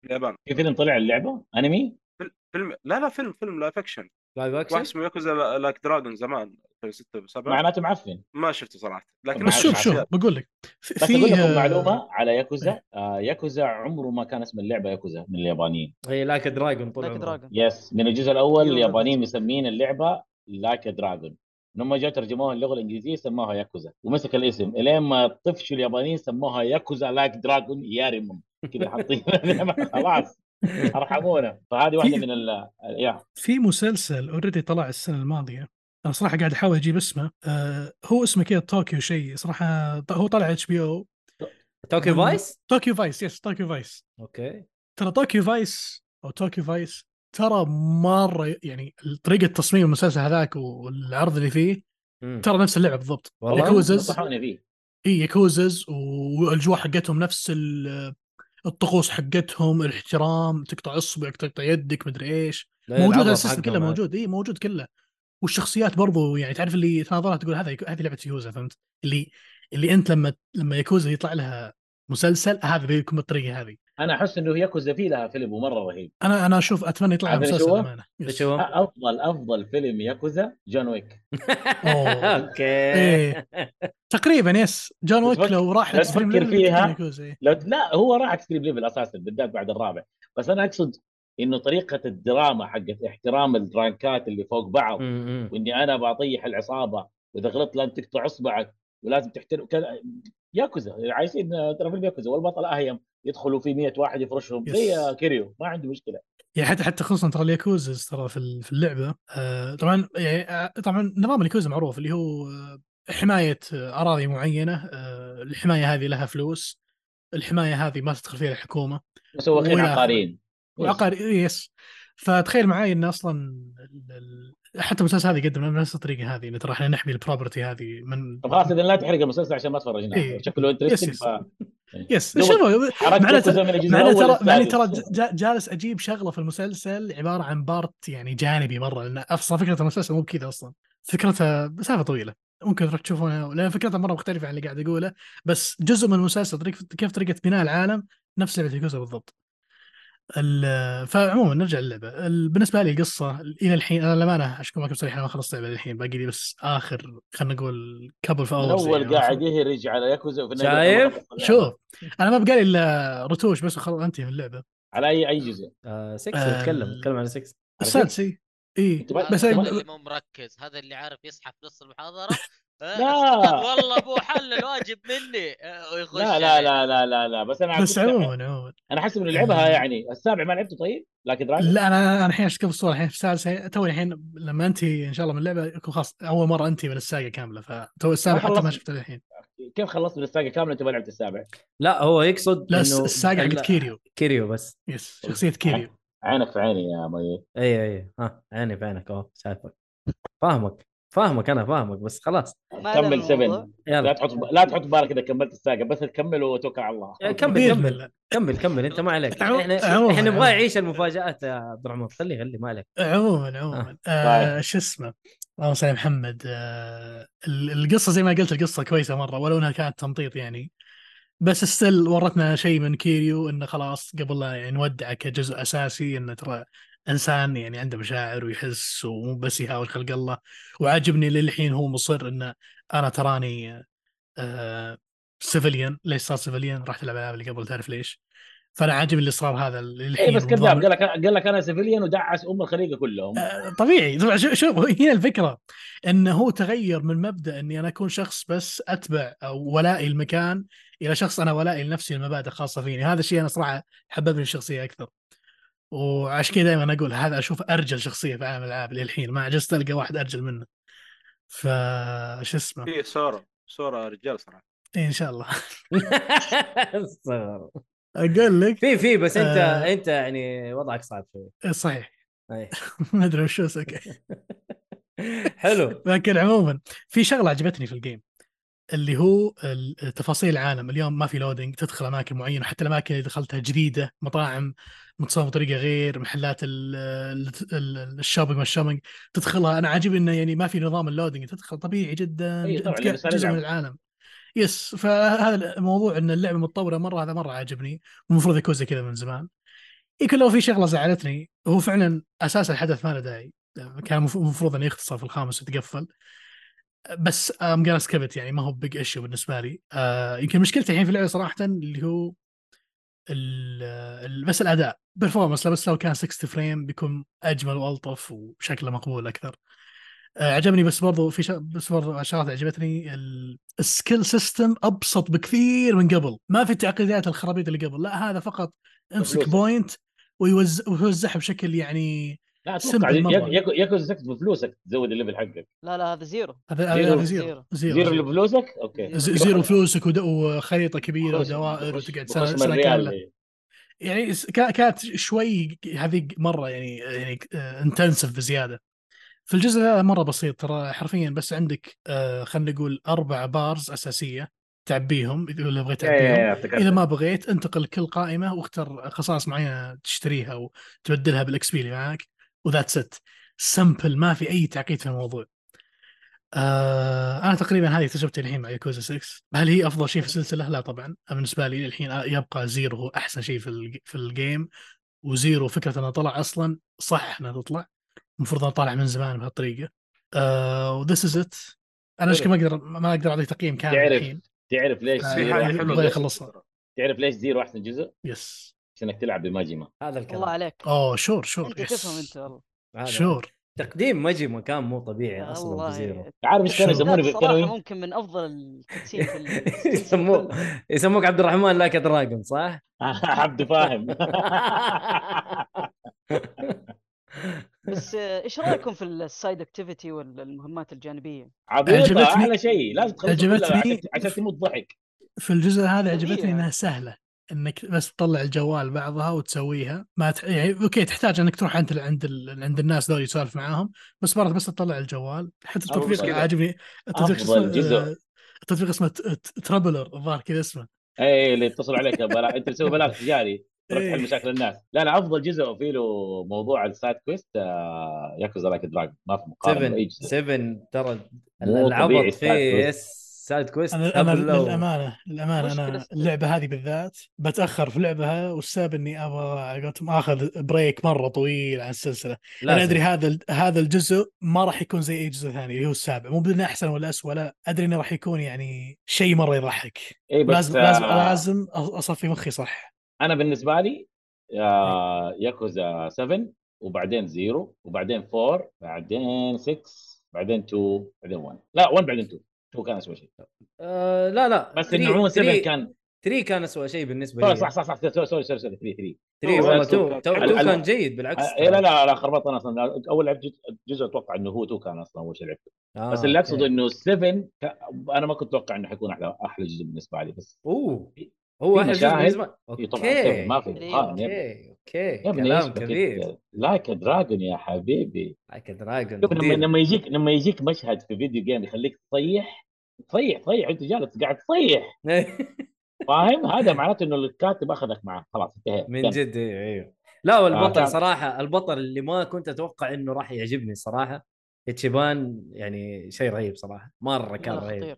Speaker 5: في اليابان
Speaker 2: في فيلم طلع اللعبه انمي
Speaker 5: فيل- فيلم لا لا فيلم فيلم لايف اكشن
Speaker 1: لايف
Speaker 5: واحد
Speaker 1: اكشن
Speaker 5: اسمه ياكوزا لايك دراجون زمان 2006 و7
Speaker 2: معناته معفن
Speaker 5: ما شفته صراحه لكن
Speaker 2: بس
Speaker 6: بس
Speaker 5: أعرف
Speaker 6: شوف
Speaker 2: عشان-
Speaker 6: شوف
Speaker 5: أشياء.
Speaker 6: بقول لك في
Speaker 2: بس اقول لكم
Speaker 6: آه،
Speaker 2: معلومه على ياكوزا آه ياكوزا عمره ما كان اسم اللعبه ياكوزا من اليابانيين
Speaker 1: اي لاك دراجون طول
Speaker 3: لايك
Speaker 1: عمره
Speaker 3: دراجون
Speaker 2: يس من الجزء الاول
Speaker 3: أيوة،
Speaker 2: اليابانيين
Speaker 3: بالضبط.
Speaker 2: مسمين اللعبه لايك دراجون لما جاء ترجموها اللغه الانجليزيه سموها ياكوزا ومسك الاسم الين ما طفشوا اليابانيين سموها ياكوزا لايك دراجون يارمهم كذا حاطين خلاص ارحمونا فهذه واحده
Speaker 6: في-
Speaker 2: من ال يا
Speaker 6: في مسلسل اوريدي طلع السنه الماضيه انا صراحه قاعد احاول اجيب اسمه آه هو اسمه كذا طوكيو شيء صراحه ط- هو طلع اتش بي او
Speaker 1: توكيو
Speaker 6: وال-
Speaker 1: فايس؟
Speaker 6: طوكيو فايس يس طوكيو فايس
Speaker 1: اوكي
Speaker 6: ترى طوكيو فايس او طوكيو فايس ترى مره يعني طريقه تصميم المسلسل هذاك والعرض اللي فيه
Speaker 1: مم.
Speaker 6: ترى نفس اللعبه بالضبط
Speaker 1: والله؟
Speaker 6: ياكوزز.
Speaker 2: نصحوني فيه
Speaker 6: اي ياكوزز والاجواء حقتهم نفس ال- الطقوس حقتهم الاحترام تقطع اصبعك تقطع يدك مدري ايش
Speaker 2: إيه،
Speaker 1: لا،
Speaker 6: موجود
Speaker 1: العضل
Speaker 6: على السيستم
Speaker 1: حقهم
Speaker 6: كله
Speaker 1: هذا.
Speaker 6: موجود اي موجود كله والشخصيات برضو يعني تعرف اللي تناظرها تقول هذا هذه لعبه يوزا فهمت اللي اللي انت لما لما ياكوزا يطلع لها مسلسل هذا بيكون بالطريقه هذه
Speaker 2: انا احس انه ياكوزا فيه لها فيلم ومره رهيب
Speaker 6: انا انا اشوف اتمنى يطلع لها
Speaker 2: عارف إيش
Speaker 6: مسلسل
Speaker 2: هو؟
Speaker 6: امانه يس.
Speaker 1: ايش هو؟
Speaker 2: افضل افضل فيلم ياكوزا جون ويك
Speaker 6: أوه.
Speaker 1: اوكي
Speaker 6: ايه تقريبا يس جون
Speaker 2: بس
Speaker 6: ويك
Speaker 2: فك-
Speaker 6: لو راح
Speaker 2: لا
Speaker 6: extreme
Speaker 2: تفكر
Speaker 6: level بتكون
Speaker 2: فيها.
Speaker 6: ياكوزا، إيه.
Speaker 2: لو لا هو راح اكستريم ليفل اساسا بالذات بعد الرابع بس انا اقصد انه طريقه الدراما حقت احترام الرانكات اللي فوق بعض
Speaker 1: مم، مم.
Speaker 2: واني انا بطيح العصابه واذا غلطت لازم تقطع اصبعك ولازم تحترم كذا ياكوزا عايشين آه، ترى في ياكوزا والبطل اهيم يدخلوا في 100 واحد يفرشهم
Speaker 6: يس.
Speaker 2: زي كيريو ما عنده مشكله
Speaker 6: يعني حتى حتى خصوصا ترى الياكوزز ترى في ال- في اللعبه آه، طبعا يعني آه، طبعا نظام الياكوزا معروف اللي هو آه، حمايه آه، اراضي معينه آه، الحمايه هذه لها فلوس الحمايه هذه ما تدخل فيها الحكومه
Speaker 2: مسوقين
Speaker 6: وإلى آخره.
Speaker 2: عقاريين
Speaker 6: وعقار يس فتخيل معاي ان اصلا ال- ال- حتى المسلسل هذا يقدم لنا بنفس الطريقه هذه ان ترى احنا نحمي البروبرتي هذه من
Speaker 2: طب خلاص اذا لا تحرق المسلسل عشان ما تفرجنا
Speaker 6: إيه.
Speaker 2: شكله انترستنج
Speaker 6: يس.
Speaker 2: ف...
Speaker 6: يس
Speaker 2: دوبك
Speaker 6: شنو
Speaker 2: حركت
Speaker 6: معناته-
Speaker 2: ياكوزا من الجزء
Speaker 6: مع اني
Speaker 2: الاول
Speaker 6: ترى مع اني ترى
Speaker 2: للسادس.
Speaker 6: جا- جالس اجيب شغله في المسلسل عباره عن بارت يعني جانبي مره لان اصلا فكره المسلسل مو بكذا اصلا فكرتها مسافه طويله ممكن تروح تشوفونها لان فكرتها مره مختلفه عن اللي قاعد اقوله بس جزء من المسلسل طريقة كيف طريقه بناء العالم نفس لعبه ياكوزا بالضبط ال- فعموما نرجع للعبه ال- بالنسبه لي القصه الى الحين انا للامانه اشكو معكم صريح انا ما خلصت اللعبه الحين باقي لي بس اخر خلينا نقول كابل في
Speaker 2: الاول قاعد يهرج على ياكوزا وفي
Speaker 1: شايف؟
Speaker 2: النهاية يقول الله
Speaker 6: يعني، شوف انا ما بقالي الا رتوش بس وخلاص انتهي من اللعبه
Speaker 2: على اي اي جزء
Speaker 1: آه، 6
Speaker 6: آه،
Speaker 1: اتكلم اتكلم على 6
Speaker 6: السادس اي اي
Speaker 2: أنت ما-
Speaker 6: إيه. بس
Speaker 2: أنت
Speaker 4: هذا
Speaker 2: ما-
Speaker 4: اللي مو مركز هذا اللي عارف يصحى في نص المحاضره آه،
Speaker 2: لا.
Speaker 4: والله ابو حل الواجب مني آه، ويخش
Speaker 2: لا لا لا لا لا لا بس انا
Speaker 6: بس
Speaker 2: كنت-
Speaker 6: عموما عموما
Speaker 2: انا حسب انه لعبها يعني السابع ما لعبته طيب لكن راجع
Speaker 6: لا انا انا الحين اشوف الصوره الحين في السادسه توي الحين لما انتهي ان شاء الله من اللعبه يكون خلاص اول مره انتهي من الساقه كامله فتو السابع حتى ما
Speaker 2: خلصت.
Speaker 6: شفته الحين
Speaker 2: كيف خلصت من الساقه كامله انت ما لعبت السابع
Speaker 1: لا هو يقصد
Speaker 6: لا
Speaker 1: إنه-
Speaker 6: الساقه
Speaker 2: يعني
Speaker 1: لا،
Speaker 6: حقت كيريو
Speaker 1: كيريو بس
Speaker 6: يس شخصيه كيريو
Speaker 2: عينك في عيني يا مي
Speaker 1: اي اي إيه، ها عيني في عينك اهو شايفك فاهمك فاهمك انا فاهمك بس خلاص
Speaker 3: ما علينا
Speaker 2: كمل
Speaker 3: من الموضوع.
Speaker 2: 7 لا
Speaker 1: يلا
Speaker 2: تحط لا تحط بالك اذا كملت الساقه بس كمل وتوكل على الله
Speaker 1: يا كمل
Speaker 6: بإذن
Speaker 1: كمل
Speaker 6: الله.
Speaker 1: كمل كمل انت ما عليك
Speaker 6: عمو-
Speaker 1: احنا
Speaker 6: عموماً،
Speaker 1: احنا نبغى
Speaker 6: عموماً.
Speaker 1: يعيش المفاجات يا عبد الرحمن خليه خليه ما عليك
Speaker 6: عموما
Speaker 2: طيب.
Speaker 6: عموما آه، شو اسمه اللهم صل على محمد آه، ال- القصه زي ما قلت القصه كويسه مره ولو انها كانت تمطيط يعني بس ستيل ورتنا شيء من كيريو انه خلاص قبل لا يعني نودعه كجزء اساسي انه ترى انسان يعني عنده مشاعر ويحس ومو بس يهاوش خلق الله وعاجبني للحين هو مصر انه انا تراني آه سيفيليان ليش صار سيفيليان راح تلعب الالعاب اللي قبل تعرف ليش فانا عاجب اللي صار هذا اللي
Speaker 2: اي
Speaker 6: الحين
Speaker 2: إيه، بس كذاب
Speaker 6: والضابط-
Speaker 2: قال لك قال لك انا سيفيليان ودعس ام الخليقه كلهم
Speaker 6: آه، طبيعي طبعا شو- شوف هنا الفكره انه هو تغير من مبدا اني انا اكون شخص بس اتبع او ولائي المكان الى شخص انا ولائي لنفسي المبادئ خاصه فيني هذا الشيء انا صراحه حببني الشخصيه اكثر وعشان كذا دائما أنا اقول هذا اشوف ارجل شخصيه في عالم الالعاب للحين ما عجزت القى واحد ارجل منه ف شو اسمه
Speaker 5: في سورا سورا رجال صراحه
Speaker 6: إيه ان شاء الله
Speaker 1: استغفر.
Speaker 6: اقول لك
Speaker 1: في في بس انت
Speaker 6: آه.
Speaker 1: انت يعني وضعك صعب شوي
Speaker 6: صحيح
Speaker 1: أي.
Speaker 6: ما ادري وش اوكي
Speaker 1: حلو
Speaker 6: لكن عموما في شغله عجبتني في الجيم اللي هو ال- تفاصيل العالم اليوم ما في لودنج تدخل اماكن معينه حتى الاماكن اللي دخلتها جديده مطاعم متصممه بطريقه غير محلات ال- ال- ال- الشوبينج والشوبينج تدخلها انا عاجبني انه يعني ما في نظام اللودنج تدخل طبيعي جدا
Speaker 2: إي طبعاً،
Speaker 6: أنت
Speaker 2: لبس على
Speaker 6: جزء من
Speaker 2: اللعبة.
Speaker 6: العالم يس فهذا الموضوع ان اللعبه متطوره مره هذا مره عاجبني المفروض يكون زي كذا من زمان يمكن لو في شغله زعلتني هو فعلا اساس الحدث ما له داعي كان المف- المفروض انه يختصر في الخامس ويتقفل بس ام جانا سكبت يعني ما هو بيج ايشيو بالنسبه لي آه، يمكن مشكلتي الحين في اللعبه صراحه اللي هو ال- ال- بس الاداء بيرفورمانس بس لو كان 60 فريم بيكون اجمل والطف وشكله مقبول اكثر آه، عجبني بس برضو في شا... بس برضو شغلات عجبتني ال- السكيل سيستم ابسط بكثير من قبل ما في التعقيدات الخرابيط اللي قبل لا هذا فقط امسك
Speaker 2: فلوسك.
Speaker 6: بوينت ويوز- ويوزعها بشكل يعني
Speaker 2: لا اتوقع
Speaker 6: simple مرة.
Speaker 2: ياكو ياكو سكت بفلوسك تزود الليفل حقك
Speaker 3: لا لا هذا زيرو
Speaker 6: هذا
Speaker 2: زيرو.
Speaker 6: هذا زيرو
Speaker 2: زيرو اللي بفلوسك اوكي
Speaker 6: ز- زيرو فلوسك ود- وخريطه كبيره
Speaker 2: خش-
Speaker 6: ودوائر
Speaker 2: بخش-
Speaker 6: وتقعد
Speaker 2: بخش
Speaker 6: سنه
Speaker 2: من
Speaker 6: سنه كامله
Speaker 2: الريال.
Speaker 6: يعني س- كا- كانت شوي هذه مره يعني يعني انتنسف بزياده في الجزء هذا مره بسيط ترى حرفيا بس عندك آه، خلينا نقول اربع بارز اساسيه تعبيهم اذا لو بغيت
Speaker 2: يا- يا-
Speaker 6: تعبيهم
Speaker 2: يا، افتكرت.
Speaker 6: اذا ما بغيت انتقل كل قائمه واختار خصائص معينه تشتريها وتبدلها بالاكس بي اللي معاك وذات ست سمبل ما في اي تعقيد في الموضوع آه انا تقريبا هذه تجربتي الحين مع ياكوزا 6 هل هي افضل شيء في السلسله لا طبعا بالنسبه لي الحين يبقى زيرو هو احسن شيء في الج- في الجيم وزيرو فكره انه طلع اصلا صح انه تطلع المفروض انه طالع من زمان بهالطريقه آه وذس از ات انا ايش ما اقدر ما اقدر اعطيك تقييم كامل
Speaker 2: تعرف.
Speaker 6: الحين
Speaker 2: تعرف ليش
Speaker 5: بس
Speaker 6: آه،
Speaker 5: في
Speaker 2: زيرو
Speaker 5: حاجه
Speaker 6: يعني
Speaker 5: حلوه
Speaker 6: يبغى
Speaker 5: بس-
Speaker 6: يخلصها.
Speaker 2: تعرف ليش زيرو احسن جزء؟
Speaker 6: يس
Speaker 2: عشان انك تلعب بماجيما
Speaker 1: هذا
Speaker 3: الله
Speaker 1: الكلام
Speaker 3: عليك
Speaker 6: اوه شور شور
Speaker 3: انت
Speaker 6: يس.
Speaker 3: تفهم انت والله
Speaker 1: هذا.
Speaker 6: شور
Speaker 1: تقديم ماجيما كان مو طبيعي اصلا بزيرو
Speaker 3: آه، والله
Speaker 2: عارف ايش كانوا
Speaker 6: شو؟
Speaker 2: يسموني
Speaker 3: لا، صراحه
Speaker 2: بالثانوي؟
Speaker 3: ممكن من افضل الكتسين في
Speaker 1: يسموه-
Speaker 3: السلسله
Speaker 1: يسموك عبد الرحمن لاك دراجون صح؟
Speaker 2: عبد فاهم
Speaker 3: بس آه، ايش رايكم في السايد اكتيفيتي والمهمات الجانبيه؟
Speaker 2: عبيطه
Speaker 6: عجبتني-
Speaker 2: احلى شيء لازم تخلص
Speaker 6: عجبتني-
Speaker 2: عشان تموت ضحك
Speaker 6: في الجزء هذا
Speaker 3: طبيعي.
Speaker 6: عجبتني انها سهله انك بس تطلع الجوال بعضها وتسويها ما تح... يعني اوكي تحتاج انك تروح عند ال... عند ال... عند الناس ذول تسولف معاهم بس مرات بس تطلع الجوال حتى
Speaker 5: أو بس
Speaker 6: التطبيق
Speaker 5: كذا.
Speaker 6: عاجبني التطبيق
Speaker 2: أفضل
Speaker 6: اسمه
Speaker 2: جزء.
Speaker 6: آه، التطبيق اسمه ت- ت- ترابلر الظاهر كذا اسمه
Speaker 2: اي إيه، اللي يتصل عليك بلا... انت تسوي بلاغ تجاري تروح
Speaker 6: إيه.
Speaker 2: تحل مشاكل الناس لا لا افضل جزء في له موضوع السايد كويست آه، ياكوزا لايك دراجون ما في مقارنه باي
Speaker 1: 7
Speaker 2: جزء
Speaker 1: 7 ترى
Speaker 2: مو طبيعي
Speaker 1: العبط
Speaker 2: السايد
Speaker 1: فيه
Speaker 2: كويست.
Speaker 1: يس سايد كويست
Speaker 6: انا انا
Speaker 1: هبل لو.
Speaker 6: للامانه للامانه انا
Speaker 3: مشكلة.
Speaker 6: اللعبه هذه بالذات بتاخر في لعبها والسبب اني ابغى على قولتهم اخذ بريك مره طويل عن السلسله
Speaker 1: لازم.
Speaker 6: انا ادري هذا ال- هذا الجزء ما راح يكون زي اي جزء ثاني اللي هو السابع مو بدنا احسن ولا اسوء لا ادري انه راح يكون يعني شيء مره يضحك
Speaker 2: اي بس
Speaker 6: لازم
Speaker 2: آه،
Speaker 6: لازم لازم أ- اصفي مخي صح
Speaker 2: انا بالنسبه لي
Speaker 6: إيه.
Speaker 2: آه، ياكوزا 7 وبعدين زيرو وبعدين 4 بعدين 6 بعدين 2 بعدين 1 لا 1 بعدين 2 2 كان اسوء شيء
Speaker 1: آه لا لا
Speaker 2: بس
Speaker 1: 3
Speaker 2: انه عموما 7
Speaker 1: 3
Speaker 2: كان
Speaker 1: 3 كان اسوء شيء بالنسبه
Speaker 2: صح
Speaker 1: لي
Speaker 2: صح صح صح سوري سوري سوري 3 3
Speaker 1: 3
Speaker 5: هو
Speaker 1: والله
Speaker 5: أسوأ
Speaker 1: 2
Speaker 5: كان.
Speaker 1: 2
Speaker 2: ال-
Speaker 1: كان جيد بالعكس
Speaker 2: إيه لا لا لا خربطت انا اصلا اول لعبت جزء- جزء اتوقع انه هو 2 كان اصلا اول شيء لعبته
Speaker 1: آه
Speaker 2: بس اللي
Speaker 1: أوكي.
Speaker 2: اقصده انه 7 ك- انا ما كنت اتوقع انه حيكون احلى احلى جزء بالنسبه لي بس
Speaker 1: اوه هو
Speaker 2: في
Speaker 1: احلى جزء
Speaker 2: مشاهد.
Speaker 1: بالنسبه
Speaker 2: إيه طبعا سبعة ما في مقارنه يا ابني.
Speaker 1: اوكي اوكي
Speaker 2: يا ابني
Speaker 1: كلام
Speaker 2: إيش بك
Speaker 1: كبير
Speaker 2: أنت؟ لايك دراجون يا حبيبي
Speaker 1: لايك دراجون
Speaker 2: شوف لما لما يجيك لما يجيك مشهد في فيديو جيم يخليك تصيح تصيح تصيح انت جالس قاعد تصيح فاهم هذا معناته انه الكاتب اخذك معاه خلاص انتهينا
Speaker 1: من جد ايوه ايوه لا والبطل
Speaker 2: آه.
Speaker 1: صراحه البطل اللي ما كنت اتوقع انه راح يعجبني صراحه اتشيبان يعني شيء رهيب صراحه مره كان
Speaker 3: لا،
Speaker 1: رهيب
Speaker 3: خطير.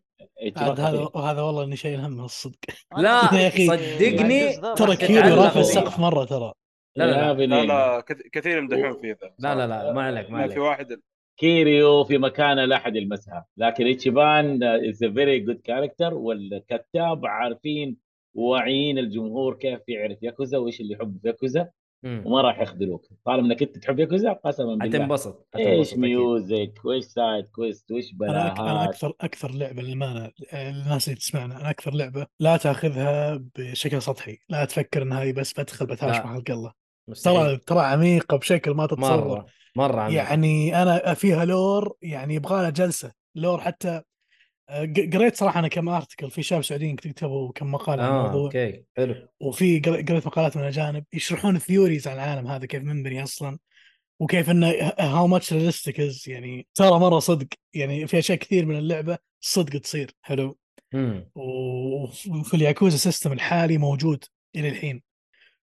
Speaker 6: عاد هذا هذا والله اني شايل هم الصدق
Speaker 3: أنا
Speaker 1: لا،
Speaker 3: أحس-
Speaker 6: يا أخي،
Speaker 1: صدقني،
Speaker 3: الجزء ذا
Speaker 6: ترى
Speaker 3: بس-
Speaker 6: كيري
Speaker 1: تعلق
Speaker 6: رافع
Speaker 1: فيه.
Speaker 6: السقف مره ترى
Speaker 1: لا، لا،
Speaker 5: لا لا كث- كثير يمدحون فيه ذا
Speaker 1: يعني- لا لا لا ما عليك ما
Speaker 5: ما في
Speaker 1: عليك
Speaker 5: واحد
Speaker 2: كيريو في مكانه لا احد يلمسها لكن ايتشيبان از ا فيري جود كاركتر والكتاب عارفين واعيين الجمهور كيف يعرف ياكوزا وايش اللي يحب في ياكوزا
Speaker 1: مم.
Speaker 2: وما راح يخذلوك طالما انك انت تحب ياكوزا قسما بالله
Speaker 1: حتنبسط حتنبسط
Speaker 2: ايش
Speaker 1: أكيد.
Speaker 2: ميوزك وايش سايد كويست وايش
Speaker 6: انا أك- أنا
Speaker 2: بلاهات
Speaker 6: اكثر اكثر لعبه للامانه الناس اللي تسمعنا انا اكثر لعبه لا تاخذها بشكل سطحي، لا تفكر ان هذه بس بدخل بتهاوش
Speaker 1: لا.
Speaker 6: مع حلق الله، ترى
Speaker 1: مستحيل
Speaker 6: ترى عميقه بشكل ما تتصور
Speaker 1: مره مره عميق.
Speaker 6: يعني انا فيها لور يعني يبغى لها جلسه لور حتى آه، ق- قريت صراحه انا كم ارتكل في شباب سعوديين كتبوا كم مقال عن
Speaker 1: اه
Speaker 6: الموضوع
Speaker 1: اوكي حلو
Speaker 6: وفي قر- قريت مقالات من اجانب يشرحون ثيوريز عن العالم هذا كيف منبني اصلا وكيف انه هاو ماتش ريلستيك يعني ترى مره صدق يعني في اشياء كثير من اللعبه صدق تصير حلو
Speaker 1: مم.
Speaker 6: وفي الياكوزا سيستم الحالي موجود الى الحين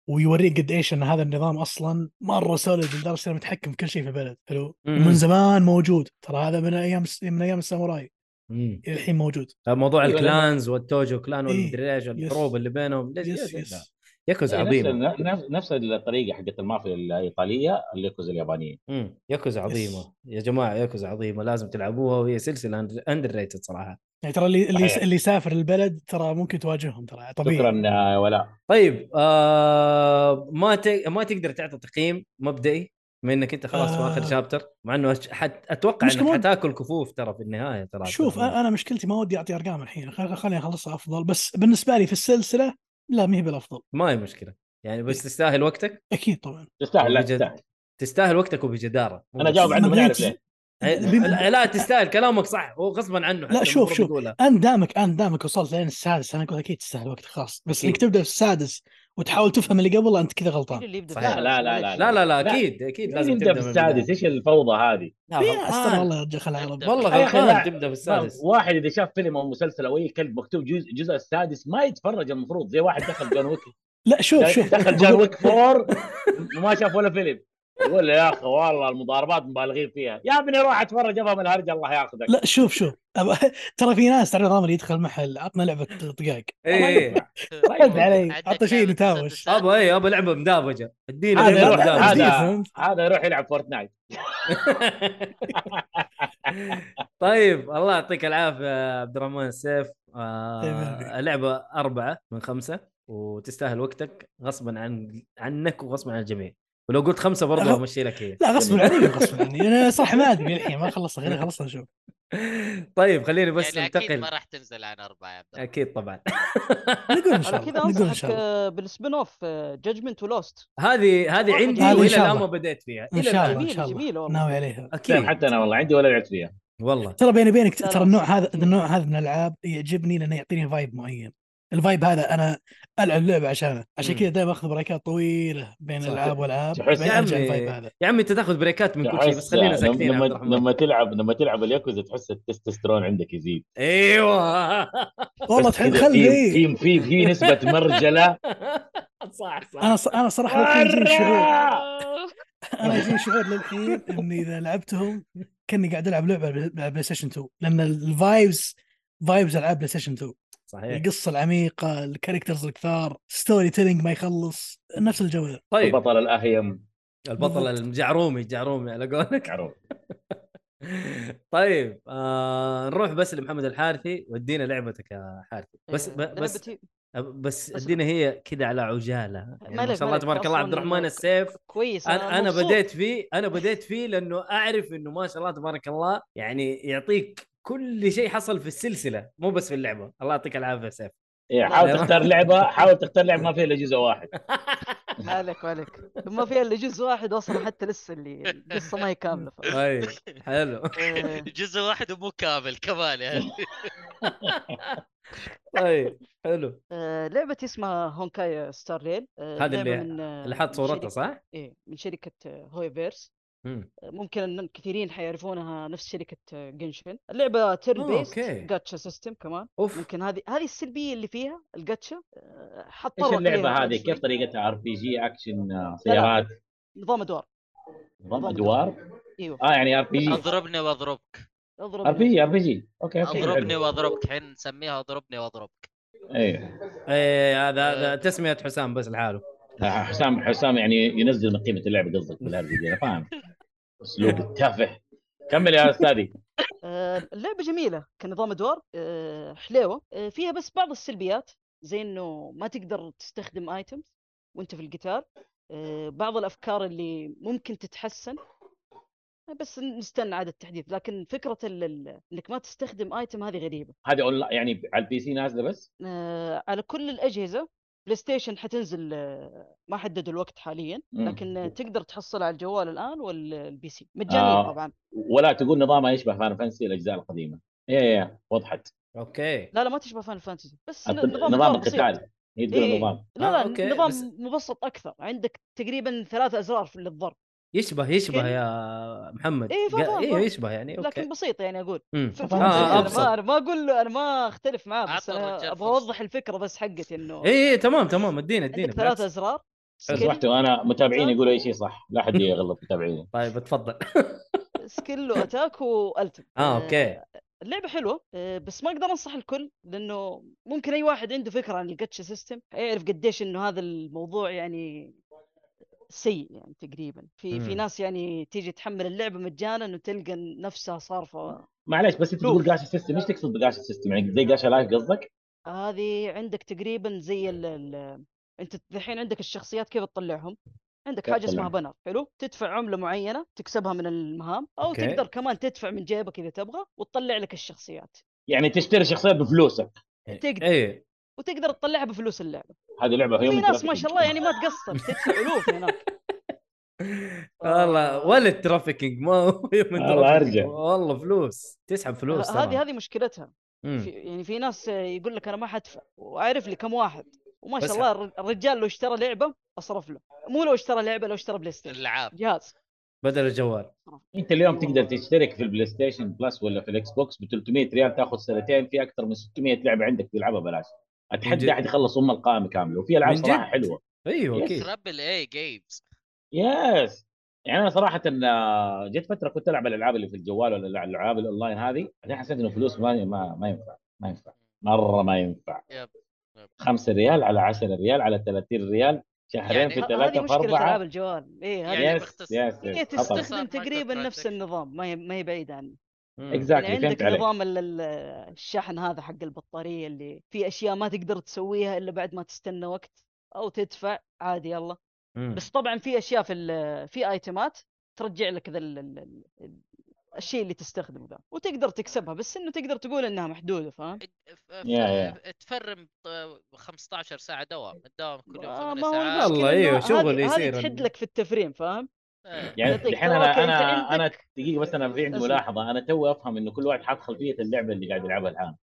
Speaker 6: ويوريك قد ايش ان هذا النظام اصلا مره سوليد لدرجه انه متحكم في كل شيء في البلد حلو
Speaker 1: مم.
Speaker 6: ومن زمان موجود ترى هذا من ايام من ايام الساموراي
Speaker 1: مم.
Speaker 6: الى الحين موجود
Speaker 1: آه، موضوع
Speaker 2: أيوة، لما-
Speaker 1: الكلانز والتوجو كلان
Speaker 6: إيه،
Speaker 1: والمدري ايش الحروب اللي بينهم ليش- ليش-
Speaker 6: يس يس
Speaker 1: ياكوزا
Speaker 2: إيه، نفس-
Speaker 1: عظيمه
Speaker 2: نفس نفس الطريقه حقت المافيا الايطاليه الياكوزا اليابانيه
Speaker 1: مم. ياكوزا
Speaker 6: يس.
Speaker 1: عظيمه يا جماعه ياكوزا عظيمه لازم تلعبوها وهي سلسله اندر ريتد صراحه
Speaker 6: يعني ترى اللي اللي,
Speaker 2: صحيح.
Speaker 6: اللي يسافر البلد ترى ممكن تواجههم ترى طبيعي
Speaker 2: شكرا آه، ولاء
Speaker 1: طيب آه ما ت... ما تقدر تعطي تقييم مبدئي بما انك انت خلاص في اخر
Speaker 6: آه.
Speaker 1: شابتر مع انه أش- حت... اتوقع
Speaker 6: مش
Speaker 1: انك
Speaker 6: كمان-
Speaker 1: حتاكل كفوف ترى في النهايه ترى
Speaker 6: شوف أنا- انا مشكلتي ما ودي اعطي ارقام الحين خل- خليني اخلصها افضل بس بالنسبه لي في السلسله لا ما هي بالافضل
Speaker 1: ما هي مشكله يعني بس تستاهل وقتك
Speaker 6: اكيد طبعا
Speaker 2: تستاهل لا
Speaker 1: بجد.
Speaker 2: تستاهل
Speaker 1: تستاهل وقتك وبجداره
Speaker 2: انا جاوب
Speaker 6: عن-
Speaker 2: عنه ما نعرف
Speaker 6: مدريد-
Speaker 2: ليه
Speaker 1: لا- لا, لا تستاهل كلامك صح هو غصبا عنه
Speaker 6: لا،
Speaker 1: حتى
Speaker 6: شوف-
Speaker 1: المفروض
Speaker 6: شوف.
Speaker 1: يقولها.
Speaker 6: انت دامك انت دامك وصلت لين السادس انا اقول اكيد تستاهل وقت خاص بس انك
Speaker 1: أكيد.
Speaker 6: تبدا في السادس وتحاول تفهم اللي قبل انت كذا
Speaker 3: مين
Speaker 6: غلطان
Speaker 3: اللي يبدا
Speaker 1: صحيح.
Speaker 2: لا،
Speaker 3: في
Speaker 2: لا، لا،
Speaker 1: لا لا لا
Speaker 2: لا.
Speaker 1: اكيد اكيد
Speaker 2: لازم
Speaker 1: لازم
Speaker 2: نبدا
Speaker 1: من
Speaker 2: في
Speaker 1: البداية.
Speaker 2: السادس ايش الفوضى هذه؟
Speaker 1: لا
Speaker 6: في ناس ترى
Speaker 1: غلطان
Speaker 6: والله يا رجال العرب
Speaker 1: والله
Speaker 2: يا أخي
Speaker 1: غلطان
Speaker 2: لا.
Speaker 1: تبدا بالسادس
Speaker 2: ما- واحد اذا شاف فيلم او مسلسل او اي كلب مكتوب جزء الجزء السادس ما يتفرج المفروض زي واحد دخل جون ويك
Speaker 6: لا شوف شوف
Speaker 2: دخل جون
Speaker 6: بقول-
Speaker 2: ويك فور وما شاف ولا فيلم يقول له يا اخي والله المضاربات مبالغين فيها يا ابني روح اتفرج افهم الهرجه الله ياخذك
Speaker 6: لا شوف شوف أب- ترى في ناس تعرف نظام اللي يدخل محل عطنا لعبه دقائق
Speaker 2: ما
Speaker 1: اي
Speaker 2: ينفع.
Speaker 6: رد علي
Speaker 4: عندك
Speaker 6: عطى شيء
Speaker 4: لعبة
Speaker 6: نتهاوش
Speaker 4: مسدسات.
Speaker 1: ابا اي ابا لعبه مدابجه اديني
Speaker 6: هذا
Speaker 1: لعبة
Speaker 2: هذا يروح
Speaker 6: لا، لا،
Speaker 1: مدابجة.
Speaker 6: لا.
Speaker 2: هذا
Speaker 6: فهمت.
Speaker 2: هذا يروح يلعب فورتنايت
Speaker 1: طيب الله يعطيك العافيه يا عبد الرحمن السيف
Speaker 6: طيب،
Speaker 1: آه
Speaker 6: أبي.
Speaker 1: اللعبه أربعة من خمسة وتستاهل وقتك غصبا عن عنك وغصبا عن الجميع ولو قلت خمسة برضه
Speaker 6: أهو.
Speaker 1: بمشي لك هي
Speaker 6: لا غصب عني غصب عني انا صراحه ما ادري الحين ما خلصت خليني خلصنا نشوف
Speaker 1: طيب خليني بس
Speaker 4: يعني اكيد ما
Speaker 1: ننتقل
Speaker 4: راح تنزل عن اربعه يا عبد الرحمن.
Speaker 1: اكيد طبعا
Speaker 6: نقول ان شاء
Speaker 3: انا كذا
Speaker 6: الله نقول ان
Speaker 3: انصحك
Speaker 6: شاء الله
Speaker 3: آه، بالسبين اوف جادجمنت ولوست
Speaker 1: هذه هذه
Speaker 3: والله
Speaker 1: عندي
Speaker 3: هذه إن
Speaker 1: والى
Speaker 6: شاء
Speaker 1: الان ما
Speaker 6: الله.
Speaker 1: بديت فيها
Speaker 6: ان
Speaker 1: الى
Speaker 6: شاء
Speaker 1: الان
Speaker 6: الله ان شاء الله نعم.
Speaker 3: جميلة والله.
Speaker 6: ناوي عليها
Speaker 2: سيم،
Speaker 1: اكيد
Speaker 2: حتى انا والله عندي ولا لعبت فيها
Speaker 1: والله
Speaker 6: ترى بيني وبينك
Speaker 3: لا، لا،
Speaker 6: ترى النوع
Speaker 3: خمسة
Speaker 6: هذا
Speaker 3: كتير.
Speaker 6: النوع هذا من الالعاب يعجبني لانه يعطيني فايب معين الفايب هذا انا العب لعبه عشانه عشان
Speaker 1: مم.
Speaker 6: كذا دائما اخذ بريكات طويله بين
Speaker 2: صح.
Speaker 6: الالعاب والالعاب
Speaker 2: تحس- يعني
Speaker 6: بعدين
Speaker 1: يا
Speaker 6: ارجع
Speaker 1: عمي.
Speaker 6: الفايب هذا
Speaker 1: يا عمي انت تاخذ بريكات من كل شيء بس
Speaker 2: تحس-
Speaker 1: خلينا ساكتين يا
Speaker 2: يعني، لما
Speaker 1: عبد الرحمن
Speaker 2: لما تلعب لما تلعب الياكوزا تحس التستوستيرون عندك يزيد
Speaker 1: ايوه
Speaker 6: والله
Speaker 2: بس
Speaker 6: تحب
Speaker 2: كذا
Speaker 6: خلي
Speaker 2: في
Speaker 6: إيه.
Speaker 2: في في في نسبه مرجله
Speaker 1: صح صح
Speaker 6: انا ص- انا صراحه للحين يجيني شعور
Speaker 3: آه،
Speaker 2: مرة!
Speaker 6: انا يجيني شعور للحين اني اذا لعبتهم كاني قاعد العب لعبه على بلاي ستيشن 2 لان الفايبز فايبز العاب بلاي ستيشن 2
Speaker 2: إيه.
Speaker 1: صحيح
Speaker 6: القصه العميقه الكاركترز الكثار ستوري تيلينج ما يخلص نفس الجو ذا
Speaker 1: طيب
Speaker 2: البطل الاهيم
Speaker 1: البطل
Speaker 6: بالضبط.
Speaker 1: الجعرومي الجعرومي على قولك
Speaker 2: معروف
Speaker 1: طيب آه نروح بس لمحمد الحارثي ودينا لعبتك يا حارثي بس
Speaker 3: إيه،
Speaker 1: ب- بس
Speaker 3: لعبتي
Speaker 1: بس
Speaker 3: بس-
Speaker 1: ادينا هي كذا على عجاله يعني ما
Speaker 3: ملك-
Speaker 1: شاء الله
Speaker 3: ملك،
Speaker 1: تبارك الله عبد
Speaker 3: أصلاً
Speaker 1: الرحمن السيف
Speaker 3: كويس
Speaker 1: انا انا
Speaker 3: مبسوط.
Speaker 1: بديت فيه انا بديت فيه لانه اعرف انه ما شاء الله تبارك الله يعني يعطيك كل شيء حصل في السلسله مو بس في اللعبه الله يعطيك العافيه يا سيف
Speaker 2: إيه،
Speaker 3: لا،
Speaker 2: حاول
Speaker 1: لا.
Speaker 2: تختار لعبه حاول تختار لعبه ما فيها الا جزء واحد
Speaker 3: ما عليك ما عليك ما فيها الا جزء واحد اصلا حتى لسه اللي القصه ما هي كامله ف...
Speaker 1: طيب حلو
Speaker 3: إيه،
Speaker 4: جزء واحد ومو كامل كمان يعني
Speaker 1: طيب حلو
Speaker 3: آه، لعبتي اسمها آه، هونكاي ستار ريل
Speaker 1: هذه اللي- اللي حط صورتها
Speaker 3: صح؟
Speaker 1: صح؟
Speaker 3: ايه من شركه آه، هوي بيرس
Speaker 1: مم.
Speaker 3: ممكن ان كثيرين حيعرفونها نفس شركه آه، جنشن اللعبه تيرن
Speaker 1: آه،
Speaker 3: بيست
Speaker 1: أوكي.
Speaker 3: جاتشا سيستم كمان
Speaker 1: اوف
Speaker 3: ممكن هذه هذه السلبيه اللي فيها الجاتشا آه،
Speaker 2: ايش
Speaker 3: حتطرق
Speaker 2: اللعبه
Speaker 3: ليها بعد
Speaker 2: هذه
Speaker 3: شوي.
Speaker 2: كيف طريقتها ار بي جي اكشن آه، سيارات
Speaker 3: نظام ادوار
Speaker 2: نظام
Speaker 3: نظام
Speaker 2: ادوار
Speaker 3: ايوه
Speaker 2: اه يعني ار بي جي
Speaker 4: اضربني واضربك
Speaker 3: اضرب
Speaker 2: ار بي جي ار بي جي اوكي اوكي
Speaker 4: اضربني
Speaker 2: حلو
Speaker 4: واضربك حين نسميها اضربني واضربك
Speaker 2: ايه
Speaker 1: ايه هذا
Speaker 3: آه.
Speaker 1: هذا تسميه حسام بس لحاله
Speaker 2: آه، حسام حسام يعني ينزل من قيمه اللعبه قصدك بالهرجه دي، انا فاهم اسلوب التافه كمل يا استاذي
Speaker 3: آه، اللعبة جميلة كنظام أدوار آه، حليوة آه، فيها بس بعض السلبيات زي انه ما تقدر تستخدم ايتمز وانت في القتال آه، بعض الافكار اللي ممكن تتحسن بس نستنى عاد التحديث لكن فكره ال- ال- انك ما تستخدم ايتم هذه غريبه
Speaker 2: هذه اون يعني على البي سي نازله بس
Speaker 3: آه، على كل الاجهزه بلاي ستيشن حتنزل آه، ما حددوا الوقت حاليا
Speaker 2: مم.
Speaker 3: لكن آه، تقدر تحصل على الجوال الان والبي سي مجانيه
Speaker 2: آه.
Speaker 3: طبعا
Speaker 2: ولا تقول نظامها يشبه فان فانسي الاجزاء القديمه ايه ايه وضحت
Speaker 1: اوكي
Speaker 3: لا لا ما تشبه فان فانتسي بس ن-
Speaker 2: القت-
Speaker 3: نظام
Speaker 2: نظام
Speaker 3: نظام بسيط.
Speaker 2: القتال هي تقول
Speaker 3: إيه.
Speaker 2: نظام
Speaker 3: لا
Speaker 1: آه،
Speaker 3: لا
Speaker 1: أوكي،
Speaker 3: نظام
Speaker 1: بس-
Speaker 3: مبسط اكثر عندك تقريبا ثلاث ازرار في للضرب
Speaker 1: يشبه يشبه
Speaker 3: يعني-
Speaker 1: يا محمد
Speaker 3: إيه، فاهم،
Speaker 1: قا-
Speaker 3: فاهم،
Speaker 1: ايوه
Speaker 3: فاهم.
Speaker 1: يشبه يعني اوكي
Speaker 3: لكن بسيط يعني اقول
Speaker 1: مم.
Speaker 3: ف-
Speaker 6: طبعاً
Speaker 3: فهمت
Speaker 6: آه،
Speaker 3: يعني؟ انا
Speaker 1: أبسط.
Speaker 3: ما انا ما اقول له انا ما اختلف معاه بس
Speaker 4: أعطى
Speaker 3: انا
Speaker 4: الرجال
Speaker 3: ابغى
Speaker 4: فرصة.
Speaker 3: اوضح الفكره بس حقتي انه
Speaker 1: اي اي تمام تمام ادينا ادينا
Speaker 3: عندك ثلاث
Speaker 1: إيه، بالعكس.
Speaker 3: ازرار
Speaker 1: حلو.
Speaker 3: سكيل
Speaker 2: صحته انا إيه، متابعين يقولوا اي شيء صح لا حد يغلط متابعيني
Speaker 1: طيب اتفضل
Speaker 3: آه، سكيل واتاك والتم
Speaker 1: اه اوكي
Speaker 3: اللعبه حلوه آه، بس ما اقدر انصح الكل لانه ممكن اي واحد عنده فكره عن الجاتشا سيستم يعرف قديش انه هذا الموضوع يعني سيء يعني تقريبا في في
Speaker 1: مم.
Speaker 3: ناس يعني تيجي تحمل اللعبه مجانا وتلقى نفسها صارفه
Speaker 2: معليش بس انت
Speaker 3: لوف.
Speaker 2: تقول جاشا سيستم ايش تقصد بجاشا سيستم يعني زي جاشا لايف قصدك؟
Speaker 3: هذه عندك تقريبا زي ال ال انت الحين عندك الشخصيات كيف تطلعهم عندك
Speaker 2: كيف
Speaker 3: حاجه اسمها
Speaker 2: تطلعهم؟
Speaker 3: بنر حلو تدفع عمله معينه تكسبها من المهام او
Speaker 1: أوكي.
Speaker 3: تقدر كمان تدفع من جيبك اذا تبغى وتطلع لك الشخصيات
Speaker 2: يعني تشتري شخصيه بفلوسك
Speaker 3: تقدر.
Speaker 1: اي
Speaker 3: وتقدر تطلعها بفلوس اللعبه
Speaker 2: هذه لعبه
Speaker 3: في
Speaker 2: يوم
Speaker 3: إيه، ناس ما شاء الله يعني ما تقصر تدفع الوف هناك آه.
Speaker 1: والله ولا الترافيكينج ما هو من
Speaker 2: والله
Speaker 1: ترافيكينج.
Speaker 2: أرجع.
Speaker 1: والله فلوس تسحب فلوس
Speaker 3: ه- هذه
Speaker 1: ترى.
Speaker 3: هذه مشكلتها
Speaker 1: مم.
Speaker 3: في يعني في ناس يقول لك انا ما حدفع واعرف لي كم واحد وما شاء
Speaker 1: بس
Speaker 3: الله الر- الرجال لو اشترى لعبه اصرف له مو لو اشترى لعبه لو اشترى بلاي ستيشن
Speaker 4: الالعاب
Speaker 3: جهاز
Speaker 1: بدل الجوال
Speaker 2: انت اليوم تقدر تشترك في البلاي ستيشن بلس ولا في الاكس بوكس ب 300 ريال تاخذ سنتين في اكثر من 600 لعبه عندك تلعبها بلاش
Speaker 1: من جد؟
Speaker 2: اتحدى احد يخلص ام القائمه كامله وفي العاب
Speaker 1: من
Speaker 2: صراحه
Speaker 1: جد؟
Speaker 2: حلوه
Speaker 1: ايوه
Speaker 2: يس.
Speaker 1: اكيد
Speaker 4: تربل اي جيمز
Speaker 2: يس يعني انا صراحه آه، جت فتره كنت العب الالعاب اللي في الجوال ولا الالعاب الاونلاين هذه بعدين حسيت انه فلوس ما ما, ما ينفع ما ينفع مره ما ينفع
Speaker 4: يب. يب.
Speaker 2: 5 ريال على 10 ريال على 30 ريال شهرين
Speaker 4: يعني
Speaker 2: في
Speaker 4: ه-
Speaker 3: ه- هذه
Speaker 2: ثلاثه في
Speaker 3: مشكله العاب
Speaker 2: اربعه
Speaker 3: الجوال اي هذه
Speaker 4: يعني
Speaker 2: يس
Speaker 4: باختص-
Speaker 2: يس
Speaker 3: هي
Speaker 2: يس
Speaker 4: تستخدم-
Speaker 2: خطر
Speaker 3: إيه، تستخدم
Speaker 4: مايكرو
Speaker 3: تقريبا نفس
Speaker 4: ترانزاكشن.
Speaker 3: النظام ما هي ما هي بعيده عنه
Speaker 1: مم.
Speaker 2: اكزاكتلي
Speaker 3: يعني عندك
Speaker 2: فهمت عليك
Speaker 3: نظام ال- ال- الشحن هذا حق البطاريه اللي في اشياء ما تقدر تسويها الا بعد ما تستنى وقت او تدفع عادي يلا
Speaker 1: مم.
Speaker 3: بس طبعا في اشياء في ال- في ايتمات ترجع لك ذا ال- ال- ال- ال- الشيء اللي تستخدمه ذا وتقدر تكسبها بس انه تقدر تقول انها محدوده فاهم
Speaker 4: ف- ف-
Speaker 2: يا-
Speaker 4: تفرم ط- 15 ساعة دوام الدوام كل يوم
Speaker 3: آه،
Speaker 4: 8
Speaker 3: ما هو
Speaker 4: ساعات
Speaker 1: والله
Speaker 3: المشكلة إنه
Speaker 1: أيوه،
Speaker 3: هذه-
Speaker 1: شغل
Speaker 3: هذه
Speaker 1: يصير
Speaker 3: تحد
Speaker 1: ال-
Speaker 3: لك في التفريم فاهم
Speaker 4: إيه.
Speaker 2: يعني
Speaker 3: يعطيك
Speaker 2: الحين
Speaker 3: طاقة، أنت
Speaker 2: انا انا انا
Speaker 3: عندك-
Speaker 2: دقيقه بس انا في عندي
Speaker 3: أسمع.
Speaker 2: ملاحظه انا تو افهم انه كل واحد حاط خلفيه اللعبه اللي قاعد يلعبها الان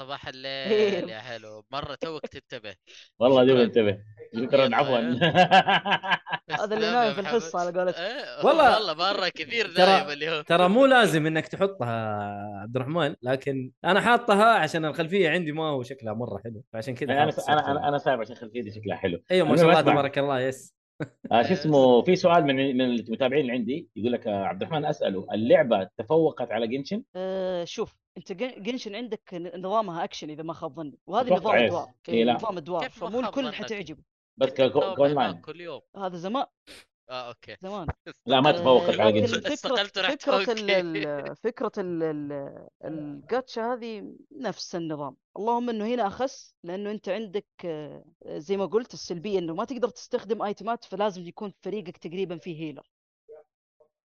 Speaker 4: صباح الليل يا حلو مرة توك تنتبه
Speaker 2: والله دوب
Speaker 4: شكراً.
Speaker 2: انتبه شكرا
Speaker 4: يلا.
Speaker 2: عفوا
Speaker 3: هذا اللي
Speaker 4: تسلم
Speaker 3: نايم
Speaker 4: يا
Speaker 3: في
Speaker 4: محمد.
Speaker 3: الحصة على قولتك.
Speaker 4: إيه،
Speaker 1: والله-
Speaker 4: والله مرة كثير
Speaker 1: ترى-
Speaker 4: نايم اليوم
Speaker 1: ترى مو لازم انك تحطها عبد الرحمن لكن انا حاطها عشان الخلفيه عندي ما هو شكلها مره حلو فعشان كذا
Speaker 2: انا
Speaker 1: حاطط
Speaker 2: انا انا
Speaker 1: صورتها.
Speaker 2: انا سايب عشان خلفيتي شكلها حلو
Speaker 1: ايوه ما
Speaker 2: المهم
Speaker 1: شاء الله
Speaker 2: اسمع.
Speaker 1: تبارك الله يس
Speaker 2: آه، شو اسمه في سؤال من من المتابعين اللي عندي يقول لك آه، عبد الرحمن اساله اللعبه تفوقت على جنشن
Speaker 3: آه، شوف انت جن- جنشن عندك ن- نظامها اكشن اذا ما خاب ظني وهذا
Speaker 2: أتوقع
Speaker 3: نظام
Speaker 2: يس.
Speaker 3: ادوار
Speaker 2: إيه،
Speaker 3: إيه،
Speaker 2: لا.
Speaker 3: نظام ادوار
Speaker 4: كيف ما
Speaker 3: فمو
Speaker 4: خاب
Speaker 3: الكل
Speaker 4: ظنك؟
Speaker 3: حتعجبه
Speaker 2: بس ك- ك-
Speaker 4: دوام
Speaker 2: كون
Speaker 4: هناك
Speaker 2: لاين
Speaker 4: آه، كل يوم
Speaker 3: هذا زمان
Speaker 4: اه اوكي
Speaker 3: زمان
Speaker 2: لا ما
Speaker 4: آه،
Speaker 2: تفوقت على
Speaker 3: لكن
Speaker 2: جنشن
Speaker 3: فكرة
Speaker 4: استقلت ورحت
Speaker 3: فكرة ال
Speaker 4: أوكي.
Speaker 3: ال- فكرة ال ال الجاتشا هذه نفس النظام اللهم انه هنا اخس لانه انت عندك آه، زي ما قلت السلبية انه ما تقدر تستخدم ايتمات فلازم يكون فريقك تقريبا فيه هيلر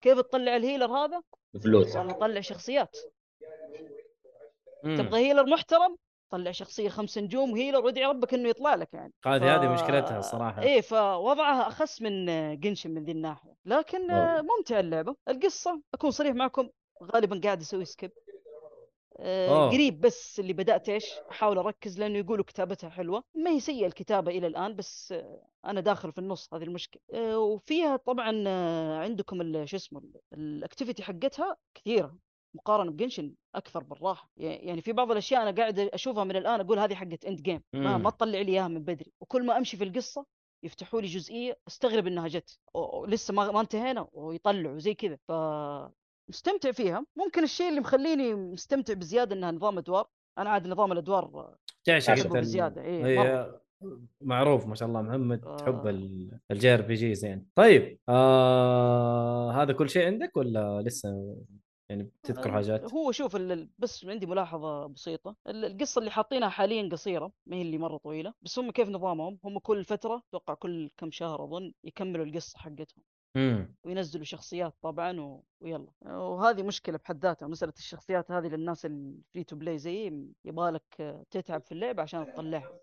Speaker 3: كيف تطلع الهيلر هذا؟
Speaker 2: فلوسك
Speaker 3: والله طلع شخصيات
Speaker 1: مم.
Speaker 3: تبغى هيلر محترم طلع شخصية خمس نجوم هيلر وادعي ربك انه يطلع لك يعني
Speaker 1: هذه هذه مشكلتها
Speaker 3: فا-
Speaker 1: الصراحه
Speaker 3: ايه فوضعها اخس من جنشن من ذي الناحيه لكن آه، ممتعه اللعبه القصه اكون صريح معكم غالبا قاعد اسوي سكيب آه،
Speaker 1: أوه.
Speaker 3: قريب بس اللي بدات ايش احاول اركز لانه يقولوا كتابتها حلوه ما هي سيئه الكتابه الى الان بس آه، انا داخل في النص هذه المشكله آه، وفيها طبعا آه، عندكم ال- شو اسمه ال- الاكتيفيتي حقتها كثيره مقارنه بجنشن اكثر بالراحه يعني في بعض الاشياء انا قاعد اشوفها من الان اقول هذه حقت اند جيم ما
Speaker 1: مم.
Speaker 3: ما تطلع لي اياها من بدري وكل ما امشي في القصه يفتحوا لي جزئيه استغرب انها جت أو- أو لسه ما ما انتهينا ويطلعوا زي كذا ف مستمتع فيها ممكن الشيء اللي مخليني مستمتع بزياده انها نظام ادوار انا عاد نظام الادوار
Speaker 1: تعشق
Speaker 2: أحبه
Speaker 1: انت ال-
Speaker 3: بزيادة، إيه،
Speaker 1: إيه،
Speaker 3: مرة.
Speaker 1: معروف ما شاء الله محمد
Speaker 3: آه.
Speaker 1: تحب ال- الجي ار بي جي زين طيب آه هذا كل شيء عندك ولا لسه يعني بتذكر حاجات
Speaker 3: هو شوف ال- ال- بس عندي ملاحظة بسيطة ال- القصة اللي حاطينها حاليا قصيرة ما هي اللي مرة طويلة بس هم كيف نظامهم هم كل فترة توقع كل كم شهر أظن يكملوا القصة حقتهم
Speaker 1: امم
Speaker 3: وينزلوا شخصيات طبعا و... ويلا وهذه مشكلة بحد ذاتها مسألة الشخصيات هذه للناس الفري تو بلاي زي يبغالك تتعب في اللعب عشان تطلعها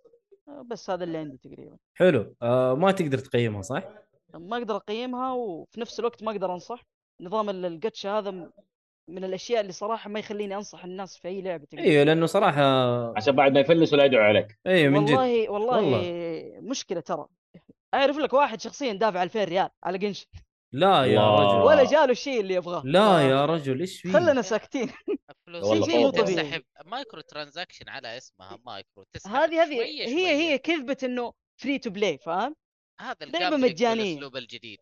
Speaker 3: بس هذا اللي عندي تقريبا
Speaker 1: حلو آه ما تقدر تقيمها صح؟
Speaker 3: ما اقدر اقيمها وفي نفس الوقت ما اقدر انصح نظام ال- الجاتشا هذا م- من الاشياء اللي صراحه ما يخليني انصح الناس في اي لعبه تقريبا
Speaker 1: ايوه لانه صراحه
Speaker 2: عشان بعد ما يفلس ولا يدعو عليك
Speaker 1: ايوه من جد
Speaker 3: والله والله,
Speaker 1: والله.
Speaker 3: مشكله ترى اعرف لك واحد شخصيا دافع 2000 ريال على قنش
Speaker 1: لا يا
Speaker 2: الله.
Speaker 1: رجل
Speaker 3: ولا جاله الشيء اللي يبغاه
Speaker 1: آه. لا يا رجل ايش فيه؟
Speaker 3: خلنا ساكتين
Speaker 4: فلوس
Speaker 2: والله
Speaker 4: شيء
Speaker 2: فوضى.
Speaker 4: تسحب مايكرو ترانزاكشن على اسمها مايكرو تسحب
Speaker 3: هذه هذه
Speaker 4: شوية
Speaker 3: هي
Speaker 4: شوية.
Speaker 3: هي كذبه انه فري تو بلاي فاهم
Speaker 4: هذا
Speaker 3: لعبة
Speaker 4: الجامبلينج
Speaker 3: مجانية.
Speaker 4: والاسلوب الجديد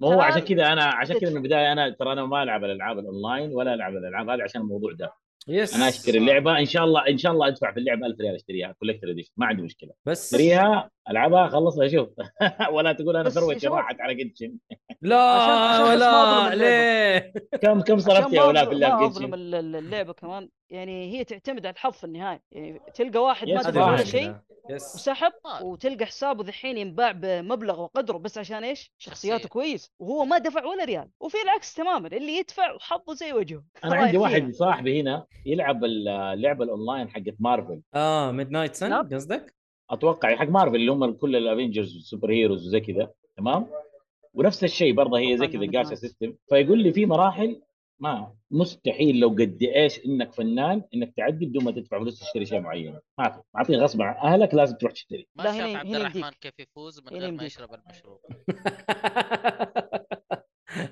Speaker 2: ما هو
Speaker 3: ترى
Speaker 2: عشان كذا انا عشان كذا من البدايه انا ترى انا ما العب الالعاب الاونلاين ولا العب الالعاب هذه عشان الموضوع ده
Speaker 1: يس
Speaker 2: انا اشتري اللعبه ان شاء الله ان شاء الله ادفع في اللعبه 1000 ريال اشتريها كولكتر اديشن ما عندي مشكله
Speaker 1: بس
Speaker 2: اشتريها العبها خلصها اشوف ولا تقول انا
Speaker 3: بس يا
Speaker 2: ثروتي
Speaker 3: شباب.
Speaker 2: راحت على جنشن
Speaker 1: لا
Speaker 3: عشان- عشان بس ما
Speaker 1: ولا
Speaker 3: أظلم
Speaker 1: ليه؟
Speaker 2: كم كم صرفت
Speaker 3: عشان
Speaker 2: يا
Speaker 3: ما
Speaker 2: ولا
Speaker 3: أظلم-
Speaker 2: في اللعب
Speaker 3: ما اظلم
Speaker 2: جنشن
Speaker 3: ال- ال- اللعبه كمان يعني هي تعتمد على الحظ في النهايه يعني تلقى واحد
Speaker 2: يا
Speaker 3: ما
Speaker 2: هذه
Speaker 3: تدري ولا
Speaker 2: المشكلة.
Speaker 3: شيء
Speaker 1: يس
Speaker 3: وسحب
Speaker 4: طيب.
Speaker 3: وتلقى حسابه ذحين ينباع بمبلغ وقدره بس عشان ايش؟ شخصياته
Speaker 4: شخصية.
Speaker 3: كويس وهو ما دفع ولا ريال وفي العكس تماما اللي يدفع وحظه زي وجهه
Speaker 2: انا
Speaker 3: رايح
Speaker 2: عندي واحد
Speaker 3: فيها.
Speaker 2: صاحبي هنا يلعب اللعبه الاونلاين حقت مارفل
Speaker 1: اه ميد نايت سن
Speaker 3: نعم.
Speaker 1: قصدك؟
Speaker 2: اتوقع حق مارفل اللي هم كل الافنجرز والسوبر هيروز وزي كذا تمام ونفس الشيء برضه هي زي
Speaker 3: طبعاً
Speaker 2: كذا
Speaker 3: أنا
Speaker 2: قاسه
Speaker 3: متعود.
Speaker 2: سيستم فيقول لي في مراحل ما مستحيل لو قد ايش انك فنان انك تعدي بدون ما تدفع فلوس تشتري شيء معين ما في ما في غصب عن اهلك لازم تروح تشتري
Speaker 4: ما
Speaker 3: لا،
Speaker 4: شاف
Speaker 3: هنا-
Speaker 4: عبد
Speaker 3: هنا
Speaker 4: الرحمن
Speaker 3: يمديك.
Speaker 4: كيف يفوز من
Speaker 3: هنا
Speaker 4: غير ما
Speaker 3: يمديك.
Speaker 4: يشرب المشروب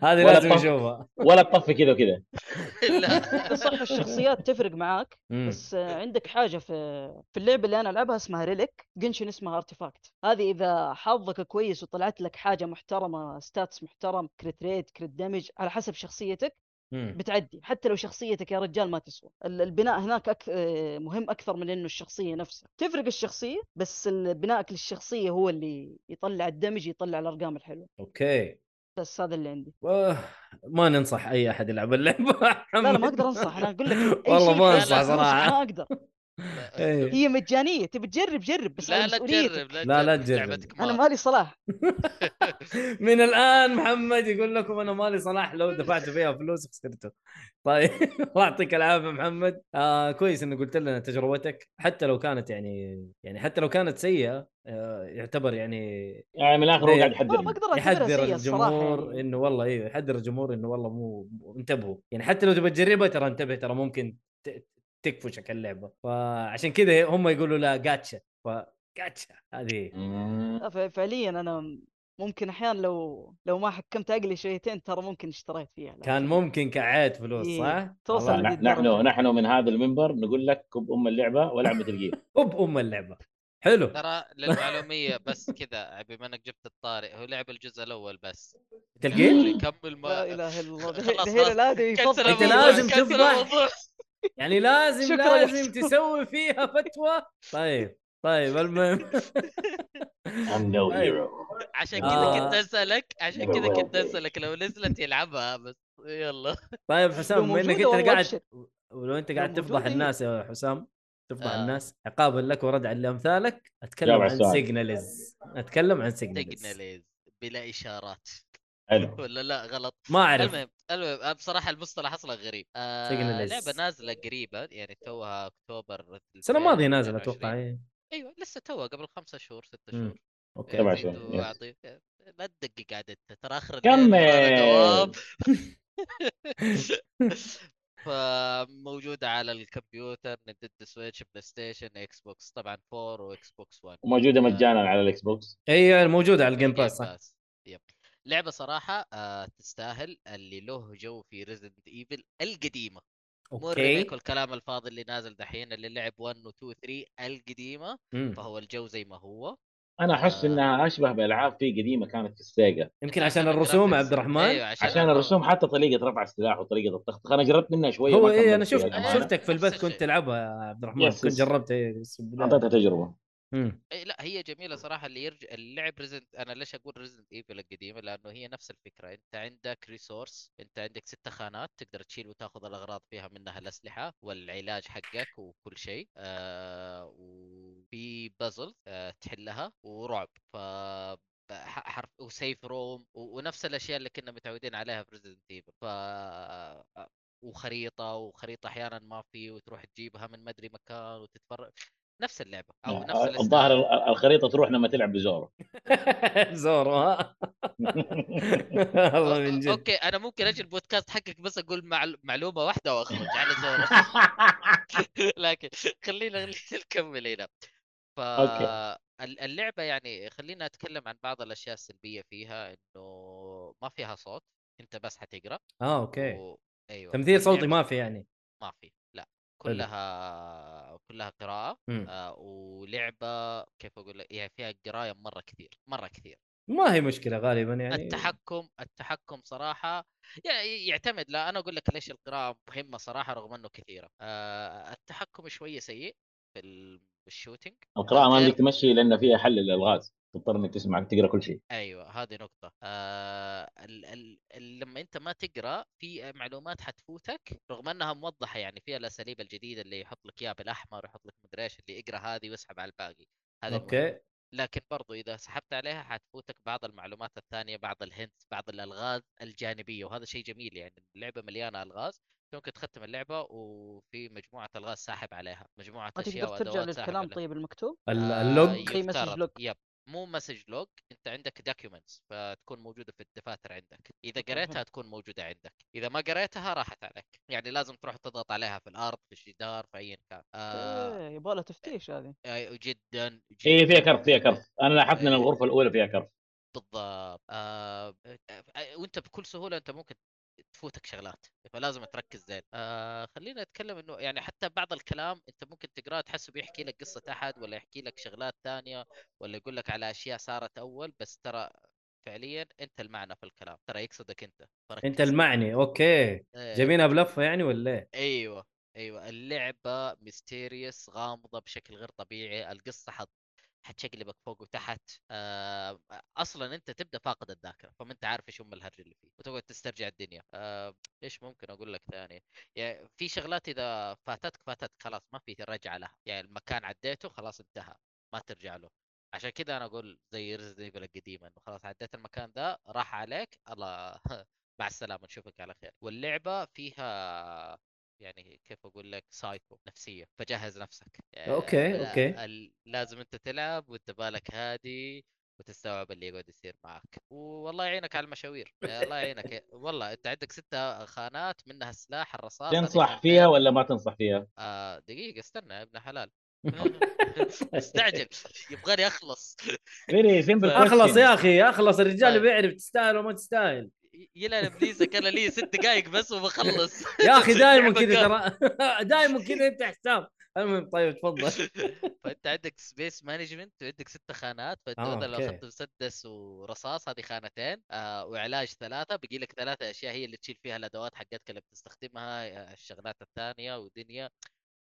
Speaker 1: هذه
Speaker 2: ولا
Speaker 1: لازم
Speaker 2: طف.
Speaker 1: نشوفها
Speaker 2: ولا تطفي كذا وكذا
Speaker 4: لا
Speaker 3: صح الشخصيات تفرق معاك
Speaker 1: مم.
Speaker 3: بس آه، عندك حاجه في في اللعبه اللي انا العبها اسمها ريليك جنشن اسمها ارتفاكت هذه اذا حظك كويس وطلعت لك حاجه محترمه ستاتس محترم كريت ريت كريت دمج على حسب شخصيتك
Speaker 1: مم.
Speaker 3: بتعدي حتى لو شخصيتك يا رجال ما تسوى ال- البناء هناك أك... آه، مهم اكثر من انه الشخصيه نفسها تفرق الشخصيه بس ال- بنائك للشخصيه هو اللي يطلع الدمج يطلع الارقام الحلوه
Speaker 1: اوكي
Speaker 3: بس هذا اللي عندي
Speaker 1: آه، ما ننصح اي احد يلعب اللعبه
Speaker 3: لا لا ما اقدر انصح انا اقول لك أي
Speaker 1: والله
Speaker 3: شيء
Speaker 1: ما
Speaker 3: لا، لا،
Speaker 4: أنصح
Speaker 3: أنصح،
Speaker 1: صراحة.
Speaker 3: ما اقدر
Speaker 1: إيه.
Speaker 3: هي مجانيه تبي تجرب جرب بس
Speaker 4: لا
Speaker 3: على
Speaker 4: لا
Speaker 3: مسؤوليتك.
Speaker 4: تجرب
Speaker 1: لا، لا تجرب.
Speaker 4: لعبتك
Speaker 3: انا
Speaker 1: آه.
Speaker 4: مار.
Speaker 3: مالي صلاح
Speaker 1: من الان محمد يقول لكم انا مالي صلاح لو دفعت فيها فلوس خسرته طيب الله يعطيك العافيه محمد آه كويس انك قلت لنا تجربتك حتى لو كانت يعني يعني حتى لو كانت سيئه آه يعتبر يعني
Speaker 2: يعني من الاخر هو قاعد
Speaker 3: ما آه، ما
Speaker 2: يحذرني
Speaker 3: اقدر اعتبرها
Speaker 1: يحذر
Speaker 3: سيئه الصراحه
Speaker 1: الجمهور
Speaker 3: يعني.
Speaker 1: انه والله ايوه يحذر الجمهور انه والله مو مو- انتبهوا يعني حتى لو تبغى تجربها ترى انتبه ترى ممكن ت- تكفشك اللعبه فعشان كذا هم يقولوا لا جاتشا فجاتشا هذه
Speaker 2: مم.
Speaker 3: آه، ف- فعليا انا ممكن احيانا لو لو ما حكمت عقلي شويتين ترى ممكن اشتريت فيها لكن-
Speaker 1: كان ممكن كعاد فلوس
Speaker 3: إيه.
Speaker 1: صح؟
Speaker 3: توصل
Speaker 1: والله.
Speaker 3: لذي
Speaker 2: نح- نحن
Speaker 3: الدرجة.
Speaker 2: نحن من هذا المنبر نقول لك كب ام اللعبه ولا عم تلقيه
Speaker 1: اب ام اللعبه حلو
Speaker 4: ترى للمعلومية بس كذا بما انك جبت الطارئ هو لعب الجزء الاول بس
Speaker 1: تلقيه؟
Speaker 4: يكمل
Speaker 3: لا
Speaker 4: ما
Speaker 3: اله الا الله
Speaker 4: خلاص،
Speaker 3: دحين
Speaker 4: خلاص.
Speaker 3: دحين العاده
Speaker 4: كسر
Speaker 3: يفضل
Speaker 1: أنت
Speaker 4: الموضوع،
Speaker 1: لازم
Speaker 4: كسر
Speaker 1: تفضح.
Speaker 4: الموضوع.
Speaker 1: يعني لازم
Speaker 3: شكراً.
Speaker 1: لازم تسوي فيها فتوى طيب طيب المهم
Speaker 2: I'm no
Speaker 1: طيب.
Speaker 2: hero
Speaker 4: عشان
Speaker 1: آه.
Speaker 4: كذا كنت اسالك عشان
Speaker 2: Never
Speaker 4: كذا
Speaker 2: will
Speaker 4: كنت
Speaker 2: be.
Speaker 4: اسالك لو نزلت يلعبها بس يلا
Speaker 1: طيب حسام بما انك انت قاعد ولو انت قاعد
Speaker 3: لو موجودة
Speaker 1: تفضح
Speaker 3: هي.
Speaker 1: الناس يا حسام تفضح
Speaker 4: آه.
Speaker 1: الناس عقابا لك وردعا لامثالك اتكلم
Speaker 2: جاوب على
Speaker 1: عن
Speaker 2: السؤال.
Speaker 1: سيجناليز اتكلم عن سيجناليز
Speaker 4: تقنليز بلا اشارات
Speaker 2: حلو
Speaker 4: ولا لا غلط
Speaker 1: ما اعرف
Speaker 4: المهم المهم بصراحه المصطلح اصلا غريب آه
Speaker 1: Signalist.
Speaker 4: لعبه نازله قريبا يعني توها اكتوبر
Speaker 1: السنه
Speaker 3: آه،
Speaker 1: الماضيه نازل
Speaker 4: 2022.
Speaker 1: اتوقع إيه.
Speaker 4: ايوه لسه توها قبل خمسة شهور ستة
Speaker 1: مم.
Speaker 4: شهور
Speaker 1: اوكي
Speaker 2: سبع
Speaker 4: يعني
Speaker 2: شهور،
Speaker 4: زيدوا
Speaker 2: يس.
Speaker 4: أعطي- لا تدقق عاد انت ترى اخر الليل ورانا
Speaker 2: كمل
Speaker 4: دوام فموجوده على الكمبيوتر نينتندو سويتش بلاي ستيشن اكس بوكس طبعا 4 واكس بوكس 1
Speaker 2: وموجوده مجانا على الاكس بوكس
Speaker 1: ايوه موجوده على الجيم
Speaker 4: الجيم
Speaker 1: باس صح
Speaker 4: باس يب لعبه صراحه آه تستاهل اللي له جو في ريزدنت ايفل القديمه مو
Speaker 1: اوكي
Speaker 4: الريميك والكلام الفاضي اللي نازل دحين اللي لعب 1 و 2 و 3 القديمه
Speaker 1: مم.
Speaker 4: فهو الجو زي ما هو
Speaker 2: انا احس
Speaker 4: آه.
Speaker 2: انها اشبه بالعاب في قديمه كانت في السيجا
Speaker 1: يمكن
Speaker 4: لا،
Speaker 1: عشان
Speaker 4: عشان
Speaker 1: الرسوم
Speaker 4: الجرافيكس.
Speaker 1: عبد الرحمن
Speaker 3: أيوه.
Speaker 4: ايوه عشان,
Speaker 2: عشان الرسوم حتى طريقه رفع السلاح وطريقه الضغط انا جربت منها شويه
Speaker 1: هو
Speaker 3: أيوه،
Speaker 2: ما يعني
Speaker 1: ايه انا
Speaker 2: كملت فيها
Speaker 1: شفت
Speaker 2: الأمانة.
Speaker 1: شفتك في
Speaker 4: نفس
Speaker 1: البث كنت
Speaker 4: الشيء.
Speaker 1: تلعبها يا عبد الرحمن
Speaker 2: يس،
Speaker 1: كنت
Speaker 2: يس.
Speaker 1: جربت ايه بس بالله.
Speaker 2: اعطيتها تجربه
Speaker 1: مم.
Speaker 4: إيه لا هي جميله صراحه اللي يرجع اللعب ريزنت انا ليش اقول ريزنت ايفل القديمه لانه هي نفس الفكره انت عندك ريسورس انت عندك ست خانات تقدر تشيل وتاخذ الاغراض فيها منها الاسلحه والعلاج حقك وكل شيء آه وفي بازل آه تحلها ورعب ف ب- ح- حرف وسيف روم و- ونفس الاشياء اللي كنا متعودين عليها في ريزدنت ايفل ف آه، وخريطه وخريطه احيانا ما في وتروح تجيبها من مدري مكان وتتفرج نفس اللعبه او نفس
Speaker 2: آه،
Speaker 4: الاستايل.
Speaker 2: الظاهر ال- الخريطه تروح لما تلعب بزورو
Speaker 1: زورو ها والله من
Speaker 4: أو-
Speaker 1: جد
Speaker 4: اوكي انا ممكن اجي البودكاست حقك بس اقول معل... معلومه واحده واخرج على زور لكن خلينا خلينا نكمل هنا ف
Speaker 2: أوكي.
Speaker 4: ال- اللعبه يعني خلينا اتكلم عن بعض الاشياء السلبيه فيها انه ما فيها صوت انت بس حتقرا
Speaker 1: اه اوكي
Speaker 4: و... ايوه
Speaker 1: تمثيل صوتي
Speaker 4: واللعبة-
Speaker 1: ما في يعني
Speaker 4: ما في لا كلها كلها قراءه
Speaker 1: مم.
Speaker 4: آه، ولعبه كيف اقول لك يعني فيها قرايه مره كثير مره كثير
Speaker 1: ما هي مشكله غالبا يعني
Speaker 4: التحكم التحكم صراحة يع- يعتمد لا أنا أقول لك ليش القراءة مهمة صراحة رغم أنه كثيرة آه، التحكم شوية سيء في ال- في الشوتينج
Speaker 2: القراءه ما
Speaker 4: غير-
Speaker 2: بدك تمشي لان فيها حل للالغاز تضطر انك تسمع تقرا كل شيء
Speaker 4: ايوه هذه نقطة آه ال ال ال لما انت ما تقرا في معلومات حتفوتك رغم انها موضحة يعني فيها الاساليب الجديدة اللي يحط لك اياها بالاحمر يحط لك مدري ايش اللي اقرا هذه واسحب على الباقي هذا المهم
Speaker 1: اوكي
Speaker 4: لكن برضو اذا سحبت عليها حتفوتك بعض المعلومات الثانيه بعض الهنتس بعض الالغاز الجانبيه وهذا شيء جميل يعني اللعبه مليانه الغاز ممكن تختم اللعبه وفي مجموعه الغاز ساحب عليها مجموعه
Speaker 3: ما
Speaker 4: اشياء
Speaker 3: تقدر ترجع
Speaker 4: وادوات ساحب
Speaker 3: للكلام
Speaker 4: عليها
Speaker 3: طيب المكتوب
Speaker 1: ال-
Speaker 4: آه،
Speaker 1: اللوج
Speaker 3: زي مسج
Speaker 4: يفترض
Speaker 3: لوج.
Speaker 4: يب مو مسج لوج انت عندك دوكيومنتس فتكون موجوده في الدفاتر عندك اذا
Speaker 3: أوكي،
Speaker 4: قريتها
Speaker 3: حلو.
Speaker 4: تكون موجوده عندك اذا ما قريتها راحت عليك يعني لازم تروح تضغط عليها في الارض في الجدار في ايا كان آه
Speaker 3: ايه يبغى لها تفتيش هذه
Speaker 4: آه، جدا جدا
Speaker 2: اي إيه، فيها كرف فيها كرف انا لاحظت ان
Speaker 4: إيه.
Speaker 2: الغرفه الاولى فيها كرف
Speaker 4: بالضبط آه آه، آه، وانت بكل سهوله انت ممكن تفوتك شغلات فلازم تركز زين آه خلينا نتكلم انه يعني حتى بعض الكلام انت ممكن تقراه تحسه بيحكي لك قصه احد ولا يحكي لك شغلات ثانيه ولا يقول لك على اشياء صارت اول بس ترى فعليا انت المعنى في الكلام ترى يقصدك انت فركز
Speaker 1: انت المعني اوكي
Speaker 4: إيه.
Speaker 1: جايبينها بلفه يعني ولا ايه؟
Speaker 4: ايوه ايوه اللعبه ميستيريس غامضه بشكل غير طبيعي القصه حت حتشقلبك فوق وتحت آه، اصلا انت تبدا فاقد الذاكره فما انت عارف ايش ام الهرج اللي فيه وتقعد تسترجع الدنيا آه، ايش ممكن اقول لك ثاني يعني في شغلات اذا فاتتك فاتتك خلاص ما في رجعه لها يعني المكان عديته خلاص انتهى ما ترجع له عشان كذا انا اقول زي ريزد ايفل القديمه انه خلاص عديت المكان ذا راح عليك الله مع السلامه نشوفك على خير واللعبه فيها يعني كيف اقول لك سايكو نفسيه فجهز نفسك يعني
Speaker 1: أوكي،
Speaker 4: لا-
Speaker 1: أوكي.
Speaker 4: ال- لازم انت تلعب وانت بالك هادي وتستوعب اللي يقعد يصير معك والله يعينك على المشاوير يا الله يعينك يا- والله انت عندك ست خانات منها السلاح الرصاص هذه
Speaker 2: تنصح
Speaker 4: شغال.
Speaker 2: فيها ولا ما تنصح فيها؟
Speaker 4: آه دقيقه استنى يا ابن حلال مستعجل يبغاني اخلص
Speaker 2: فيري سمبل
Speaker 1: اخلص يا اخي اخلص الرجال
Speaker 4: طيب.
Speaker 1: بيعرف تستاهل وما تستاهل
Speaker 4: يلا يا ابليسك انا لي ست دقائق بس وبخلص
Speaker 1: يا اخي دائما
Speaker 4: لعبة
Speaker 1: كذا
Speaker 4: كاملة.
Speaker 1: ترى دائما كذا انت حساب المهم طيب تفضل
Speaker 4: فانت عندك سبيس مانجمنت وعندك ست خانات فانت
Speaker 1: آه،
Speaker 4: مثلا لو
Speaker 1: أوكي.
Speaker 4: اخذت مسدس ورصاص هذه خانتين آه وعلاج ثلاثه بقي لك ثلاثه اشياء هي اللي تشيل فيها الادوات حقتك اللي بتستخدمها آه، الشغلات الثانيه ودنيا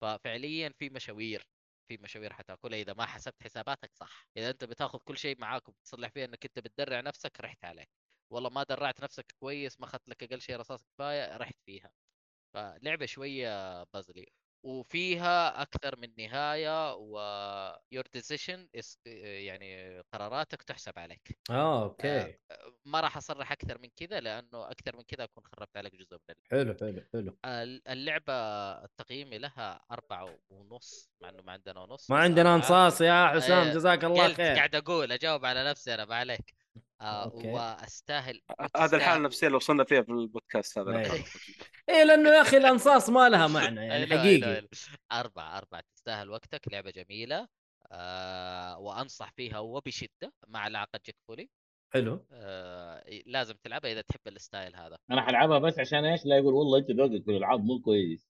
Speaker 4: ففعليا في مشاوير في مشاوير حتاكلها اذا ما حسبت حساباتك صح اذا انت بتاخذ كل شيء معاك وبتصلح فيه انك انت بتدرع نفسك رحت عليك والله ما درعت نفسك كويس ما اخذت لك اقل شيء رصاص كفايه رحت فيها فلعبه شويه بازلي وفيها اكثر من نهايه و your decision is يعني قراراتك تحسب عليك
Speaker 1: اه
Speaker 4: آه.
Speaker 1: اوكي
Speaker 4: ما راح اصرح اكثر من كذا لانه اكثر من كذا اكون خربت عليك جزء من
Speaker 1: حلو حلو حلو
Speaker 4: ال- اللعبه تقييمي لها أربعة ونص مع انه ما عندنا ونص
Speaker 1: ما
Speaker 4: بس
Speaker 1: عندنا
Speaker 4: أربعة.
Speaker 1: انصاص يا حسام
Speaker 4: آه. إيه،
Speaker 1: جزاك الله
Speaker 4: قلت
Speaker 1: خير
Speaker 4: قاعد اقول اجاوب على نفسي انا ما عليك آه
Speaker 1: أوكي.
Speaker 4: واستاهل
Speaker 5: آه، هذا الحاله
Speaker 4: وتستاهل.
Speaker 5: النفسيه اللي وصلنا فيها في البودكاست هذا
Speaker 1: أي.
Speaker 5: الحالة.
Speaker 1: ايه لانه يا اخي الانصاص ما لها معنى يعني
Speaker 4: أي لا، أي لا، أي
Speaker 1: حقيقي
Speaker 4: لا. أربعة أربعة تستاهل وقتك لعبة جميلة آه وأنصح فيها وبشدة مع العقد جيك فولي
Speaker 1: حلو
Speaker 4: آه لازم تلعبها إذا تحب الستايل هذا
Speaker 2: انا حلعبها بس عشان ايش؟ لا يقول والله انت ذوقك في الالعاب مو كويس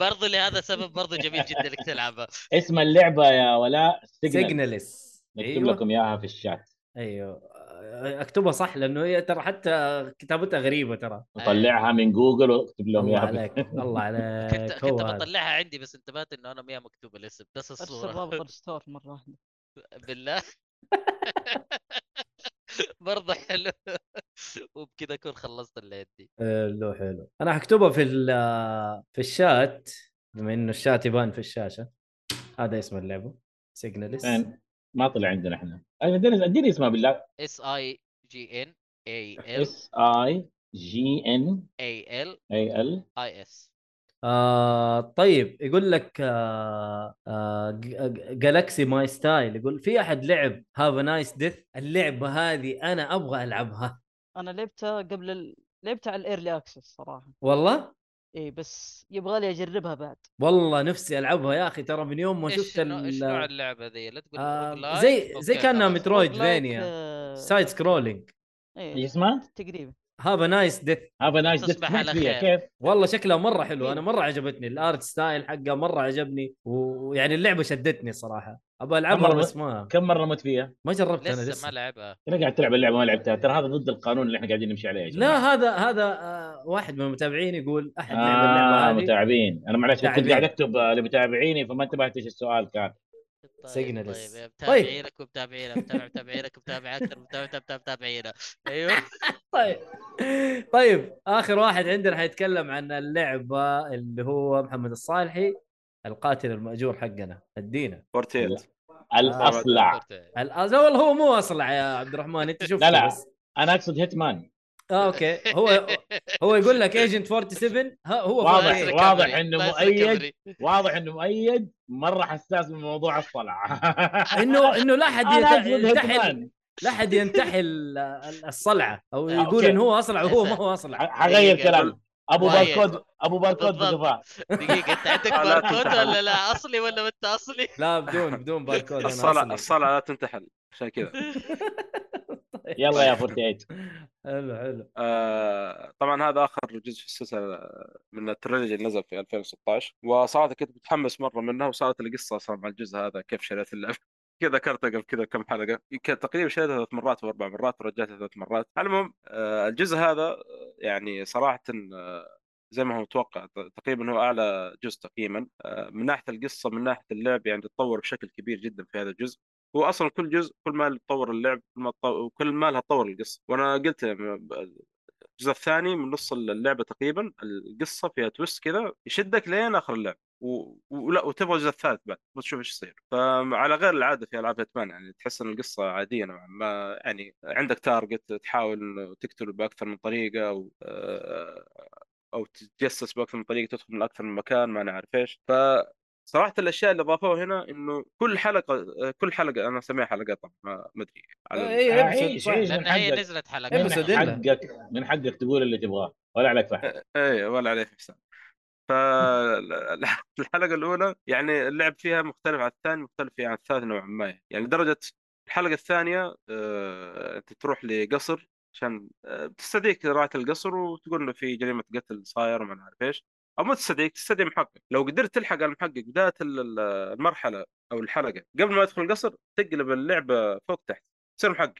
Speaker 4: برضو لهذا السبب برضو جميل جدا إنك تلعبها
Speaker 2: اسم اللعبه يا ولاء سيجنال
Speaker 1: سيجنالس
Speaker 2: نكتب
Speaker 1: ايوه
Speaker 2: لكم اياها في الشات
Speaker 1: ايوه اكتبها صح لانه هي ترى حتى كتابتها غريبه ترى
Speaker 2: اطلعها من جوجل واكتب لهم
Speaker 1: الله
Speaker 2: اياها
Speaker 1: عليك الله
Speaker 4: كنت
Speaker 1: عليك
Speaker 4: كنت
Speaker 1: هو هذا.
Speaker 4: بطلعها عندي بس انتبهت انه انا ما مكتوب الاسم بس
Speaker 3: ارسل
Speaker 4: الصوره
Speaker 3: رابط الستور مره واحده
Speaker 4: بالله برضه حلو وبكذا اكون خلصت اللي عندي
Speaker 1: حلو حلو انا حكتبها في ال- في الشات بما انه الشات يبان في الشاشه هذا اسم اللعبه سيجناليس
Speaker 2: فين؟ ما طلع عندنا احنا أيوة، اديني اديني اسمها بالله
Speaker 4: اس اي جي ان اي ال
Speaker 2: اس اي جي ان
Speaker 4: اي ال
Speaker 2: اي ال
Speaker 4: اي اس
Speaker 1: آه طيب يقول لك آه آه جالكسي ماي ستايل يقول في احد لعب هاف نايس ديث اللعبه هذه انا ابغى العبها
Speaker 3: انا لعبتها قبل ال... لعبتها على الايرلي اكسس صراحه
Speaker 1: والله
Speaker 3: اي إيه، بس يبغى لي اجربها بعد
Speaker 1: والله نفسي العبها يا اخي ترى من يوم ما شفت ال-
Speaker 4: ايش نوع اللعبه ذي لا تقول
Speaker 1: آه،
Speaker 4: roguelike.
Speaker 1: زي- زي
Speaker 4: أوكي،
Speaker 1: كأنها
Speaker 4: خلاص.
Speaker 1: مترو- Metroidvania.
Speaker 3: سايد
Speaker 1: سايد سكرولينج
Speaker 3: إيه،
Speaker 2: ايش اسمها؟
Speaker 3: تقريبا
Speaker 1: هاف نايس ديث
Speaker 2: هاف نايس
Speaker 4: تصبح على
Speaker 2: فيها
Speaker 4: خير.
Speaker 2: كيف؟
Speaker 1: والله شكلها مره حلو انا
Speaker 3: إيه.
Speaker 1: مره عجبتني الارت ستايل حقها مره عجبني و- ويعني اللعبه شدتني صراحه ابغى العبها
Speaker 2: مرة-
Speaker 1: بس ما
Speaker 2: كم مره مت فيها؟
Speaker 1: ما جربتها انا
Speaker 4: لسه
Speaker 1: لسه
Speaker 4: ما لعبها
Speaker 2: انا قاعد تلعب اللعبه ما لعبتها ترى هذا ضد القانون اللي احنا قاعدين نمشي عليه يا
Speaker 1: لا
Speaker 2: جماعة.
Speaker 1: هذا هذا آه، واحد من المتابعين يقول احد لعب
Speaker 2: آه
Speaker 1: اللعبه هذه
Speaker 2: متابعين انا معلش كنت
Speaker 1: متابعين.
Speaker 2: قاعد اكتب آه، لمتابعيني فما انتبهت ايش السؤال كان
Speaker 4: طيب،
Speaker 1: Signalist.
Speaker 4: طيب
Speaker 1: طيب.
Speaker 4: متابعينك ومتابعينا متابع متابعينك ومتابع اكثر متابع متابع- متابعينا ايوه
Speaker 1: طيب طيب اخر واحد عندنا حيتكلم عن اللعبه اللي هو محمد الصالحي القاتل الماجور حقنا ادينا
Speaker 5: فورتيت
Speaker 4: آه،
Speaker 2: الاصلع
Speaker 1: الأ- لا آه، والله هو مو اصلع يا عبد الرحمن انت شفته
Speaker 2: لا، لا.
Speaker 1: بس
Speaker 2: انا اقصد هيتمان
Speaker 1: آه اوكي هو هو يقول لك ايجنت 47 ها هو
Speaker 4: لا
Speaker 2: واضح،
Speaker 1: 48.
Speaker 4: يصير
Speaker 2: واضح
Speaker 4: كامري،
Speaker 2: إنه
Speaker 4: لا يصير
Speaker 2: مؤيد.
Speaker 4: كامري.
Speaker 2: واضح انه مؤيد مره حساس من موضوع الصلع
Speaker 1: انه انه لا احد
Speaker 2: انا
Speaker 1: يت-
Speaker 2: اقصد
Speaker 1: ينتحل
Speaker 2: هيتمان
Speaker 1: لا احد ينتحل ال- الصلعه او
Speaker 4: آه،
Speaker 1: يقول
Speaker 2: أوكي.
Speaker 1: انه هو اصلع وهو ما هو
Speaker 2: ح-
Speaker 1: اصلع
Speaker 2: حغير
Speaker 4: دقيقة.
Speaker 2: كلامي ابو
Speaker 4: مؤيد.
Speaker 2: باركود ابو باركود
Speaker 4: بالضبط.
Speaker 2: بقفاه
Speaker 4: دقيقه انت عندك
Speaker 5: لا
Speaker 4: باركود
Speaker 5: تنتحل.
Speaker 4: ولا لا اصلي ولا ما انت اصلي
Speaker 1: لا بدون بدون باركود أنا
Speaker 5: الصلع
Speaker 1: أصلع.
Speaker 5: الصلع لا تنتحل عشان كذا
Speaker 2: يلا يا 48
Speaker 1: حلو حلو
Speaker 5: آه طبعا هذا اخر جزء في السلسله من التريلوجي اللي نزل في 2016 وصراحه كنت متحمس مره منها وصارت القصه اصلا مع الجزء هذا كيف شريت اللعبه كذا ذكرتها قبل كذا كم حلقه يمكن تقريبا شريتها ثلاث مرات واربع مرات ورجعتها ثلاث مرات المهم آه الجزء هذا آه، يعني صراحه آه، زي ما هو متوقع ت- تقريبا هو اعلى جزء تقييما آه، من ناحيه القصه من ناحيه اللعب يعني تطور بشكل كبير جدا في هذا الجزء هو اصلا كل جزء كل ما تطور اللعب كل ما تطو- كل ما لها تطور القصه وانا قلت آه، الجزء الثاني من نص اللعبه تقريبا القصه فيها تويست كذا يشدك لين اخر اللعبه و... ولا وتبغى الجزء الثالث بعد وتشوف ايش يصير فعلى غير العاده في العاب هيتمان يعني تحس ان القصه عاديه نوعا ما يعني عندك تارجت تحاول إنه تقتله باكثر من طريقه او او تتجسس باكثر من طريقه تدخل من اكثر من مكان ما انا عارف ايش ف صراحه الاشياء اللي ضافوها هنا انه كل حلقه كل حلقه انا سميها حلقات طبعا ما ما ادري على
Speaker 2: إيه،
Speaker 1: اي ابسط
Speaker 2: عيش،
Speaker 1: صح.
Speaker 2: عيش.
Speaker 4: لان
Speaker 2: من
Speaker 4: هي
Speaker 2: حقك.
Speaker 4: نزلت حلقه
Speaker 5: إيه،
Speaker 2: من
Speaker 1: بس أدلة.
Speaker 2: حقك من حقك تقول اللي تبغاه ولا عليك فحم
Speaker 5: ايه ولا عليه حساب فالحلقه الاولى يعني اللعب فيها مختلف عن الثاني مختلف فيها عن الثالث نوعا ما يعني لدرجه الحلقه الثانيه آه، انت تروح لقصر عشان آه، تستدعيك رعاة القصر وتقول انه في جريمه قتل صاير وما أنا عارف ايش او ما تستدعيك تستدعي محقق لو قدرت تلحق المحقق بدايه ال- ال- المرحله او الحلقه قبل ما يدخل القصر تقلب اللعبه فوق تحت تصير محقق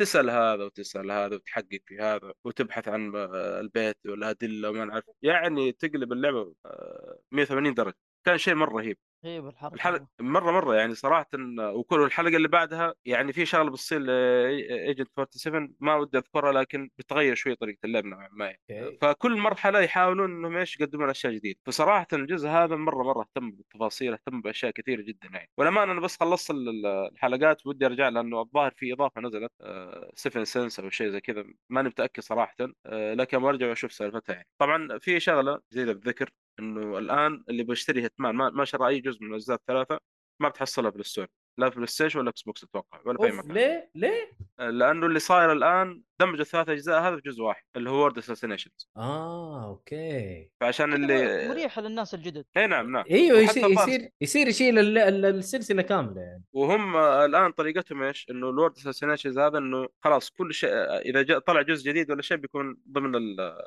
Speaker 5: تسال هذا وتسال هذا وتحقق في هذا وتبحث عن آه، البيت والادله وما نعرف يعني تقلب اللعبه آه، 180 درجه كان شيء مره رهيب
Speaker 3: غيب الحرب
Speaker 5: الحلقه مره مره يعني صراحه آه، وكل الحلقه اللي بعدها يعني في شغله بتصير آه، لايجنت 47 ما ودي اذكرها لكن بتغير شوي طريقه اللعب نوعا ما يعني.
Speaker 1: أوكي.
Speaker 5: فكل مرحله يحاولون انهم ايش يقدمون اشياء جديده فصراحه الجزء هذا مره مره اهتم بالتفاصيل اهتم باشياء كثيره جدا يعني والامانه انا بس خلصت ال- ال- الحلقات ودي ارجع لانه الظاهر في اضافه نزلت آه، سيفن سنس او شيء زي كذا ماني متاكد صراحه آه، لكن برجع اشوف سالفتها يعني طبعا في شغله جديده بالذكر انه الان اللي بيشتري هيتمان ما, ما شرى اي جزء من الاجزاء الثلاثه ما بتحصلها في الستور لا في بلاي ستيشن ولا اكس بوكس اتوقع ولا في اي
Speaker 1: اوف
Speaker 5: مكان
Speaker 1: ليه ليه؟
Speaker 5: لانه اللي صاير الان دمجوا الثلاث اجزاء هذا في جزء واحد اللي هو وورد اساسينيشنز
Speaker 1: اه اوكي
Speaker 5: فعشان
Speaker 3: اللي
Speaker 5: اللي
Speaker 3: مريحه للناس الجدد
Speaker 5: اي نعم نعم
Speaker 1: ايوه
Speaker 5: وحتى
Speaker 1: يصير
Speaker 5: الظاهر-
Speaker 1: يصير يصير يشيل ال- ال- السلسله كامله يعني
Speaker 5: وهم الان طريقتهم ايش؟ انه الورد اساسينيشنز هذا انه خلاص كل شيء اذا جاء طلع جزء جديد ولا شيء بيكون ضمن ال-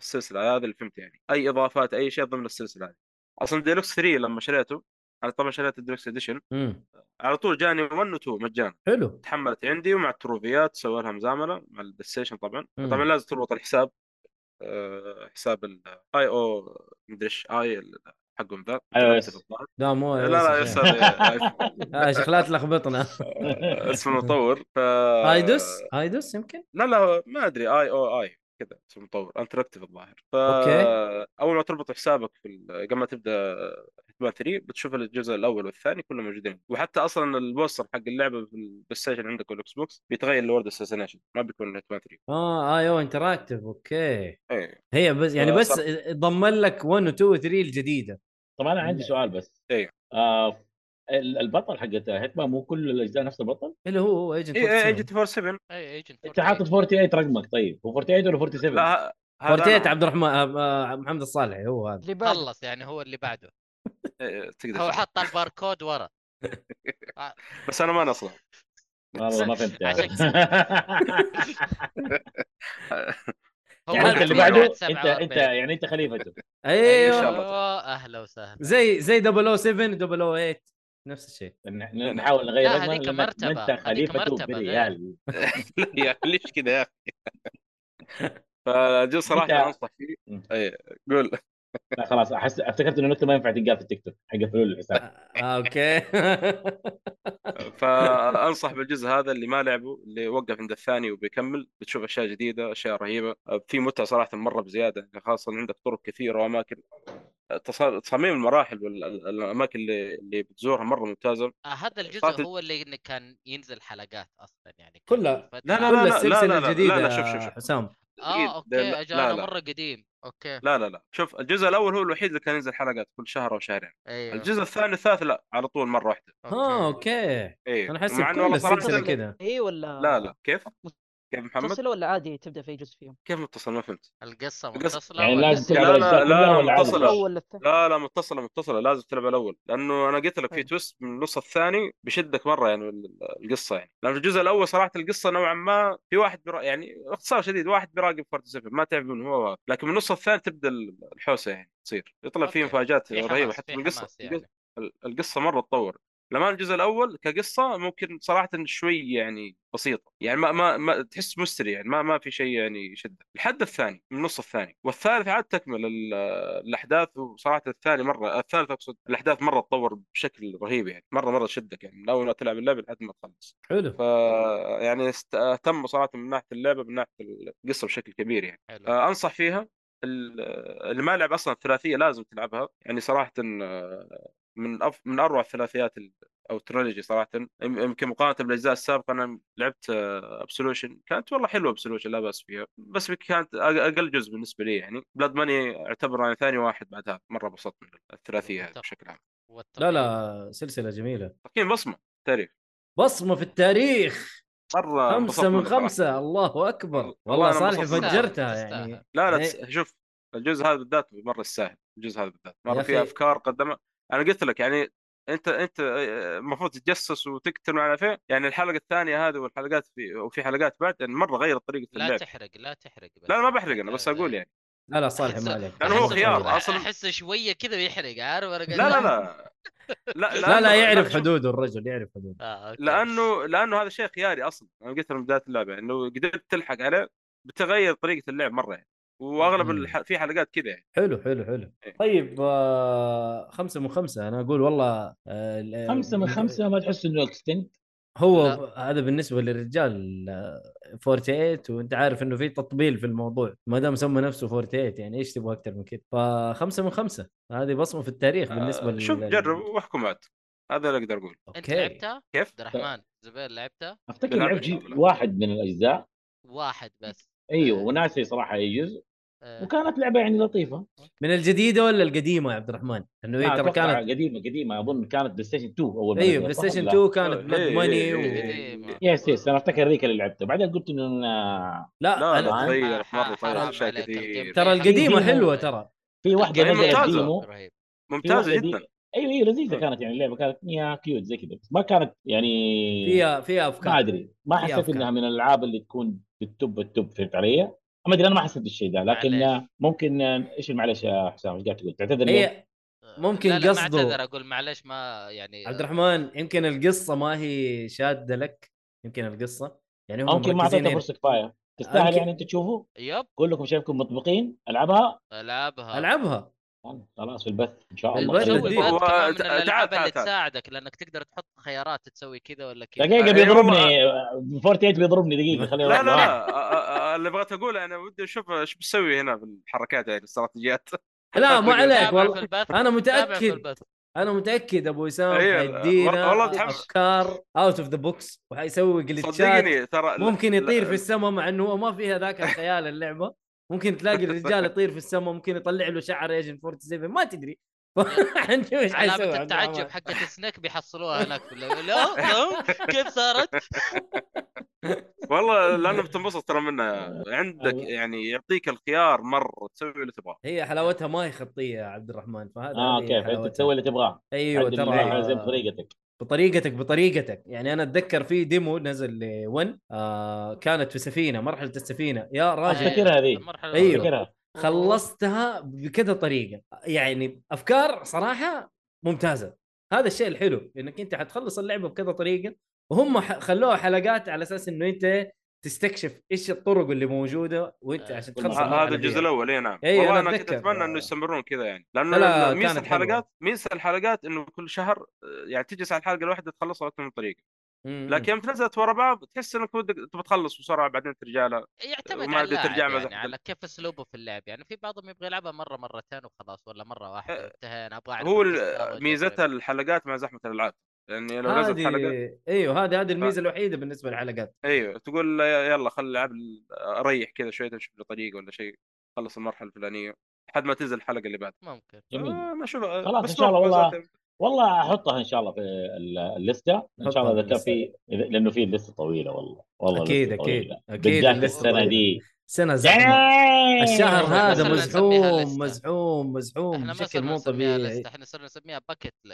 Speaker 5: السلسله هذا اللي فهمت يعني اي اضافات اي شيء ضمن السلسله هذه اصلا ديلوكس 3 لما شريته انا طبعا شريت الديلكس اديشن
Speaker 1: مم.
Speaker 5: على طول جاني 1 و 2 مجانا
Speaker 1: حلو
Speaker 5: تحملت عندي ومع التروفيات سوي لها مزامله مع البلاي ستيشن طبعا
Speaker 1: مم.
Speaker 5: طبعا لازم تربط الحساب آه، حساب الاي او مدري ايش اي حقهم ذا
Speaker 2: iOS.
Speaker 1: لا مو
Speaker 5: لا لا
Speaker 1: يس-
Speaker 5: يسأل
Speaker 1: آه، شيخ لا تلخبطنا
Speaker 5: اسم المطور ف
Speaker 1: ايدوس ايدوس يمكن
Speaker 5: لا لا ما ادري اي او اي كذا اسم المطور انتراكتيف الظاهر ف
Speaker 1: أوكي.
Speaker 5: اول ما تربط حسابك في ال- قبل ما تبدا هيتمان 3 بتشوف الجزء الاول والثاني كلهم موجودين وحتى اصلا البوستر حق اللعبه في البلاي ستيشن عندك والاكس بوكس بيتغير لورد اساسنيشن ما بيكون هيتمان 3
Speaker 1: اه اي او انتراكتيف اوكي
Speaker 5: ايه
Speaker 1: هي بس يعني
Speaker 5: آه،
Speaker 1: بس
Speaker 5: صح.
Speaker 1: ضمن لك 1 و 2 و 3 الجديده
Speaker 2: طبعا انا عندي سؤال بس
Speaker 5: إيه.
Speaker 2: آه ال- البطل حقت هيتمان مو كل الاجزاء نفس البطل؟
Speaker 1: اللي هو هو ايجنت
Speaker 5: اي اي جت 47
Speaker 4: اي ايجنت
Speaker 2: انت حاطط 48 رقمك طيب هو 48 ولا 47؟
Speaker 5: لا ه- هذا
Speaker 1: فورتيت
Speaker 5: أنا-
Speaker 1: عبد الرحمن آه، آه، محمد الصالح هو هذا
Speaker 3: اللي بعد
Speaker 4: خلص يعني هو اللي بعده
Speaker 5: إيه، تقدر
Speaker 4: هو
Speaker 5: تشوف.
Speaker 4: حط الباركود ورا
Speaker 5: بس انا ما نصلح
Speaker 2: والله ما فهمت يعني هذا.
Speaker 4: عشان كذا. هو
Speaker 2: يعني انت اللي بعده
Speaker 5: عارف إنه بعد
Speaker 2: انت
Speaker 4: 47.
Speaker 2: انت يعني انت خليفته
Speaker 1: ايوه
Speaker 5: إيه، شاء الله.
Speaker 4: ايوه اهلا وسهلا
Speaker 1: زي زي 007 008 نفس الشيء
Speaker 2: ن- ن- نحاول نغير
Speaker 4: لا،
Speaker 2: رقمه
Speaker 4: هذيك
Speaker 2: لأنك
Speaker 4: مرتبة.
Speaker 2: ما انت
Speaker 4: هذيك
Speaker 2: خليفته
Speaker 4: مرتبة
Speaker 2: بريال
Speaker 5: يا أخي، ليش كذا يا اخي فجو صراحه
Speaker 2: أنت-
Speaker 5: أنا انصح فيه
Speaker 2: مم.
Speaker 5: اي قول
Speaker 2: لا خلاص احس افتكرت انه النكته ما ينفع تنقال في التيك توك حقفلوا لي الحساب
Speaker 1: آه، اوكي
Speaker 5: فانصح بالجزء هذا اللي ما لعبه اللي وقف عند الثاني وبيكمل بتشوف اشياء جديده اشياء رهيبه في متعه صراحه مره بزياده خاصه يعني عندك طرق كثيره واماكن تص- تصاميم المراحل والاماكن اللي اللي بتزورها مره ممتازه
Speaker 4: آه، هذا الجزء
Speaker 5: صارت-
Speaker 4: هو اللي إنه كان ينزل حلقات اصلا يعني كان
Speaker 1: كلها.
Speaker 4: الفترة-
Speaker 5: لا، لا،
Speaker 1: كل
Speaker 5: لا، لا،
Speaker 1: السلسله
Speaker 5: لا، لا،
Speaker 1: الجديده
Speaker 5: لا، شوف، شوف، شوف.
Speaker 1: حسام
Speaker 4: اه
Speaker 5: لا،
Speaker 4: اوكي
Speaker 5: لا،
Speaker 4: اجانا
Speaker 5: لا.
Speaker 4: مره قديم اوكي
Speaker 5: لا لا لا شوف الجزء الاول هو الوحيد اللي كان ينزل حلقات كل شهر او شهرين
Speaker 4: ايوه
Speaker 5: الجزء آه، الثاني الثالث لا على طول مره واحده
Speaker 1: اه اوكي
Speaker 5: اي
Speaker 1: انا احس
Speaker 5: مع انه
Speaker 1: كل
Speaker 5: والله
Speaker 1: السلسله
Speaker 5: صراحه
Speaker 3: كده.
Speaker 1: كذا
Speaker 3: اي إيه ولا
Speaker 5: لا لا كيف كيف محمد
Speaker 3: متصل ولا عادي تبدا في جزء فيهم
Speaker 5: كيف متصل ما فهمت
Speaker 4: القصه
Speaker 5: القصة-
Speaker 4: متصله
Speaker 2: يعني
Speaker 4: ولا
Speaker 2: لازم
Speaker 4: سلسلة؟
Speaker 2: تلعب
Speaker 5: لا، لا،
Speaker 2: الاجزاء
Speaker 5: لا،
Speaker 2: كلها
Speaker 5: لا،
Speaker 2: ولا عادي؟
Speaker 5: متصلة.
Speaker 3: الاول الثاني
Speaker 5: لا لا متصلة متصلة لازم تلعب الأول لأنه أنا قلت لك في
Speaker 3: طيب.
Speaker 5: تويست من نص الثاني بشدك مرة يعني ال- القصة يعني لأنه الجزء الأول صراحة القصة نوعا ما في واحد برا يعني اختصار شديد واحد بيراقب فرد سفن ما تعرف من هو هذا. لكن من نص الثاني تبدأ ال- الحوسة يعني تصير يطلع فيه
Speaker 4: أوكي.
Speaker 5: مفاجآت
Speaker 4: في
Speaker 5: رهيبة
Speaker 4: حماس
Speaker 5: حتى
Speaker 4: في
Speaker 5: من القصة
Speaker 4: حماس يعني
Speaker 5: ال- القصة مرة تطور لما الجزء الأول كقصة ممكن صراحة شوي يعني بسيطة يعني ما ما, ما تحس مستري يعني ما ما في شيء يعني يشدك الحد الثاني من النص الثاني والثالث عاد تكمل ال- الاحداث وصراحه الثاني مره الثالث اقصد الاحداث مره تطور بشكل رهيب يعني مره مره تشدك يعني من اول ما تلعب اللعبه لحد ما تخلص ف
Speaker 1: حلو
Speaker 5: يعني است- اهتموا صراحه من ناحيه اللعبه من ناحيه القصه بشكل كبير يعني
Speaker 4: حلو
Speaker 5: آه، انصح فيها ال- آه، اللي ما لعب اصلا الثلاثيه لازم تلعبها يعني صراحه آه، من أف... من اروع الثلاثيات ال- او تريلوجي صراحه يم- يمكن مقارنه بالاجزاء السابقه انا لعبت ابسولوشن كانت والله حلوه ابسولوشن لا باس فيها بس كانت أق- اقل جزء بالنسبه لي يعني بلاد ماني اعتبر يعني ثاني واحد بعدها مره بسطني الثلاثيه هذه
Speaker 4: واتفق.
Speaker 5: بشكل عام
Speaker 1: لا
Speaker 4: والتقييم؟
Speaker 5: طيب.
Speaker 1: لا سلسله جميله
Speaker 5: تقييم بصمه تاريخ
Speaker 1: بصمه في التاريخ
Speaker 5: مره
Speaker 1: خمسة
Speaker 5: انبسطت
Speaker 1: من
Speaker 5: منه صراحة.
Speaker 1: خمسة الله أكبر
Speaker 5: والله
Speaker 1: والله
Speaker 5: أنا
Speaker 1: صالح
Speaker 5: انبسطت.
Speaker 1: فجرتها
Speaker 4: تستاهل.
Speaker 1: يعني
Speaker 5: لا لا
Speaker 1: إيه.
Speaker 5: تس- شوف الجزء هذا بالذات مره يستاهل الجزء هذا بالذات
Speaker 1: يا
Speaker 5: مره
Speaker 1: أخي.
Speaker 5: فيه افكار قدمها انا قلت لك يعني انت انت آه، المفروض تتجسس وتقتل وعلى فين يعني الحلقه الثانيه هذه والحلقات في وفي حلقات بعد يعني مره غيرت طريقه
Speaker 4: لا
Speaker 5: اللعب
Speaker 4: تحرق لا تحرق بس
Speaker 5: لا أنا ما
Speaker 4: أنت-
Speaker 5: بحرق انا بس اقول يعني
Speaker 1: لا لا صالح ما
Speaker 4: أحس-
Speaker 1: عليك
Speaker 5: لأنه هو
Speaker 1: أحس
Speaker 4: احسه
Speaker 5: خيار
Speaker 1: طيب.
Speaker 5: أصلاً.
Speaker 4: احسه شويه كذا بيحرق عارف انا
Speaker 5: لا لا لا لا
Speaker 1: لا لا
Speaker 5: لأنه-
Speaker 1: يعرف
Speaker 5: شوف،
Speaker 1: حدوده الرجل يعرف حدوده
Speaker 4: آه، أوكي.
Speaker 5: لانه لانه هذا شيء خياري اصلا انا قلت من بدايه اللعبه انه قدرت تلحق عليه بتغير طريقه اللعب مره يعني واغلب
Speaker 1: مم.
Speaker 5: الح... في حلقات كذا يعني
Speaker 1: حلو حلو حلو
Speaker 5: إيه.
Speaker 1: طيب آه خمسة من خمسة أنا أقول والله آه ال-
Speaker 2: خمسه من خمسه ما تحس انه اكستنت
Speaker 1: هو
Speaker 4: لا.
Speaker 1: هذا بالنسبة للرجال آه، 48 وأنت عارف إنه في تطبيل في الموضوع ما دام سمى نفسه 48 يعني إيش تبغى أكثر من كذا فخمسة من خمسة هذه بصمة في التاريخ بالنسبة
Speaker 5: آه، شوف
Speaker 1: لل-
Speaker 5: جرب واحكم عاد هذا اللي اقدر اقول
Speaker 4: انت
Speaker 1: أوكي
Speaker 4: لعبتها؟
Speaker 5: كيف؟
Speaker 4: عبد الرحمن زبير لعبتها؟
Speaker 2: افتكر
Speaker 5: بلعب
Speaker 2: لعبت
Speaker 5: إن شاء الله.
Speaker 2: واحد من الاجزاء
Speaker 4: واحد بس
Speaker 2: ايوه
Speaker 1: إيه.
Speaker 4: آه،
Speaker 2: وناسي صراحه اي جزء
Speaker 4: آه،
Speaker 2: وكانت لعبه يعني لطيفه
Speaker 1: من الجديده ولا القديمه يا عبد الرحمن؟ انه
Speaker 2: لا
Speaker 1: هي إيه، ترى
Speaker 2: اتوقع
Speaker 1: كانت
Speaker 2: قديمه قديمه اظن كانت بلاي ستيشن 2 اول ما
Speaker 1: ايوه
Speaker 2: نزلت،
Speaker 1: بلاي
Speaker 2: صح
Speaker 1: ستيشن
Speaker 2: ولا لا؟
Speaker 1: 2 كانت
Speaker 5: إيه،
Speaker 1: بلاد
Speaker 5: إيه،
Speaker 1: ماني
Speaker 5: إيه،
Speaker 1: و...
Speaker 5: إيه.
Speaker 2: يس يس انا افتكر ذيك اللي لعبتها بعدين قلت انه أنا-
Speaker 1: لا
Speaker 5: لا طيب. لا
Speaker 2: أنا-
Speaker 1: أنا...
Speaker 5: تغيرت مره
Speaker 4: ح-
Speaker 5: تغيرت
Speaker 4: حرام
Speaker 5: اشياء
Speaker 4: عليك
Speaker 5: كثير
Speaker 4: الجيم.
Speaker 1: ترى
Speaker 4: في-
Speaker 1: القديمه
Speaker 2: في-
Speaker 1: حلوه ترى
Speaker 2: في واحده
Speaker 1: يعني
Speaker 5: هي
Speaker 4: الجيم
Speaker 2: نزلت
Speaker 5: ممتازة.
Speaker 2: ديمو
Speaker 4: رهيب.
Speaker 2: في
Speaker 5: ممتازه
Speaker 2: واحده دي
Speaker 5: جدا
Speaker 2: ايوه ايوه لذيذه
Speaker 1: إيه.
Speaker 5: مم.
Speaker 2: كانت يعني اللعبه كانت يا كيوت زي كذا بس ما كانت يعني
Speaker 1: فيها فيها
Speaker 2: ما
Speaker 1: افكار
Speaker 2: ادري ما
Speaker 1: فيها
Speaker 2: حسيت
Speaker 1: أفكار.
Speaker 2: انها من الالعاب اللي تكون بالتوب التوب فهمت علي؟ ما ادري انا ما حسيت بالشيء ده لكن
Speaker 4: معليش.
Speaker 2: ممكن ايش معلش يا حسام ايش قاعد تقول؟ تعتذر لي؟
Speaker 1: هي ممكن
Speaker 4: آه، لا لا ما
Speaker 1: قصده.
Speaker 4: اعتذر اقول معلش ما يعني
Speaker 1: عبد الرحمن يمكن القصه ما هي شاده لك يمكن القصه يعني هم
Speaker 2: ممكن ما
Speaker 1: مركزين
Speaker 2: اعطيته
Speaker 1: هنا.
Speaker 2: فرصه كفايه تستاهل
Speaker 1: يمكن-
Speaker 2: يعني انت تشوفه
Speaker 4: آه، يب
Speaker 2: كلكم شايفكم مطبقين العبها
Speaker 4: العبها
Speaker 1: العبها
Speaker 2: خلاص في البث ان شاء
Speaker 1: البث
Speaker 2: الله
Speaker 4: وشوف
Speaker 1: الدين.
Speaker 4: البث
Speaker 5: هو-
Speaker 4: كمان من
Speaker 5: تعال-
Speaker 4: الالعاب
Speaker 5: تعال-
Speaker 4: اللي
Speaker 5: تعال.
Speaker 4: تساعدك لانك تقدر تحط خيارات تسوي كذا ولا كذا
Speaker 1: أيوة.
Speaker 2: دقيقه
Speaker 5: أي
Speaker 2: بيضربني 48 بيضربني دقيقه خليه
Speaker 5: لا
Speaker 2: يروح
Speaker 5: لا
Speaker 2: لوحده.
Speaker 5: آه، آه، اللي بغيت اقوله انا ودي اشوف ايش بسوي هنا بالحركات يعني الاستراتيجيات
Speaker 1: لا ما
Speaker 5: تابع
Speaker 1: عليك
Speaker 4: تابع في
Speaker 1: والله
Speaker 4: البث
Speaker 1: انا
Speaker 4: تابع في
Speaker 1: متاكد
Speaker 4: البث
Speaker 1: انا متاكد ابو وسام
Speaker 5: إيه،
Speaker 1: حيدينا
Speaker 5: والله متحمس.
Speaker 1: افكار اوت اوف ذا بوكس وحيسوي جلتشات
Speaker 5: صدقني ترى
Speaker 1: ممكن يطير في
Speaker 5: السماء
Speaker 1: السماء مع انه هو ما فيها ذاك الخيال اللعبه ممكن تلاقي الرجال يطير في السماء ممكن يطلع له شعر ايجن 47 ما تدري حنشوف ايش حيسوي عبد
Speaker 4: علامة
Speaker 1: الرحمن.
Speaker 4: التعجب حقت سنيك بيحصلوها هناك في اللعبة. لا لا، كيف صارت؟
Speaker 5: والله لانه بتنبسط ترى منها عندك
Speaker 1: أيوة.
Speaker 2: الله.
Speaker 5: يعني يعطيك الخيار مره تسوي اللي تبغاه
Speaker 1: هي حلاوتها ما هي خطيه يا عبد الرحمن فهذا
Speaker 2: اه
Speaker 1: هذه
Speaker 2: كيف انت
Speaker 1: حلاوتها.
Speaker 2: تسوي اللي تبغاه
Speaker 1: ايوه
Speaker 2: عدل اللعبه زي
Speaker 1: أيوة، ترى
Speaker 2: بطريقتك
Speaker 1: بطريقتك بطريقتك يعني انا اتذكر في ديمو نزل ل1 آه كانت في سفينه مرحله السفينه يا راجل
Speaker 2: أتذكر. أفتكرها ذي.
Speaker 4: المرحلة
Speaker 1: أيوه.
Speaker 4: الأولى.
Speaker 2: فكرها
Speaker 1: خلصتها بكذا طريقه يعني افكار صراحه ممتازه هذا الشيء الحلو انك انت حتخلص اللعبه بكذا طريقه وهم ح- خلوها حلقات على اساس انه انت تستكشف ايش الطرق اللي موجوده وانت
Speaker 4: آه.
Speaker 1: عشان
Speaker 2: كل
Speaker 1: تخلص
Speaker 2: مرة.
Speaker 1: المرحلة
Speaker 5: هذا الجزء
Speaker 1: فيها.
Speaker 5: الاول اي نعم
Speaker 1: إيه، أنا
Speaker 5: والله انا كنت
Speaker 1: أتذكر.
Speaker 5: اتمنى انه يستمرون كذا يعني لانه
Speaker 1: لا،
Speaker 5: لا ميزه
Speaker 1: كانت حلوة.
Speaker 5: الحلقات ميزه الحلقات انه كل شهر آه، يعني تجلس على الحلقه الواحده تخلصها اكثر من طريقه
Speaker 1: مم.
Speaker 5: لكن يوم تنزلت ورا بعض تحس انك ودك تبغى تخلص بسرعه بعدين ترجع لها
Speaker 4: يعتمد
Speaker 5: وما
Speaker 4: على
Speaker 5: أدري ترجع
Speaker 4: اللاعب
Speaker 5: مزح
Speaker 4: يعني
Speaker 5: دل-
Speaker 4: على كيف اسلوبه في اللعب يعني في بعضهم يبغى يلعبها مره مرتين وخلاص ولا مره واحده
Speaker 5: أه،
Speaker 4: انتهينا ابغى اعرف
Speaker 2: آه،
Speaker 5: هو
Speaker 4: المستوى
Speaker 5: ال-
Speaker 4: كيف
Speaker 5: ميزتها
Speaker 4: يلعب.
Speaker 5: الحلقات مع زحمه الالعاب يعني لو نزلت حلقات آه.
Speaker 1: هذه ايوه هذه هذه الميزه الوحيده بالنسبه للحلقات
Speaker 5: ايوه تقول لا- يلا خل العب ال- اريح كذا شويه اشوف لي طريقه ولا شيء خلص المرحله الفلانيه لحد ما تنزل الحلقه اللي بعدها
Speaker 4: ممكن
Speaker 2: جميل
Speaker 5: آه ما اشوف آه،
Speaker 2: خلاص، إن
Speaker 5: بس
Speaker 2: شاء الله
Speaker 5: ما- ما
Speaker 2: والله.
Speaker 5: زلت-
Speaker 2: والله احطها ان شاء الله في ال- الليسته ان شاء
Speaker 1: حطها في
Speaker 2: الله اذا كان
Speaker 1: الليستة.
Speaker 2: في إذا- لانه في لسته طويله والله والله
Speaker 1: أكيد،
Speaker 2: لستة
Speaker 1: أكيد،
Speaker 2: طويلة.
Speaker 1: أكيد
Speaker 2: بالذات
Speaker 1: اللستة
Speaker 2: السنه
Speaker 1: طويلة.
Speaker 2: دي
Speaker 1: سنه زحمه الشهر
Speaker 4: إحنا ما
Speaker 1: هذا
Speaker 4: صرنا نسميها
Speaker 1: مزحوم
Speaker 4: لستة.
Speaker 1: مزحوم مزحوم
Speaker 4: احنا ما
Speaker 1: بشكل
Speaker 4: صرنا
Speaker 1: مو
Speaker 4: نسميها
Speaker 1: طبيعي
Speaker 4: لست احنا صرنا نسميها باكت ل...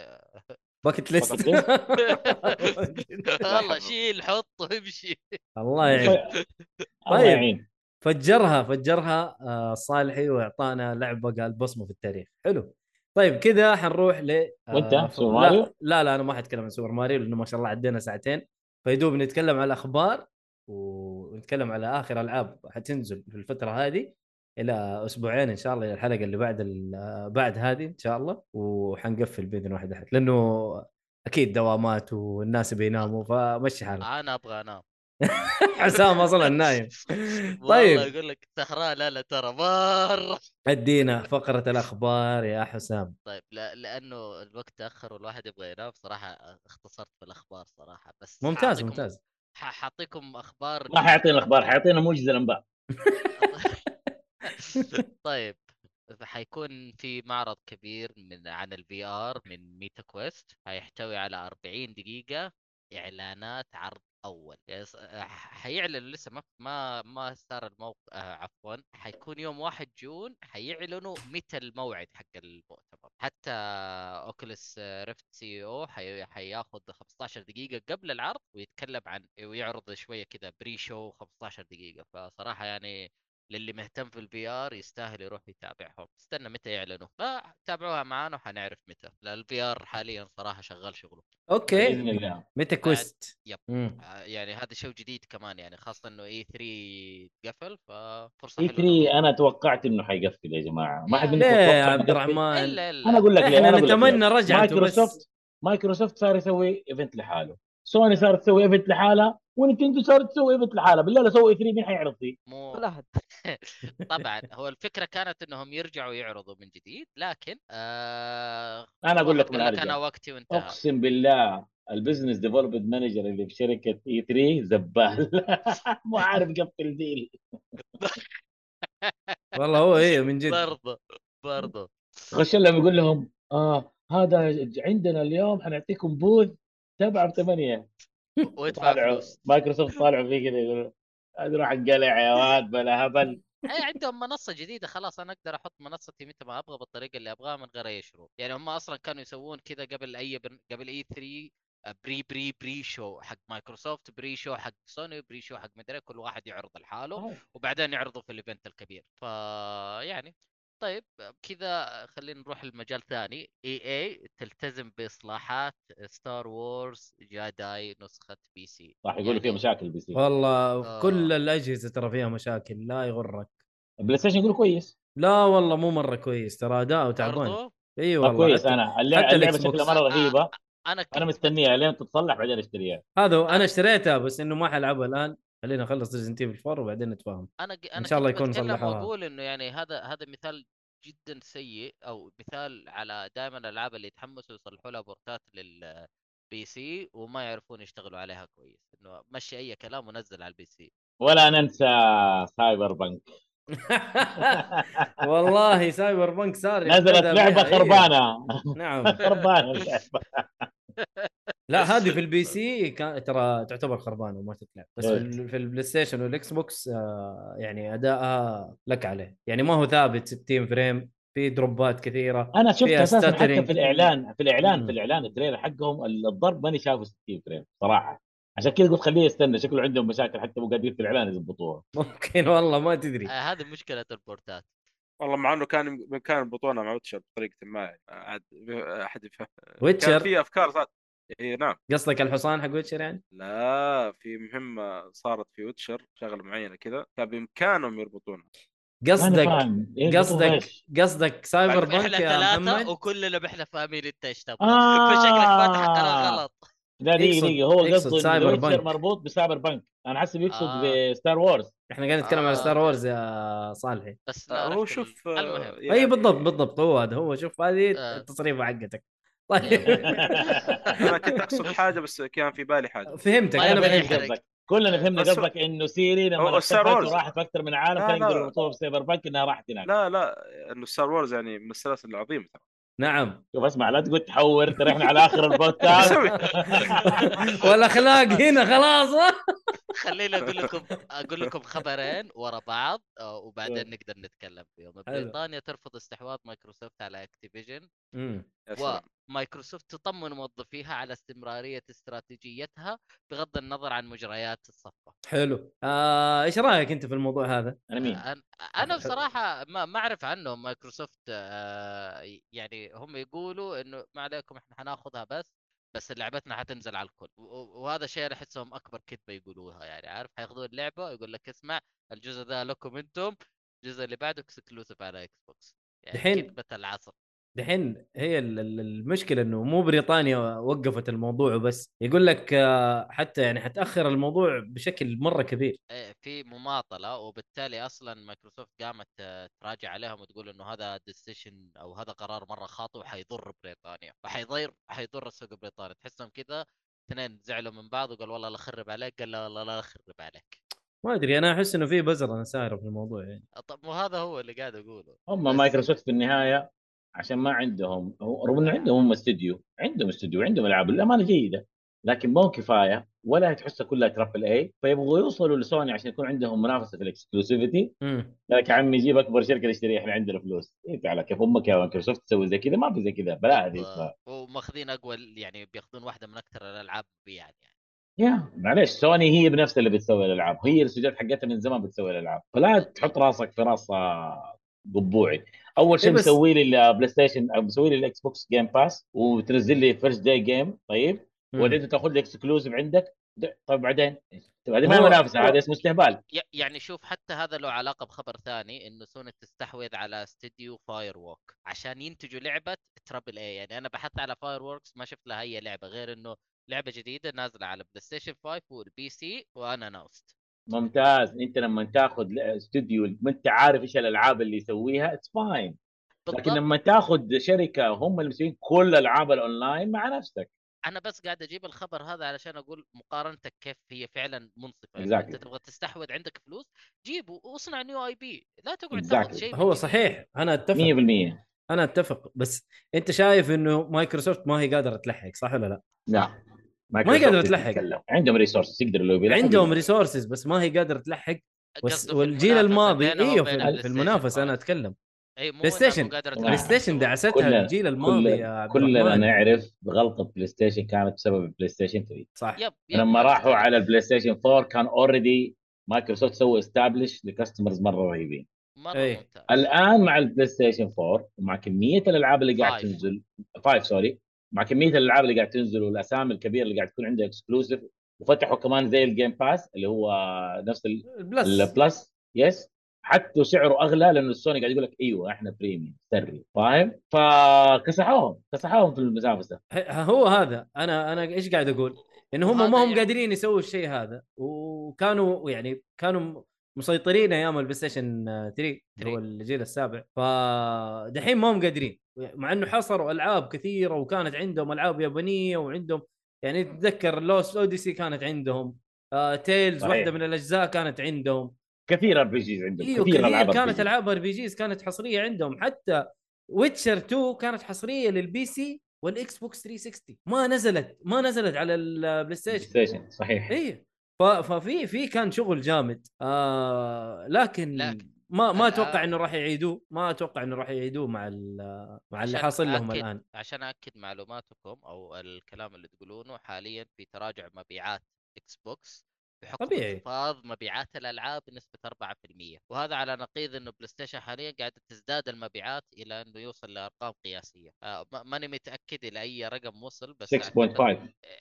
Speaker 1: باكت ليست
Speaker 2: Bucket list.
Speaker 4: والله شيل حط وامشي
Speaker 1: الله يعين
Speaker 2: الله
Speaker 1: طيب.
Speaker 2: يعين
Speaker 1: فجرها فجرها آه، صالحي واعطانا لعبه قال بصمه في التاريخ حلو طيب كذا حنروح ل آه،
Speaker 2: وأنت؟
Speaker 1: ف-
Speaker 2: سوبر
Speaker 1: لا-
Speaker 2: ماريو؟
Speaker 1: لا لا انا ما حتكلم عن سوبر ماريو لانه ما شاء الله عدينا ساعتين فيدوب نتكلم على الاخبار ونتكلم على اخر العاب حتنزل في الفتره هذه الى اسبوعين ان شاء الله إلى الحلقه اللي بعد ال- آه، بعد هذه ان شاء الله وحنقفل باذن واحد احد لانه اكيد دوامات والناس بيناموا فمشي حالك
Speaker 4: انا ابغى انام
Speaker 1: حسام اصلا نايم طيب.
Speaker 4: والله اقول لك سهران لا لا ترى مره
Speaker 1: ادينا فقرة الأخبار يا حسام
Speaker 4: طيب لا لانه الوقت تاخر والواحد يبغى ينام صراحه اختصرت في الاخبار صراحه بس
Speaker 1: ممتاز
Speaker 4: حاعطيكم-
Speaker 1: ممتاز
Speaker 4: ح- حاعطيكم اخبار
Speaker 2: ما حيعطينا الاخبار حيعطينا موجز الانباء
Speaker 4: طيب حيكون في معرض كبير من عن الفي ار من ميتا كويست هيحتوي على 40 دقيقة اعلانات عرض اول يس- آه، حيعلنوا لسه ما ما ما صار الموقع عفوا حيكون يوم 1 جون حيعلنوا متى الموعد حق المؤتمر حتى اوكلس ريفت سي او حي... حياخذ 15 دقيقة قبل العرض ويتكلم عن ويعرض شوية كذا بري شو 15 دقيقة فصراحة يعني للي مهتم في الفي ار يستاهل يروح يتابعهم استنى متى يعلنوا فتابعوها معانا وحنعرف متى الفي ار حاليا صراحه شغال شغله
Speaker 1: أوكي
Speaker 2: باذن الله
Speaker 1: ميتا كويست
Speaker 4: يب.
Speaker 1: مم.
Speaker 4: آه، يعني هذا شيء جديد كمان يعني خاصه انه اي 3 قفل ففرصه
Speaker 2: اي
Speaker 4: حلوه
Speaker 2: 3 انا إيه، توقعت انه حيقفل يا جماعه ما حد منكم
Speaker 1: ليه يا
Speaker 2: توقع
Speaker 1: عبد
Speaker 2: إنه
Speaker 1: الرحمن
Speaker 4: الا الا
Speaker 2: انا اقول لك ليه
Speaker 1: إحنا
Speaker 2: أنا أقول لك ليه.
Speaker 1: نتمنى رجعته بس.
Speaker 2: مايكروسوفت مايكروسوفت صار يسوي ايفنت لحاله سوني صارت تسوي ايفنت لحالها ونتندو صارت تسوي ايفنت لحالها بالله لو سووا اي 3 مين حيعرض فيه؟
Speaker 4: مو
Speaker 3: ولا احد
Speaker 4: طبعا هو الفكره كانت انهم يرجعوا يعرضوا من جديد لكن آه
Speaker 2: انا اقول لك من
Speaker 4: أقول لك انا
Speaker 2: ارجع
Speaker 4: وقتي وانتهى
Speaker 2: اقسم بالله البزنس ديفلوبمنت مانجر اللي في شركه اي 3 زبال مو عارف يقفل ديل
Speaker 1: والله هو إيه من جد
Speaker 4: برضه برضه
Speaker 2: خش لهم يقول لهم اه هذا ج- عندنا اليوم حنعطيكم بوث سبعة بثمانية
Speaker 4: وادفع
Speaker 2: طالعوا
Speaker 4: فلوس
Speaker 2: مايكروسوفت طالعوا فيه كذا يقولوا هذا روح انقلع يا واد بلا هبل
Speaker 4: اي إيه، عندهم منصه جديده خلاص انا اقدر احط منصتي متى ما ابغى بالطريقه اللي ابغاها من غير اي شروط يعني هم اصلا كانوا يسوون كذا قبل اي بن- قبل اي 3 بري بري بري شو حق مايكروسوفت بري شو حق إيه، سوني بري شو حق مدري كل واحد يعرض لحاله وبعدين يعرضوا في الايفنت الكبير فا يعني طيب كذا خلينا نروح لمجال ثاني اي اي تلتزم باصلاحات ستار وورز جاداي نسخه بي سي
Speaker 2: راح يقولوا فيه مشاكل بي سي
Speaker 4: آه.
Speaker 1: والله كل الاجهزه ترى فيها مشاكل لا يغرك
Speaker 2: بلاي ستيشن يقولوا كويس
Speaker 1: لا والله مو مره كويس ترى اداءه تعبان
Speaker 4: برضو
Speaker 1: اي
Speaker 2: طب
Speaker 1: والله
Speaker 2: كويس
Speaker 1: حتى-
Speaker 2: انا اللعبه,
Speaker 1: حتى
Speaker 2: اللعبة
Speaker 1: الإكس بوكس.
Speaker 2: شكلها مره رهيبه
Speaker 4: انا كنت
Speaker 2: انا مستنيها لين تتصلح بعدين اشتريها
Speaker 1: هذا هو، انا اشتريتها بس انه ما حلعبها الان خلينا اخلص ريزنت ايفل 4 وبعدين نتفاهم
Speaker 4: انا انا
Speaker 1: شاء الله
Speaker 4: كنت
Speaker 1: يكون
Speaker 4: بتكلم
Speaker 1: صلحوها.
Speaker 4: واقول انه يعني هذا هذا مثال جدا سيء او مثال على دائما الالعاب اللي يتحمسوا يصلحوا لها بورتات لل بي سي وما يعرفون يشتغلوا عليها كويس انه مشي اي كلام ونزل على البي سي
Speaker 2: ولا ننسى سايبر بنك
Speaker 1: والله سايبر بنك صار
Speaker 2: نزلت
Speaker 1: يعتدى
Speaker 2: لعبه
Speaker 1: بها، إيه.
Speaker 2: خربانه
Speaker 1: نعم
Speaker 2: خربانه اللعبة.
Speaker 1: لا هذه في البي سي كان ترى تعتبر خربانه وما تتلعب بس في
Speaker 2: إيه.
Speaker 1: ال- في البلاي ستيشن والاكس بوكس آه، يعني ادائها لك عليه يعني ما هو ثابت 60 فريم في دروبات كثيره
Speaker 2: انا شفت
Speaker 1: فيها
Speaker 2: اساسا حتى
Speaker 1: stuttering.
Speaker 2: في الاعلان في الاعلان
Speaker 1: مم.
Speaker 2: في الاعلان التريلر حقهم الضرب ماني شافه 60 فريم صراحه عشان كذا قلت خليه يستنى شكله عندهم مشاكل حتى مو قادرين في الاعلان يضبطوها
Speaker 1: ممكن والله ما تدري
Speaker 4: آه، هذه مشكله البورتات
Speaker 5: والله مع انه كان كان البطوله مع ويتشر بطريقه ما يعني عاد احد يفهم كان
Speaker 1: ويتشر
Speaker 5: في افكار صار... اي نعم
Speaker 1: قصدك الحصان حق ويتشر يعني؟
Speaker 5: لا في مهمه صارت في ويتشر شغله معينه كده كان بامكانهم يربطونها
Speaker 2: ماني
Speaker 1: قصدك
Speaker 2: فاهم إيه يضبطوها
Speaker 1: قصدك
Speaker 2: إيش؟
Speaker 1: قصدك سايبر
Speaker 5: بعد
Speaker 1: بانك
Speaker 4: احنا
Speaker 1: يا
Speaker 4: ثلاثه
Speaker 1: محمد
Speaker 4: وكلنا احنا فاهمين انت ايش تبغى
Speaker 2: آه.
Speaker 4: فشكلك فاتح قناه غلط
Speaker 2: لا دقيقه
Speaker 1: يقصد-
Speaker 2: دقيقه هو
Speaker 1: يقصد
Speaker 2: قصده إن
Speaker 1: سايبر
Speaker 2: ويتشر
Speaker 1: بنك.
Speaker 2: مربوط بسايبر بنك انا حسب يقصد
Speaker 4: آه.
Speaker 2: بستار وورز
Speaker 5: طيب،
Speaker 1: احنا قاعدين نتكلم على
Speaker 4: آه،
Speaker 1: ستار
Speaker 4: أوكي.
Speaker 1: وورز يا صالحي
Speaker 4: بس لا
Speaker 5: هو
Speaker 4: رحت ال-
Speaker 5: شوف آه،
Speaker 4: المهم
Speaker 5: يعني-
Speaker 1: اي أيوة، بالضبط بالضبط هو هذا هو شوف هذه
Speaker 4: آه.
Speaker 1: التصريفه حقتك
Speaker 4: يلا.
Speaker 1: طيب
Speaker 5: انا كنت اقصد حاجه بس كان في بالي حاجه
Speaker 1: فهمتك
Speaker 4: طيب
Speaker 1: انا
Speaker 4: إيه
Speaker 1: فهمتك
Speaker 4: حلو.
Speaker 2: فهمت قصدك كلنا فهمنا
Speaker 5: بس-
Speaker 2: قصدك انه سيري
Speaker 5: هو
Speaker 2: لما
Speaker 5: Star
Speaker 2: اختفت
Speaker 5: Wars.
Speaker 2: وراحت في اكثر من عالم
Speaker 5: لا،
Speaker 2: كان
Speaker 5: لا.
Speaker 2: يقدروا يربطوها بسايبر بنك انها راحت هناك
Speaker 5: لا لا انه ستار وورز يعني من السلاسل العظيمه ترى
Speaker 1: نعم
Speaker 2: شوف اسمع لا تقول تحور ترى احنا على اخر البودكاست
Speaker 5: أسوي؟
Speaker 1: والاخلاق هنا خلاص
Speaker 4: خليني اقول لكم اقول لكم خبرين ورا بعض آه، وبعدين نقدر نتكلم فيهم
Speaker 1: حلو.
Speaker 4: بريطانيا ترفض استحواذ مايكروسوفت على اكتيفيجن
Speaker 1: مم.
Speaker 5: يا سلام.
Speaker 4: مايكروسوفت تطمن موظفيها على استمراريه استراتيجيتها بغض النظر عن مجريات الصفقه
Speaker 1: حلو آه، ايش رايك انت في الموضوع هذا؟
Speaker 2: انا مين؟
Speaker 4: انا انا
Speaker 1: حلو.
Speaker 4: بصراحه ما ما اعرف عنهم مايكروسوفت آه، يعني هم يقولوا انه ما عليكم احنا حناخذها بس بس لعبتنا حتنزل على الكل و- و- وهذا شيء انا احسهم اكبر كذبه يقولوها يعني عارف حياخذون اللعبه ويقول لك اسمع الجزء ذا لكم انتم الجزء اللي بعده اكسكلوسيف على اكس بوكس يعني
Speaker 1: دحين-
Speaker 4: كذبه العصر
Speaker 1: دحين هي ال- ال- المشكله انه مو بريطانيا وقفت الموضوع وبس يقول لك آه، حتى يعني حتاخر الموضوع بشكل مره كبير
Speaker 4: إيه، في مماطله وبالتالي اصلا مايكروسوفت قامت آه، تراجع عليهم وتقول انه هذا ديسيشن او هذا قرار مره خاطئ وحيضر بريطانيا وحيضر حيضر السوق البريطاني تحسهم كذا اثنين زعلوا من بعض وقال والله لا اخرب عليك قال لا والله لا اخرب عليك
Speaker 1: ما ادري انا احس انه في بزر انا سايره في الموضوع يعني
Speaker 4: طب وهذا هو اللي قاعد اقوله
Speaker 2: هم مايكروسوفت في النهايه عشان ما عندهم هو- رغم انه عندهم هم استوديو عندهم استوديو عندهم العاب للامانه جيده لكن مو كفايه ولا تحسها كلها ترابل اي فيبغوا يوصلوا لسوني عشان يكون عندهم منافسه في الاكسكلوسيفيتي
Speaker 1: مم.
Speaker 2: لك يا عمي جيب اكبر شركه نشتريها احنا عندنا فلوس انت على كيف امك يا مايكروسوفت تسوي زي كذا ما في زي كذا بلا هذه اسمها.
Speaker 4: آه، وماخذين اقوى يعني بياخذون واحده من اكثر الالعاب بيعا يعني
Speaker 2: يا معليش سوني هي بنفسها اللي بتسوي الالعاب هي الاستوديوهات حقتها من زمان بتسوي الالعاب فلا تحط راسك في راس آه، قبوعي اول شيء
Speaker 1: إيه بس-
Speaker 2: مسوي لي البلاي ستيشن أو مسوي لي الاكس بوكس جيم باس وتنزل لي فيرست داي جيم طيب
Speaker 1: مم.
Speaker 2: وبعدين تاخذ لي اكسكلوسيف عندك ده- طيب بعدين طيب هذه ما
Speaker 1: هو-
Speaker 2: منافسه هذا اسمه استهبال
Speaker 4: ي- يعني شوف حتى هذا له علاقه بخبر ثاني انه سوني تستحوذ على استديو فاير ووك عشان ينتجوا لعبه ترابل اي يعني انا بحثت على فاير ووركس ما شفت لها اي لعبه غير انه لعبه جديده نازله على بلاي ستيشن 5 والبي سي وانا ناوست
Speaker 2: ممتاز انت لما تاخذ ل- استوديو ما انت عارف ايش الالعاب اللي يسويها اتس فاين لكن
Speaker 4: بالضبط
Speaker 2: لما تاخذ شركه هم اللي مسوين كل العاب الاونلاين مع نفسك
Speaker 4: انا بس قاعد اجيب الخبر هذا علشان اقول مقارنتك كيف هي فعلا منصفه
Speaker 2: Exactly.
Speaker 4: يعني انت تبغى تستحوذ عندك فلوس جيبه واصنع نيو اي بي لا تقعد
Speaker 2: Exactly.
Speaker 4: تاخذ شيء من
Speaker 1: هو
Speaker 4: جديد.
Speaker 1: صحيح انا
Speaker 2: 100%
Speaker 1: اتفق انا اتفق بس انت شايف انه مايكروسوفت ما هي قادره تلحق صح ولا لا؟
Speaker 2: لا
Speaker 1: ما يقدروا يتلحق.
Speaker 2: يتكلم. عندهم ريسورس يقدروا لو بيلحقوا
Speaker 1: عندهم
Speaker 2: يلحقوا.
Speaker 1: ريسورسز بس ما هي قادره تلحق والس-
Speaker 4: قصده في
Speaker 1: والجيل
Speaker 4: المنافسة
Speaker 1: الماضي
Speaker 4: بينه
Speaker 1: ايوه
Speaker 4: وبين
Speaker 1: في,
Speaker 4: البلاي
Speaker 1: في
Speaker 4: ستيشن
Speaker 1: المنافسه انا
Speaker 4: خلاص.
Speaker 1: اتكلم
Speaker 4: اي إيه، مو
Speaker 1: بلاي ستيشن
Speaker 4: قادره
Speaker 1: بلاي ستيشن دعستها
Speaker 2: كلنا-
Speaker 1: الجيل الماضي يا
Speaker 2: كل
Speaker 1: عبد
Speaker 2: كلنا
Speaker 1: الرحمن
Speaker 2: نعرف غلطه بلاي ستيشن كانت بسبب البلاي ستيشن 3
Speaker 1: صح
Speaker 4: يب يب
Speaker 2: لما
Speaker 4: هذا
Speaker 2: راحوا
Speaker 4: فعلاً.
Speaker 2: على البلاي ستيشن 4 كان اوريدي مايكروسوفت سووا استابلش لكاستمرز مره رهيبين
Speaker 4: مره
Speaker 1: إيه.
Speaker 4: ممتاز
Speaker 2: الان مع البلاي ستيشن 4 ومع كميه الالعاب اللي قاعد
Speaker 4: Five.
Speaker 2: تنزل 5 سوري مع كميه الالعاب اللي قاعد تنزل والاسامي الكبيره اللي قاعد تكون عندها اكسكلوسيف وفتحوا كمان زي الجيم باس اللي هو نفس ال-
Speaker 1: البلس
Speaker 2: البلس يس حتى سعره اغلى لانه سوني قاعد يقول لك ايوه احنا بريميوم سري فاهم؟ فكسحوهم كسحوهم في المنافسه
Speaker 1: ه- هو هذا انا انا ايش قاعد اقول؟ ان هم
Speaker 4: هذا
Speaker 1: ما هم
Speaker 4: يعني-
Speaker 1: قادرين يسووا الشيء هذا وكانوا يعني كانوا مسيطرين ايام البلاي ستيشن 3 اللي هو الجيل السابع فدحين ما هم قادرين مع انه حصروا العاب كثيره وكانت عندهم العاب يابانيه وعندهم يعني تتذكر لوست اوديسي كانت عندهم آه تيلز
Speaker 2: صحيح.
Speaker 1: واحده من الاجزاء كانت عندهم
Speaker 2: كثير ار بي جيز عندهم
Speaker 1: ايوه
Speaker 2: كثير العاب
Speaker 1: كثير
Speaker 2: RPG.
Speaker 1: كانت العاب ار بي جيز كانت حصريه عندهم حتى ويتشر 2 كانت حصريه للبي سي والاكس بوكس 360 ما نزلت ما نزلت على البلاي
Speaker 2: بلاي
Speaker 1: ستيشن
Speaker 2: ستيشن صحيح
Speaker 1: اي ف- ففي في كان شغل جامد آه لكن,
Speaker 4: لكن
Speaker 1: ما ما
Speaker 4: الآن-
Speaker 1: اتوقع انه راح يعيدوه ما اتوقع انه راح يعيدوه مع ال- مع اللي
Speaker 4: عشان
Speaker 1: حاصل لهم
Speaker 4: أكد-
Speaker 1: الان
Speaker 4: عشان اكد معلوماتكم او الكلام اللي تقولونه حاليا في تراجع مبيعات اكس بوكس بحكم
Speaker 1: طبيعي.
Speaker 4: انخفاض مبيعات الالعاب بنسبه 4% وهذا على نقيض انه بلاي ستيشن حاليا قاعده تزداد المبيعات الى انه يوصل لارقام قياسيه آه، ما- ماني متاكد الى اي رقم وصل بس أعتقد-
Speaker 2: 6.5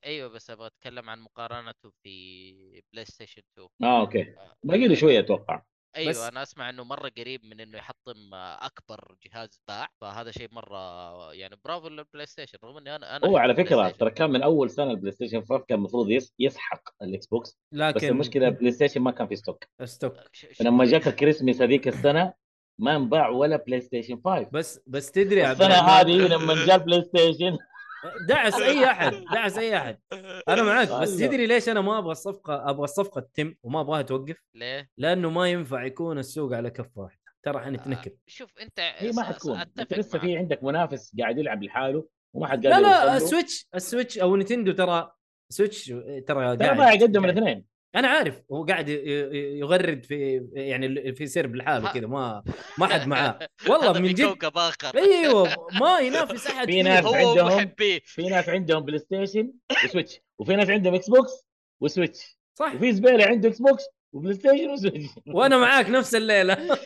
Speaker 4: ايوه بس ابغى اتكلم عن مقارنته في بلاي ستيشن 2
Speaker 2: اه اوكي
Speaker 4: آه،
Speaker 2: باقي له شويه اتوقع
Speaker 4: ايوه
Speaker 1: بس-
Speaker 4: انا اسمع انه مره قريب من انه يحطم اكبر جهاز باع فهذا شيء مره يعني برافو للبلاي ستيشن رغم اني انا انا
Speaker 2: هو على
Speaker 4: أحب البلاي
Speaker 2: فكره
Speaker 4: ستيشن.
Speaker 2: ترى كان من اول سنه البلاي ستيشن 5 كان المفروض يس- يسحق الاكس بوكس
Speaker 1: لكن
Speaker 2: بس المشكله البلاي ستيشن ما كان في ستوك
Speaker 1: ستوك
Speaker 4: آه، ش- ش-
Speaker 2: فلما جاك الكريسماس هذيك السنه ما انباع ولا بلاي ستيشن 5
Speaker 1: بس بس تدري يا عبد
Speaker 2: السنه
Speaker 1: الرحمن
Speaker 2: هذه لما جاء البلاي ستيشن
Speaker 1: دعس اي احد دعس اي احد انا معاك بس
Speaker 2: الله.
Speaker 1: تدري ليش انا ما ابغى الصفقه ابغى الصفقه تتم وما ابغاها توقف
Speaker 4: ليه؟
Speaker 1: لانه ما ينفع يكون السوق على كف واحده ترى حنتنكب
Speaker 4: شوف انت
Speaker 2: هي ما حتكون انت
Speaker 4: اتفق
Speaker 2: لسه في
Speaker 4: معك.
Speaker 2: عندك منافس قاعد يلعب لحاله وما حد
Speaker 1: لا
Speaker 2: قادر
Speaker 1: لا
Speaker 2: يوصل له.
Speaker 1: السويتش السويتش او نتندو ترى سويتش ترى
Speaker 2: ترى
Speaker 1: قاعد- يعني
Speaker 2: ما يقدم
Speaker 1: قاعد.
Speaker 2: الاثنين
Speaker 1: انا عارف هو قاعد ي- ي- يغرد في يعني في سرب لحاله
Speaker 4: ها.
Speaker 1: كذا ما ما حد معاه والله
Speaker 4: هذا
Speaker 1: من
Speaker 4: في
Speaker 1: جد.
Speaker 4: كوكب اخر
Speaker 1: ايوه ما ينافس احد
Speaker 2: في
Speaker 1: فيه.
Speaker 2: ناس
Speaker 1: هو-
Speaker 4: هو
Speaker 2: عندهم-
Speaker 4: ومحبيه
Speaker 2: في ناس عندهم بلاي ستيشن وسويتش وفي ناس عندهم اكس بوكس وسويتش
Speaker 1: صح
Speaker 2: وفي زباله عنده اكس بوكس وبلاي ستيشن وسويتش
Speaker 1: وانا معاك نفس الليله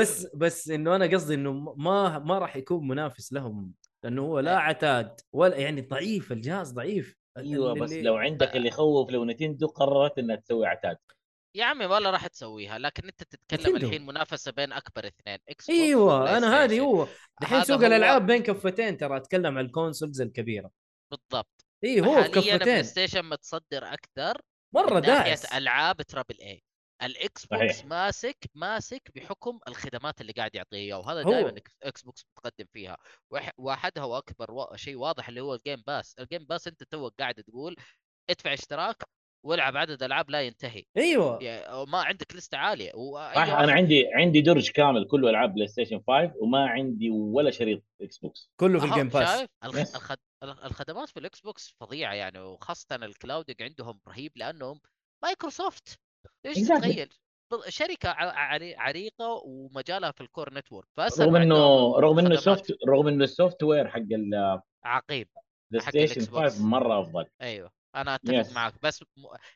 Speaker 1: بس بس انه انا قصدي انه ما ما راح يكون منافس لهم لانه هو لا عتاد ولا يعني ضعيف الجهاز ضعيف
Speaker 2: ايوه بس
Speaker 1: اللي-
Speaker 2: لو عندك اللي يخوف لو نتندو قررت انها تسوي عتاد
Speaker 4: يا عمي والله راح تسويها لكن انت تتكلم
Speaker 1: نتندو.
Speaker 4: الحين منافسه بين اكبر اثنين اكس بوكس
Speaker 2: أيوة،
Speaker 1: ايوه
Speaker 4: وبلاي
Speaker 1: انا هذه
Speaker 4: ستيشن.
Speaker 1: هو دحين
Speaker 4: هذا
Speaker 1: سوق
Speaker 4: هو-
Speaker 1: الالعاب بين كفتين ترى اتكلم عن الكونسولز الكبيره
Speaker 4: بالضبط
Speaker 1: اي هو في
Speaker 4: حاليا بلاي
Speaker 1: كفتين
Speaker 4: ستيشن متصدر اكثر
Speaker 1: مره
Speaker 4: من ناحيه
Speaker 1: داعس
Speaker 4: العاب ترابل اي الاكس بوكس
Speaker 2: صحيح.
Speaker 4: ماسك ماسك بحكم الخدمات اللي قاعد يعطيه اياه وهذا
Speaker 1: هو-
Speaker 4: دائما إكس- اكس بوكس متقدم فيها وح- واحدها واكبر وا- شيء واضح اللي هو الجيم باس الجيم باس انت توك قاعد تقول ادفع اشتراك والعب عدد العاب لا ينتهي
Speaker 1: ايوه
Speaker 4: يا- أو ما عندك لسته عاليه أيوة،
Speaker 2: صح انا عندي عندي درج كامل كله العاب بلاي ستيشن 5 وما عندي ولا شريط اكس بوكس
Speaker 1: كله في الجيم باس
Speaker 4: شايف الخ...
Speaker 2: Yes.
Speaker 4: الخد... الخ- الخدمات في الاكس بوكس فظيعه يعني وخاصه الكلاودنج عندهم رهيب لانهم مايكروسوفت ايش
Speaker 2: Exactly.
Speaker 4: تتخيل بل- شركه ع- عري- عريقه ومجالها في الكور نتورك فاسهل
Speaker 2: رغم
Speaker 4: ما
Speaker 2: انه
Speaker 4: عندهم
Speaker 2: رغم انه
Speaker 4: خدمات.
Speaker 2: سوفت رغم انه السوفت وير حق البلاي
Speaker 4: عقيم حق
Speaker 2: ستيشن
Speaker 4: الإكس بوكس.
Speaker 2: 5 مره افضل
Speaker 4: ايوه انا اتفق
Speaker 2: Yes.
Speaker 4: معك بس م...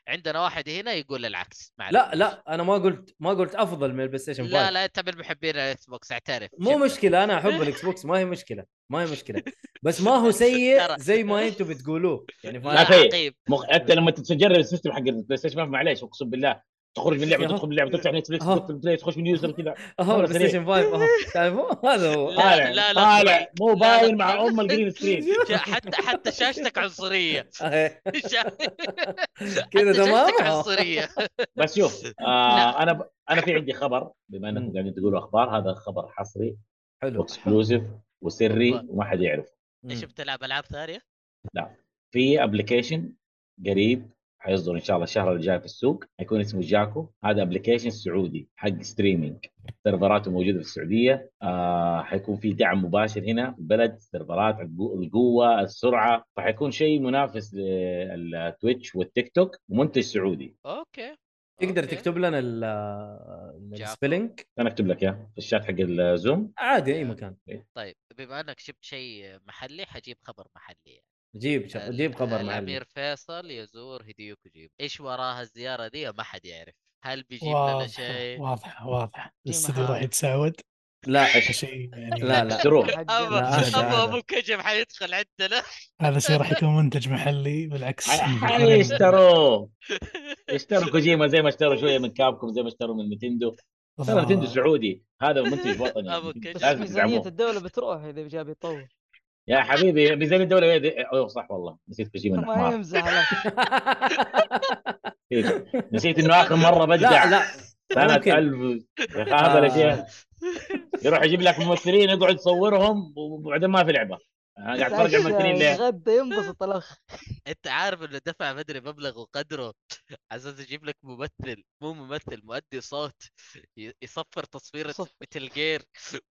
Speaker 4: عندنا واحد هنا يقول العكس معلش.
Speaker 1: لا لا انا ما قلت ما قلت افضل من البلاي ستيشن
Speaker 4: لا
Speaker 1: 5
Speaker 4: لا انت من محبين الاكس بوكس اعترف
Speaker 1: مو
Speaker 4: شكراً.
Speaker 1: مشكله انا احب الاكس بوكس ما هي مشكله ما هي مشكله بس ما هو سيء
Speaker 4: ترى-
Speaker 1: زي ما انتم بتقولوه يعني
Speaker 4: لا
Speaker 1: فاهم؟
Speaker 2: ما في.
Speaker 4: عقيم
Speaker 2: مخ... انت لما تجرب السيستم حق البلاي ستيشن 5 معليش اقسم بالله تخرج من لعبه
Speaker 1: أهو.
Speaker 2: تدخل من لعبه تفتح نتفلكس
Speaker 1: أهو.
Speaker 2: تدخل بلاي تخش من يوزر كذا
Speaker 1: اهو
Speaker 2: مرة
Speaker 1: البلاي
Speaker 2: سريع.
Speaker 1: ستيشن 5 اهو تعرفوا هذا هو
Speaker 4: لا،
Speaker 2: طالع
Speaker 4: لا، لا،
Speaker 2: طالع
Speaker 4: خرافي.
Speaker 2: مو
Speaker 4: لا، لا.
Speaker 2: باين مع ام الجرين سكرين
Speaker 4: جا- حتى حتى شاشتك عنصريه
Speaker 1: أهي.
Speaker 4: كذا
Speaker 1: كذا تمام؟ آه.
Speaker 4: تمام عنصريه
Speaker 2: بس شوف
Speaker 4: لا.
Speaker 2: آه انا ب... انا في عندي خبر بما انكم
Speaker 1: مم.
Speaker 2: قاعدين تقولوا اخبار هذا خبر حصري
Speaker 1: حلو
Speaker 2: واكسكلوسيف وسري
Speaker 4: بالضبط.
Speaker 2: وما حد يعرف
Speaker 1: مم.
Speaker 4: شفت تلعب العاب ثانيه؟
Speaker 2: في ابلكيشن قريب حيصدر ان شاء الله الشهر الجاي في السوق حيكون اسمه جاكو هذا ابلكيشن سعودي حق ستريمينج سيرفراته موجوده في السعوديه آه حيكون في دعم مباشر هنا في البلد سيرفرات القو- القوه السرعه فحيكون شيء منافس للتويتش والتيك توك ومنتج سعودي
Speaker 4: اوكي
Speaker 1: تقدر
Speaker 4: أوكي.
Speaker 1: تكتب لنا
Speaker 4: جاكو.
Speaker 1: السبيلنج
Speaker 2: انا اكتب لك اياه في الشات حق الزوم
Speaker 1: عادي اي مكان
Speaker 4: طيب بما انك جبت شيء محلي حجيب خبر محلي آه،
Speaker 1: جيب شخ...
Speaker 4: ال-
Speaker 1: جيب خبر معلم
Speaker 4: الامير فيصل يزور هيديو كوجيما ايش وراها الزياره دي ما حد يعرف هل بيجيب لنا
Speaker 6: واضحه
Speaker 4: شيء؟
Speaker 6: واضحه واضحه
Speaker 3: جيم
Speaker 6: الاستوديو راح
Speaker 3: حار.
Speaker 6: يتساود
Speaker 1: لا
Speaker 6: شيء يعني
Speaker 1: لا لا
Speaker 2: شروع
Speaker 4: ابا
Speaker 1: هذا-
Speaker 4: ابا
Speaker 1: هذا.
Speaker 4: ابو الكجب حيدخل عندنا
Speaker 6: هذا شيء راح يكون منتج محلي بالعكس يعني
Speaker 2: حيشتروه اشتروا كوجيما زي ما اشتروا شويه من كابكم زي ما اشتروا من نتندو ترى
Speaker 6: آه.
Speaker 2: نتندو سعودي هذا منتج وطني
Speaker 4: أبو كيف.
Speaker 3: بس
Speaker 4: لازم
Speaker 3: ميزانية
Speaker 2: تدعموه
Speaker 3: الدولة بتروح إذا جاب يطور
Speaker 2: يا حبيبي ميزانيه الدوله هي دي- اوه أيوه، صح والله نسيت كوجيما
Speaker 3: ما
Speaker 2: الحمار
Speaker 3: يمزح لك
Speaker 2: إيه. نسيت انه اخر مره
Speaker 1: لا
Speaker 2: بدع
Speaker 1: لا ممكن.
Speaker 2: سنه 1000 يا اخي هذا
Speaker 1: آه.
Speaker 2: الاشياء يروح يجيب لك ممثلين يقعد يصورهم وبعدين ما في لعبه أنا قاعد اتفرج على الممثلين ليه؟
Speaker 3: يتغدى ينبسط الأخ
Speaker 4: انت عارف انه دفع مدري مبلغ وقدره على اساس يجيب لك ممثل مو ممثل مؤدي صوت ي- يصفر تصويره
Speaker 3: صف.
Speaker 4: مثل جير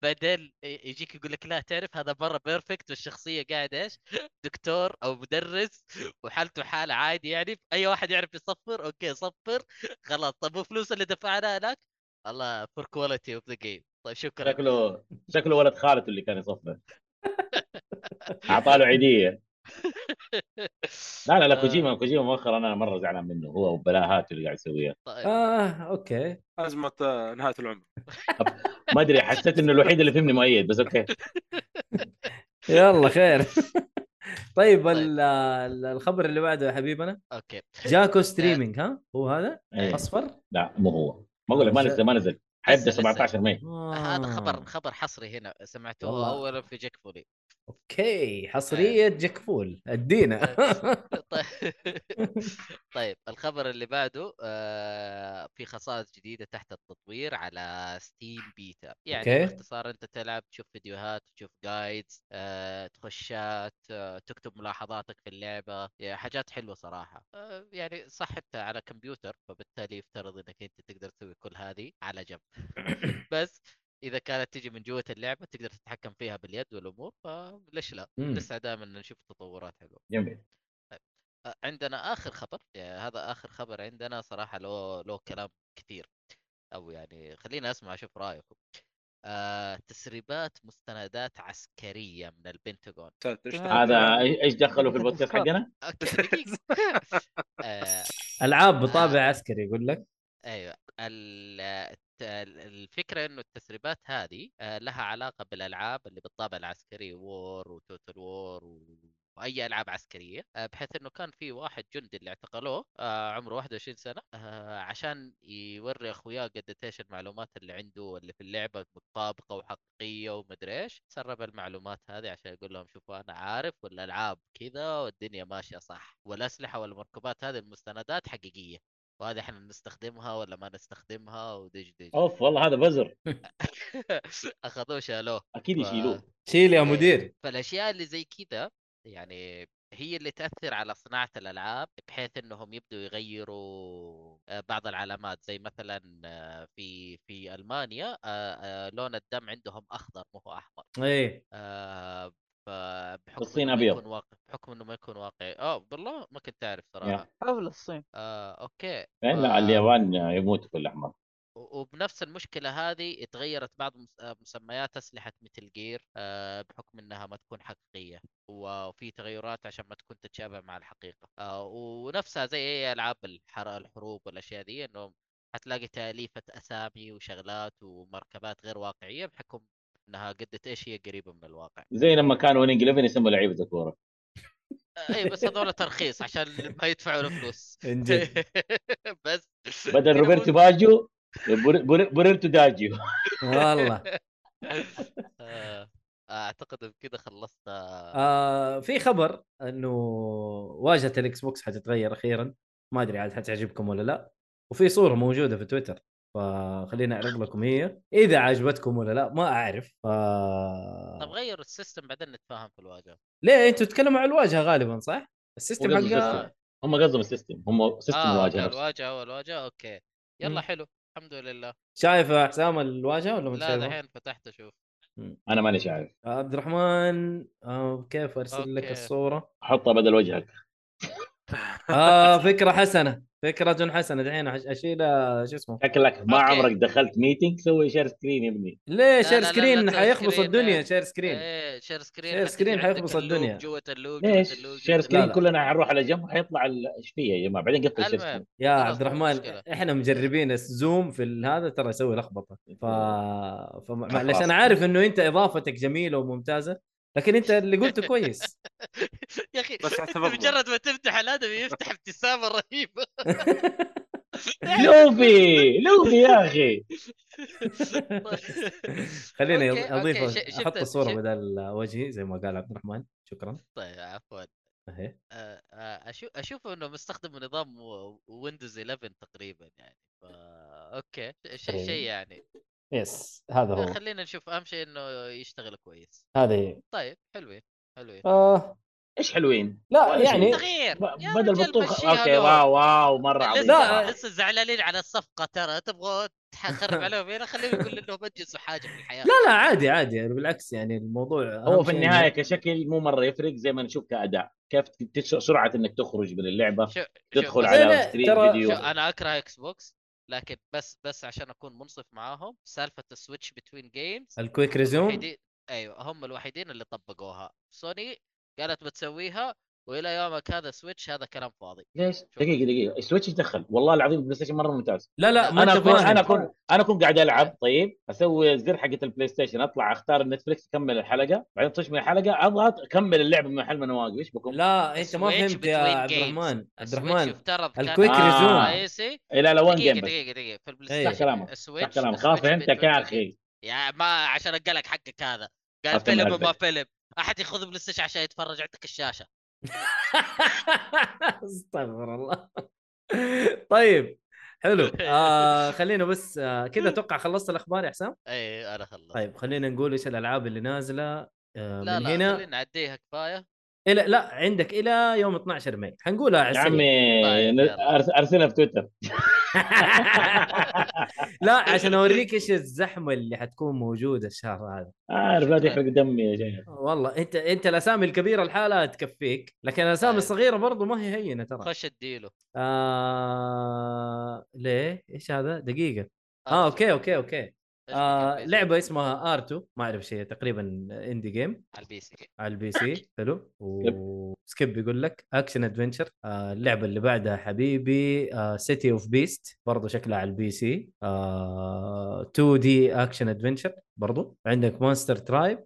Speaker 4: بعدين ي- يجيك يقول لك لا تعرف هذا مره بيرفكت والشخصيه قاعد ايش دكتور او مدرس وحالته حاله عادي يعني اي واحد يعرف يصفر اوكي صفر خلاص طب والفلوس اللي دفعناها هناك الله فور كواليتي اوف ذا جيم طيب شكرا
Speaker 2: شكله شكله ولد خالته اللي كان يصفر اعطاه له عيديه لا لا لا
Speaker 4: آه،
Speaker 2: كوجيما كوجيما مؤخرا انا مره زعلان منه هو وبلاهاته اللي قاعد يسويها
Speaker 4: طيب
Speaker 1: اه اوكي
Speaker 5: ازمه آه، نهايه العمر
Speaker 2: ما ادري حسيت انه الوحيد اللي فهمني مؤيد بس اوكي
Speaker 1: يلا خير طيب ال- ال- الخبر اللي بعده يا حبيبنا
Speaker 4: اوكي
Speaker 1: جاكو ستريمينج ها هو هذا
Speaker 2: إيه.
Speaker 1: اصفر
Speaker 2: لا مو هو ما اقول لك ما نزل ما نزل
Speaker 4: لسه-
Speaker 2: حيبدا
Speaker 4: لسه.
Speaker 2: 17 ماي
Speaker 4: هذا خبر
Speaker 1: آه.
Speaker 4: خبر حصري هنا سمعتوه
Speaker 1: والله.
Speaker 4: اولا في جيك فولي
Speaker 1: اوكي حصريه جاك فول ادينا
Speaker 4: طيب طيب الخبر اللي بعده آه، في خصائص جديدة تحت التطوير على ستيم بيتا يعني
Speaker 1: أوكي.
Speaker 4: باختصار انت تلعب تشوف فيديوهات تشوف جايدز تخشات آه، تكتب ملاحظاتك في اللعبة يعني حاجات حلوة صراحة آه، يعني صح انت على كمبيوتر فبالتالي يفترض انك انت تقدر تسوي كل هذه على جنب بس اذا كانت تجي من جوة اللعبة تقدر تتحكم فيها باليد والامور فليش لا
Speaker 1: مم.
Speaker 4: لسه دائما نشوف تطورات حلوة
Speaker 2: جميل
Speaker 4: آه، عندنا اخر خبر يعني هذا اخر خبر عندنا صراحه لو لو كلام كثير او يعني خلينا اسمع اشوف رايكم آه تسريبات مستندات عسكريه من البنتاغون
Speaker 5: ساتر، إيش
Speaker 3: تمام.
Speaker 2: هذا ايش دخلوا في البودكاست حقنا؟
Speaker 4: اوكي دقيقه آه
Speaker 1: العاب بطابع عسكري يقول لك
Speaker 4: ايوه ال- الت- ال- الفكره انه التسريبات هذه آه، لها علاقه بالالعاب اللي بالطابع العسكري وور وتوتال وور واي العاب عسكريه آه، بحيث انه كان في واحد جندي اللي اعتقلوه آه، عمره 21 سنه آه، عشان يوري اخوياه قد ايش المعلومات اللي عنده اللي في اللعبه متطابقه وحقيقيه ومدري ايش سرب المعلومات هذه عشان يقول لهم شوفوا انا عارف والالعاب كذا والدنيا ماشيه صح والاسلحه والمركبات هذه المستندات حقيقيه وهذه احنا نستخدمها ولا ما نستخدمها ودج دج
Speaker 2: اوف والله هذا بزر
Speaker 4: اخذوه شالوه
Speaker 2: اكيد يشيلوه
Speaker 1: شيل يا
Speaker 4: إيه.
Speaker 1: مدير
Speaker 4: فالاشياء اللي زي كذا يعني هي اللي تاثر على صناعه الالعاب بحيث انهم يبدوا يغيروا آه، بعض العلامات زي مثلا آه، في في المانيا آه، آه، لون الدم عندهم اخضر مو هو احمر
Speaker 1: ايه
Speaker 4: آه، فبحكم
Speaker 2: الصين
Speaker 4: إنه ما
Speaker 2: أبيض.
Speaker 4: يكون واقع بحكم انه ما يكون واقعي اه والله ما كنت اعرف
Speaker 2: يا.
Speaker 4: صراحه
Speaker 3: حفل الصين
Speaker 4: آه، اوكي
Speaker 2: إيه، لا
Speaker 4: آه،
Speaker 2: اليابان يموت كل احمر
Speaker 4: و- وبنفس المشكلة هذه اتغيرت بعض مس- آه، مسميات أسلحة متل جير آه، بحكم إنها ما تكون حقيقية وفي تغيرات عشان ما تكون تتشابه مع الحقيقة آه، ونفسها زي أي ألعاب الحر- الحروب والأشياء دي إنه هتلاقي تأليفة أسامي وشغلات ومركبات غير واقعية بحكم إنها قد إيش هي قريبة من الواقع
Speaker 2: زي لما كانوا وينج 11 يسموا لعيبه الكوره
Speaker 4: آه، إيه بس هذول ترخيص عشان ما يدفعوا الفلوس
Speaker 1: إن جد.
Speaker 4: بس
Speaker 2: بدل
Speaker 4: في
Speaker 2: روبرتو
Speaker 4: نموذج-
Speaker 2: باجيو بور- بور- بوريرتو داجيو
Speaker 1: والله
Speaker 4: آه، اعتقد بكذا خلصت آه،
Speaker 1: آه في خبر انه واجهه الاكس بوكس حتتغير اخيرا ما ادري عاد حتعجبكم ولا لا وفي صوره موجوده في تويتر فخلينا اعرض لكم هي اذا عجبتكم ولا لا ما اعرف ف...
Speaker 4: طب
Speaker 1: آه.
Speaker 4: غير السيستم بعدين نتفاهم في الواجهه
Speaker 1: ليه انتوا تتكلموا على الواجهه غالبا صح؟ السيستم
Speaker 2: وقصدهم
Speaker 1: حقها
Speaker 2: سيستم. هم قصدهم السيستم هم سيستم
Speaker 4: اه
Speaker 2: الواجهه
Speaker 4: اوكي
Speaker 2: نفسه
Speaker 4: الواجهه والواجهه اوكي يلا
Speaker 1: مم.
Speaker 4: حلو الحمد لله
Speaker 1: شايف يا حسام الواجهه ولا ما
Speaker 4: لا
Speaker 1: شايفها؟
Speaker 4: دحين فتحت اشوف
Speaker 2: انا ماني عارف
Speaker 1: عبد الرحمن آه كيف ارسل لك
Speaker 4: أوكي.
Speaker 1: الصوره؟
Speaker 2: حطها بدل وجهك
Speaker 1: اه فكره حسنه آه، فكرة حسنة دحين أش- اشيلها شو اسمه
Speaker 2: شكلك ما
Speaker 4: أوكي.
Speaker 2: عمرك دخلت ميتنج سوي شير سكرين يا ابني
Speaker 1: ليه
Speaker 4: لا،
Speaker 1: شير
Speaker 4: لا، لا،
Speaker 1: سكرين
Speaker 4: لا،
Speaker 1: حيخبص
Speaker 4: سكرين،
Speaker 1: الدنيا
Speaker 4: لا.
Speaker 1: شير سكرين
Speaker 4: ايه شير سكرين
Speaker 1: شير
Speaker 4: حتجي
Speaker 1: سكرين
Speaker 4: عندك
Speaker 1: حيخبص
Speaker 4: اللوج
Speaker 1: الدنيا.
Speaker 4: جوة اللوج جوة
Speaker 2: ليش
Speaker 4: اللوج،
Speaker 2: شير
Speaker 4: جوة
Speaker 2: سكرين
Speaker 1: لا، لا.
Speaker 2: كلنا حنروح على جنب حيطلع ال- ايش فيه يا جماعه بعدين قفل الشير
Speaker 4: المهم.
Speaker 2: سكرين
Speaker 1: يا
Speaker 4: خلاص،
Speaker 1: عبد
Speaker 4: مو
Speaker 1: الرحمن
Speaker 4: مشكلة.
Speaker 1: احنا مجربين الزوم في ال- هذا ترى يسوي لخبطه ف فمعلش
Speaker 2: خلاص.
Speaker 1: انا عارف انه انت اضافتك جميله وممتازه لكن انت اللي قلته كويس
Speaker 4: يا اخي
Speaker 5: بس
Speaker 4: أنت
Speaker 5: اعتبرنا.
Speaker 4: مجرد ما تفتح الادمي يفتح ابتسامه رهيبه
Speaker 2: لوفي لوفي يا اخي
Speaker 1: خليني
Speaker 4: أوكي، أوكي،
Speaker 1: اضيف
Speaker 4: ش- شفت-
Speaker 1: احط الصوره
Speaker 4: شفت-
Speaker 1: بدل وجهي زي ما قال عبد الرحمن شكرا
Speaker 4: طيب عفوا
Speaker 1: أهي.
Speaker 4: آه، آه، اشوف اشوف انه مستخدم نظام ويندوز 11 تقريبا يعني ف... اوكي شيء
Speaker 1: تقريباً.
Speaker 4: شيء يعني
Speaker 1: يس هذا هو
Speaker 4: خلينا نشوف اهم شيء انه يشتغل كويس
Speaker 1: هذا هي
Speaker 4: طيب حلوين حلوين
Speaker 1: آه
Speaker 2: ايش حلوين
Speaker 1: لا
Speaker 2: ولا شيء.
Speaker 1: يعني
Speaker 4: صغير
Speaker 2: ب-
Speaker 4: يا
Speaker 2: بدل
Speaker 4: رجال
Speaker 2: بطول
Speaker 4: مشيها
Speaker 2: اوكي
Speaker 4: له.
Speaker 2: واو واو مره عظيم
Speaker 4: لسه
Speaker 2: صراحة.
Speaker 1: لا.
Speaker 4: لسه زعلانين على الصفقه ترى تبغى تخرب عليهم هنا خليهم يقول لهم انجزوا حاجه في الحياه
Speaker 1: لا لا عادي عادي يعني بالعكس يعني الموضوع
Speaker 2: هو
Speaker 1: أهم
Speaker 2: في
Speaker 1: شيء إنه-
Speaker 2: النهايه كشكل مو مره يفرق زي ما نشوف كاداء كيف تس- سرعه انك تخرج من اللعبه
Speaker 4: شو
Speaker 2: تدخل
Speaker 4: شو
Speaker 1: لا،
Speaker 2: على
Speaker 1: لا،
Speaker 2: ستريم
Speaker 1: ترى-
Speaker 2: فيديو
Speaker 4: شو انا اكره اكس بوكس لكن بس بس عشان اكون منصف معاهم سالفه السويتش بتوين جيمز
Speaker 1: الكويك ريزوم
Speaker 4: الوحيدين ايوه هم الوحيدين اللي طبقوها سوني قالت بتسويها والى يومك هذا سويتش هذا كلام فاضي
Speaker 2: ليش؟ دقيقه دقيقه السويتش يتدخل والله العظيم البلاي ستيشن مره ممتاز
Speaker 1: لا لا ما
Speaker 2: انا
Speaker 1: انت
Speaker 2: اكون
Speaker 1: فاهم
Speaker 2: انا اكون انا اكون قاعد العب طيب اسوي الزر حقه البلاي ستيشن اطلع اختار نتفلكس اكمل الحلقه بعدين تطش من الحلقه اضغط اكمل اللعبه من محل ما انا واقف ايش بكون؟
Speaker 1: لا انت ما
Speaker 4: السويتش
Speaker 1: فهمت يا
Speaker 4: between
Speaker 1: عبد
Speaker 4: games.
Speaker 1: الرحمن عبد
Speaker 4: السويتش
Speaker 1: الرحمن
Speaker 4: يفترض كان آه، إيه،
Speaker 1: الكويك
Speaker 4: الجهاز
Speaker 2: ريزوم.
Speaker 4: الرئيسي
Speaker 2: الى لا وين
Speaker 4: دقيقه
Speaker 2: جيم بس
Speaker 4: دقيقه دقيقه في البلاي
Speaker 1: إيه.
Speaker 4: ستيشن
Speaker 2: صح كلامك
Speaker 4: السويتش
Speaker 2: صح كلامك
Speaker 4: السويتش
Speaker 2: خلاص فهمتك
Speaker 4: between
Speaker 2: يا
Speaker 4: games.
Speaker 2: اخي
Speaker 4: يا ما عشان اقلك حقك هذا قال
Speaker 2: أكمل
Speaker 4: فيلم وما
Speaker 2: البيت.
Speaker 4: فيلم احد ياخذ بلاي ستيشن عشان يتفرج عندك الشاشه
Speaker 1: استغفر الله طيب حلو آه خلينا بس آه كذا اتوقع خلصت الاخبار يا حسام
Speaker 4: اي انا خلصت
Speaker 1: طيب خلينا نقول ايش الالعاب اللي نازله آه
Speaker 4: لا
Speaker 1: من
Speaker 4: لا
Speaker 1: هنا
Speaker 4: خلينا نعديها كفايه
Speaker 1: الى لا عندك الى يوم 12 ماي حنقولها على
Speaker 2: يا
Speaker 1: السريع
Speaker 2: عمي
Speaker 4: طيب، يلا.
Speaker 2: أرس- ارسلها في تويتر
Speaker 1: لا عشان اوريك ايش الزحمه اللي حتكون موجوده الشهر هذا
Speaker 2: عارف لا تحرق دمي يا شيخ
Speaker 1: والله انت انت الاسامي الكبيره الحالة تكفيك لكن الاسامي
Speaker 4: طيب.
Speaker 1: الصغيره برضو ما هي هينه ترى
Speaker 4: خش اديله
Speaker 1: آه... ليه ايش هذا دقيقه
Speaker 4: أرسل.
Speaker 1: اه اوكي اوكي اوكي
Speaker 4: آه، إيش
Speaker 1: آه...
Speaker 4: بتحب يعني؟
Speaker 1: لعبه اسمها ارتو ما اعرف شيء تقريبا اندي جيم
Speaker 4: على البي سي
Speaker 1: على البي سي حلو وسكيب يقول لك اكشن ادفنشر آه اللعبه اللي بعدها حبيبي آه، سيتي اوف بيست برضه شكلها على البي سي آه 2 دي اكشن ادفنشر برضه عندك مونستر ترايب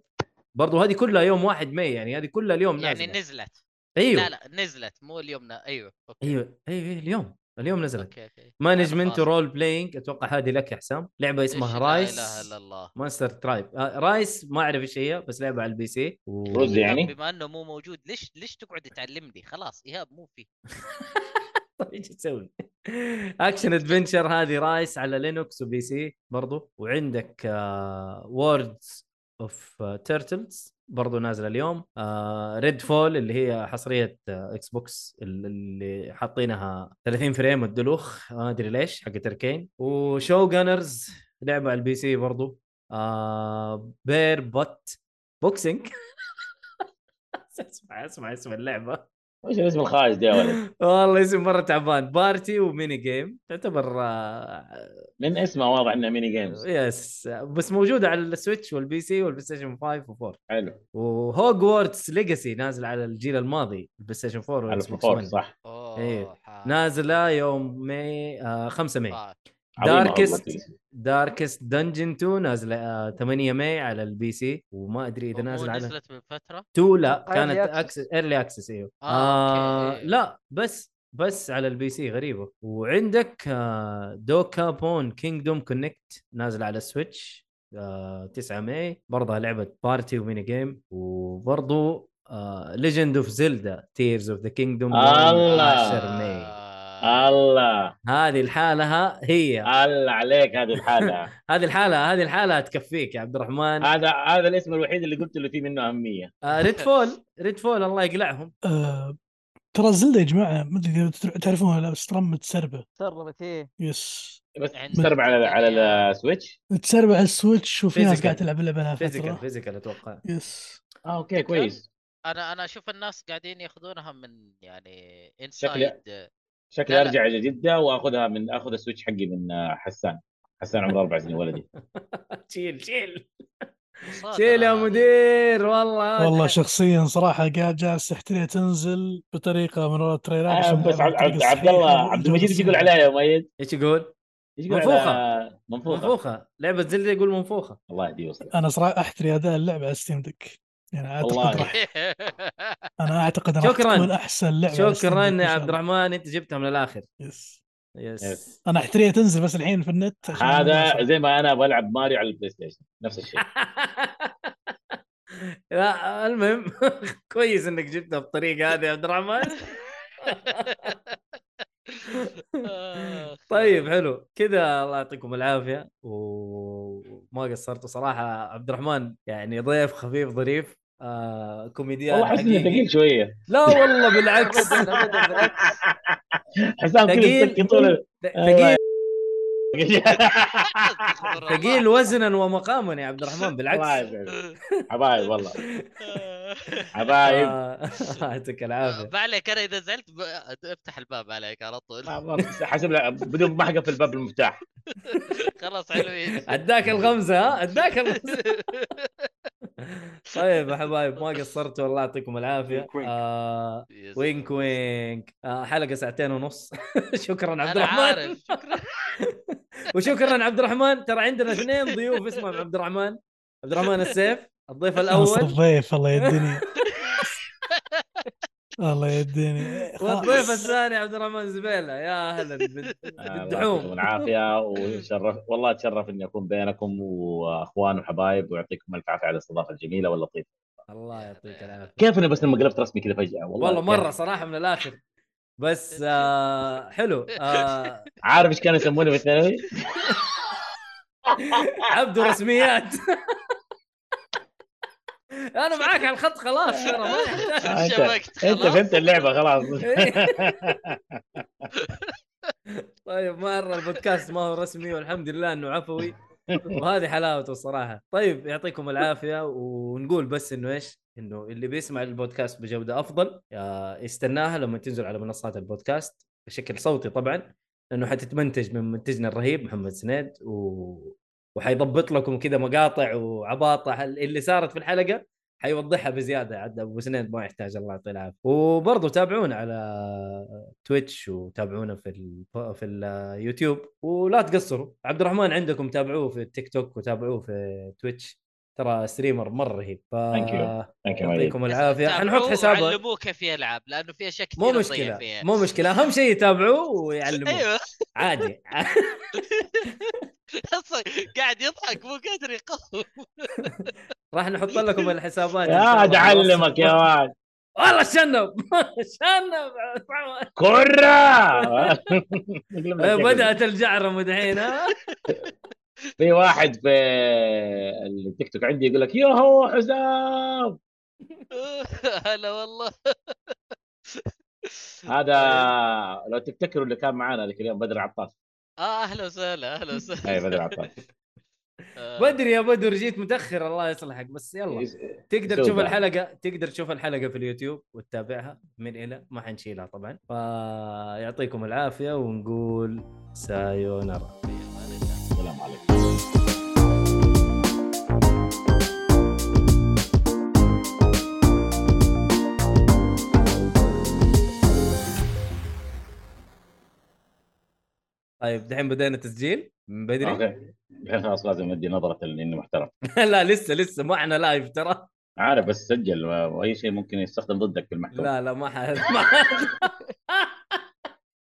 Speaker 1: برضه هذه كلها يوم 1 ماي يعني هذه كلها اليوم نازله
Speaker 4: يعني نزلت
Speaker 1: ايوه
Speaker 4: لا لا نزلت مو اليوم نا... ايوه اوكي
Speaker 1: ايوه ايوه أيوة، اليوم اليوم نزلت
Speaker 4: اوكي اوكي
Speaker 1: مانجمنت
Speaker 4: أنا فاصل.
Speaker 1: رول بلاينج اتوقع هذه لك يا حسام لعبه اسمها
Speaker 4: إيش
Speaker 1: رايس
Speaker 4: لا اله الا الله
Speaker 1: مونستر ترايب آه رايس ما اعرف ايش هي بس لعبه على البي سي و...
Speaker 2: رز
Speaker 4: إيهاب
Speaker 2: يعني؟
Speaker 4: بما انه مو موجود ليش ليش تقعد تعلمني خلاص ايهاب مو فيه
Speaker 1: طيب ايش تسوي؟ اكشن ادفنشر هذه رايس على لينوكس وبي سي برضو وعندك آه، ووردز اوف تيرتلز آه، برضو نازله اليوم ريد فول اللي هي حصريه آه، اكس بوكس ال- اللي حاطينها 30 فريم الدلوخ ما ادري ليش حقت اركين وشو جانرز لعبه على البي سي برضو آه بير بوت بوكسينج اسمع اسمع اسم اللعبه
Speaker 2: وش الاسم الخايس ده يا ولد؟
Speaker 1: والله اسم مره تعبان بارتي وميني جيم تعتبر آه،
Speaker 2: من اسمه واضح انه ميني جيمز
Speaker 1: يس بس موجوده على السويتش والبي سي والبلاي ستيشن 5 و4
Speaker 2: حلو
Speaker 1: وهوجورتس ليجاسي نازل على الجيل الماضي البلاي ستيشن 4
Speaker 2: على
Speaker 1: والاكس بوكس
Speaker 2: الفور
Speaker 1: 1
Speaker 2: صح
Speaker 4: اوه
Speaker 1: إيه.
Speaker 4: حا-
Speaker 1: نازله يوم مي آه 5 ماي
Speaker 4: حا.
Speaker 2: عظيمة والله
Speaker 1: Darkest.
Speaker 2: الاسم.
Speaker 1: داركست دنجن 2 نازله آه 8 ماي على البي سي وما ادري اذا
Speaker 4: ومو
Speaker 1: نازل على
Speaker 4: نزلت من فتره
Speaker 1: 2 لا
Speaker 3: أتوقع
Speaker 1: كانت
Speaker 3: آه، early access.
Speaker 1: اكسس ايرلي اكسس ايوه
Speaker 4: آه، أوكي.
Speaker 1: لا بس بس على البي سي غريبه وعندك آه دوكا بون كينجدوم كونكت نازل على السويتش آه 9 ماي برضه لعبه بارتي وميني جيم وبرضه آه، ليجند اوف زيلدا تيرز اوف ذا كينجدوم
Speaker 2: الله.
Speaker 1: 10 ماي
Speaker 4: آه.
Speaker 2: الله
Speaker 1: هذه الحالة هي
Speaker 2: الله عليك هذه الحالة
Speaker 1: هذه الحالة هذه الحالة تكفيك يا عبد الرحمن
Speaker 2: هذا هذا الاسم الوحيد اللي قلت له فيه منه أهمية
Speaker 1: ريد فول ريد فول الله يقلعهم
Speaker 6: آه، ترى زلدة يا جماعه ما ادري اذا تتر- تعرفونها لا بس ترى متسربه
Speaker 3: تسربت ايه
Speaker 6: يس
Speaker 2: بس
Speaker 4: عندك
Speaker 2: تسرب
Speaker 4: يعني
Speaker 2: على على
Speaker 4: الدنيا.
Speaker 2: السويتش
Speaker 6: متسربه على السويتش وفي ناس
Speaker 1: Physical.
Speaker 6: قاعده تلعب اللعبه لها
Speaker 1: فيزيكال
Speaker 6: فتره
Speaker 1: فيزيكال اتوقع
Speaker 6: يس
Speaker 2: اه اوكي كويس
Speaker 4: انا انا اشوف الناس قاعدين ياخذونها من يعني
Speaker 2: شكلي-
Speaker 4: انسايد
Speaker 2: شكلي
Speaker 4: لا لا.
Speaker 2: ارجع الى جده واخذها من اخذ السويتش حقي من آه، حسان حسان عمره اربع سنين ولدي
Speaker 1: شيل شيل
Speaker 4: مصادرة
Speaker 1: شيل يا
Speaker 4: هذه.
Speaker 1: مدير والله
Speaker 6: والله شخصيا صراحه قاعد جالس تحتري تنزل بطريقه من ورا التريلات
Speaker 2: آه،
Speaker 6: عشان
Speaker 2: بس
Speaker 6: ما
Speaker 2: عبد,
Speaker 6: أعرف
Speaker 2: عبد,
Speaker 6: الطريقة
Speaker 2: عبد الله
Speaker 6: الصحيحة
Speaker 2: عبد
Speaker 6: والجودة
Speaker 2: المجيد ايش يقول
Speaker 6: الصحيحة.
Speaker 2: عليها يا مؤيد؟
Speaker 1: ايش يقول؟
Speaker 2: ايش يقول
Speaker 1: منفوخة.
Speaker 2: على منفوخه
Speaker 1: منفوخه لعبه زلده يقول منفوخه
Speaker 2: الله يهديه وصلك
Speaker 6: انا صراحه احتري اداء اللعبه على ستيم دك يعني
Speaker 2: والله.
Speaker 6: اعتقد راح انا اعتقد راح
Speaker 1: شكراً.
Speaker 6: تكون احسن لعبه على Steam Deck
Speaker 1: شكرا
Speaker 6: إن
Speaker 1: يا
Speaker 6: شاء
Speaker 1: عبد
Speaker 6: الله.
Speaker 1: الرحمن انت جبتها من الاخر
Speaker 6: يس
Speaker 1: يس
Speaker 2: يس.
Speaker 6: انا احتريها تنزل بس الحين في النت عشان ما
Speaker 2: هذا
Speaker 6: أصل.
Speaker 2: زي ما انا بلعب ماريو على البلاي ستيشن نفس الشيء
Speaker 1: لا المهم كويس انك جبتها بالطريقه هذه يا عبد الرحمن
Speaker 4: آخ.
Speaker 1: طيب حلو كذا الله يعطيكم العافيه وما قصرتوا صراحه عبد الرحمن يعني ضيف خفيف ظريف آه كوميديان
Speaker 2: والله احس انه ثقيل
Speaker 1: حقيقي
Speaker 2: شويه
Speaker 1: لا والله بالعكس
Speaker 3: ابدا ابدا بالعكس
Speaker 2: حسام كذا
Speaker 1: ثقيل.
Speaker 2: مسكي طول
Speaker 1: ثقيل
Speaker 4: أستغفر الله.
Speaker 1: ثقيل وزنا ومقاما يا عبد الرحمن
Speaker 2: الله
Speaker 1: بالعكس
Speaker 2: يسعدك. حبايب والله حبايب
Speaker 1: آه، يعطيك العافيه
Speaker 4: آه، ما عليك انا اذا زعلت ب... افتح الباب عليك على طول
Speaker 2: ما- ما- حسب لا، بدون ما احقق في الباب المفتاح
Speaker 4: خلاص حلوين
Speaker 1: اداك الغمزه ها اداك الغمزه طيب يا حبايب ما قصرتوا الله يعطيكم العافيه
Speaker 5: وينك وينك.
Speaker 1: آه،
Speaker 4: يس.
Speaker 1: وينك وينك آه، حلقه ساعتين ونص شكرا عبد
Speaker 4: انا
Speaker 1: الرحمن
Speaker 4: عارف شكرا
Speaker 1: وشكرا عبد الرحمن ترى عندنا اثنين ضيوف اسمهم عبد الرحمن عبد الرحمن السيف الضيف
Speaker 6: ناصر
Speaker 1: الاول
Speaker 6: الضيف الله يديني الله يديني
Speaker 1: والضيف الثاني عبد الرحمن زبيله يا اهلا بال-
Speaker 2: آه،
Speaker 1: بالدحوم
Speaker 2: يعطيكم العافيه وشرف والله اتشرف اني اكون بينكم واخوان وحبايب ويعطيكم الف عافيه على الاستضافه الجميله واللطيفه
Speaker 1: الله يعطيك العافيه
Speaker 2: كيف انا بس لما قلبت رسمي كذا فجاه والله
Speaker 1: والله مره
Speaker 2: كيف.
Speaker 1: صراحه من الاخر بس آه حلو آه
Speaker 2: عارف ايش كانوا يسموني في الثانوي؟
Speaker 1: عبدو رسميات انا معاك على الخط خلاص ترى ما يحتاج
Speaker 2: آه،
Speaker 4: شبكت
Speaker 2: انت انت فهمت اللعبه خلاص
Speaker 1: طيب مره البودكاست ما هو رسمي والحمد لله انه عفوي وهذه حلاوته الصراحه طيب يعطيكم العافيه ونقول بس انه ايش انه اللي بيسمع البودكاست بجوده افضل آه، يستناها لما تنزل على منصات البودكاست بشكل صوتي طبعا لانه حتتمنتج من منتجنا الرهيب محمد سنيد و... وحيضبط لكم كذا مقاطع وعباطه حل- اللي صارت في الحلقه حيوضحها بزياده عاد ابو سنيد ما يحتاج الله يعطيه العافيه وبرضه تابعونا على تويتش وتابعونا في ال... في اليوتيوب ولا تقصروا عبد الرحمن عندكم تابعوه في التيك توك وتابعوه في تويتش ترى ستريمر مره رهيب ف
Speaker 2: Thank you. Thank you, Maria.
Speaker 1: يعطيكم العافيه حنحط
Speaker 4: حسابه
Speaker 1: حسابه
Speaker 4: علموه كيف يلعب لانه في اشياء كثير
Speaker 1: مو
Speaker 4: تضيع
Speaker 1: مشكله
Speaker 4: فيها.
Speaker 1: مو مشكله اهم شيء يتابعوه ويعلموه
Speaker 4: ايوه
Speaker 1: عادي
Speaker 4: اصلا قاعد يضحك مو قادر يقوم
Speaker 1: راح نحط لكم الحسابات إن شاء الله في
Speaker 2: يا
Speaker 1: الوصف.
Speaker 2: اعلمك آه، يا ولد
Speaker 1: والله شنب شنب
Speaker 2: كرة
Speaker 1: بدات الجعرمه دحين ها
Speaker 2: في واحد في التيك توك عندي يقول لك يوهو حسام
Speaker 4: هلا والله
Speaker 2: هذا لو تفتكروا اللي كان معانا ذاك اليوم بدر عطاس
Speaker 4: اه اهلا وسهلا اهلا وسهلا
Speaker 2: اي بدر عطاس
Speaker 4: آه،
Speaker 1: بدري يا بدر جيت متاخر الله يصلحك بس
Speaker 2: إيه،
Speaker 1: يلا تقدر
Speaker 2: يسوي
Speaker 1: تشوف
Speaker 2: دعم.
Speaker 1: الحلقه تقدر تشوف الحلقه في اليوتيوب وتتابعها من الى ما حنشيلها طبعا فيعطيكم العافيه ونقول سايونارا
Speaker 4: في أمان الله.
Speaker 2: السلام عليكم
Speaker 1: طيب دحين بدينا تسجيل من بدري
Speaker 2: اوكي الحين خلاص لازم ادي نظره اني محترم
Speaker 1: لا لسه لسه ما احنا لايف ترى
Speaker 2: عارف بس سجل واي شيء ممكن يستخدم ضدك في المحكمه
Speaker 1: لا لا ما ح... ما ح-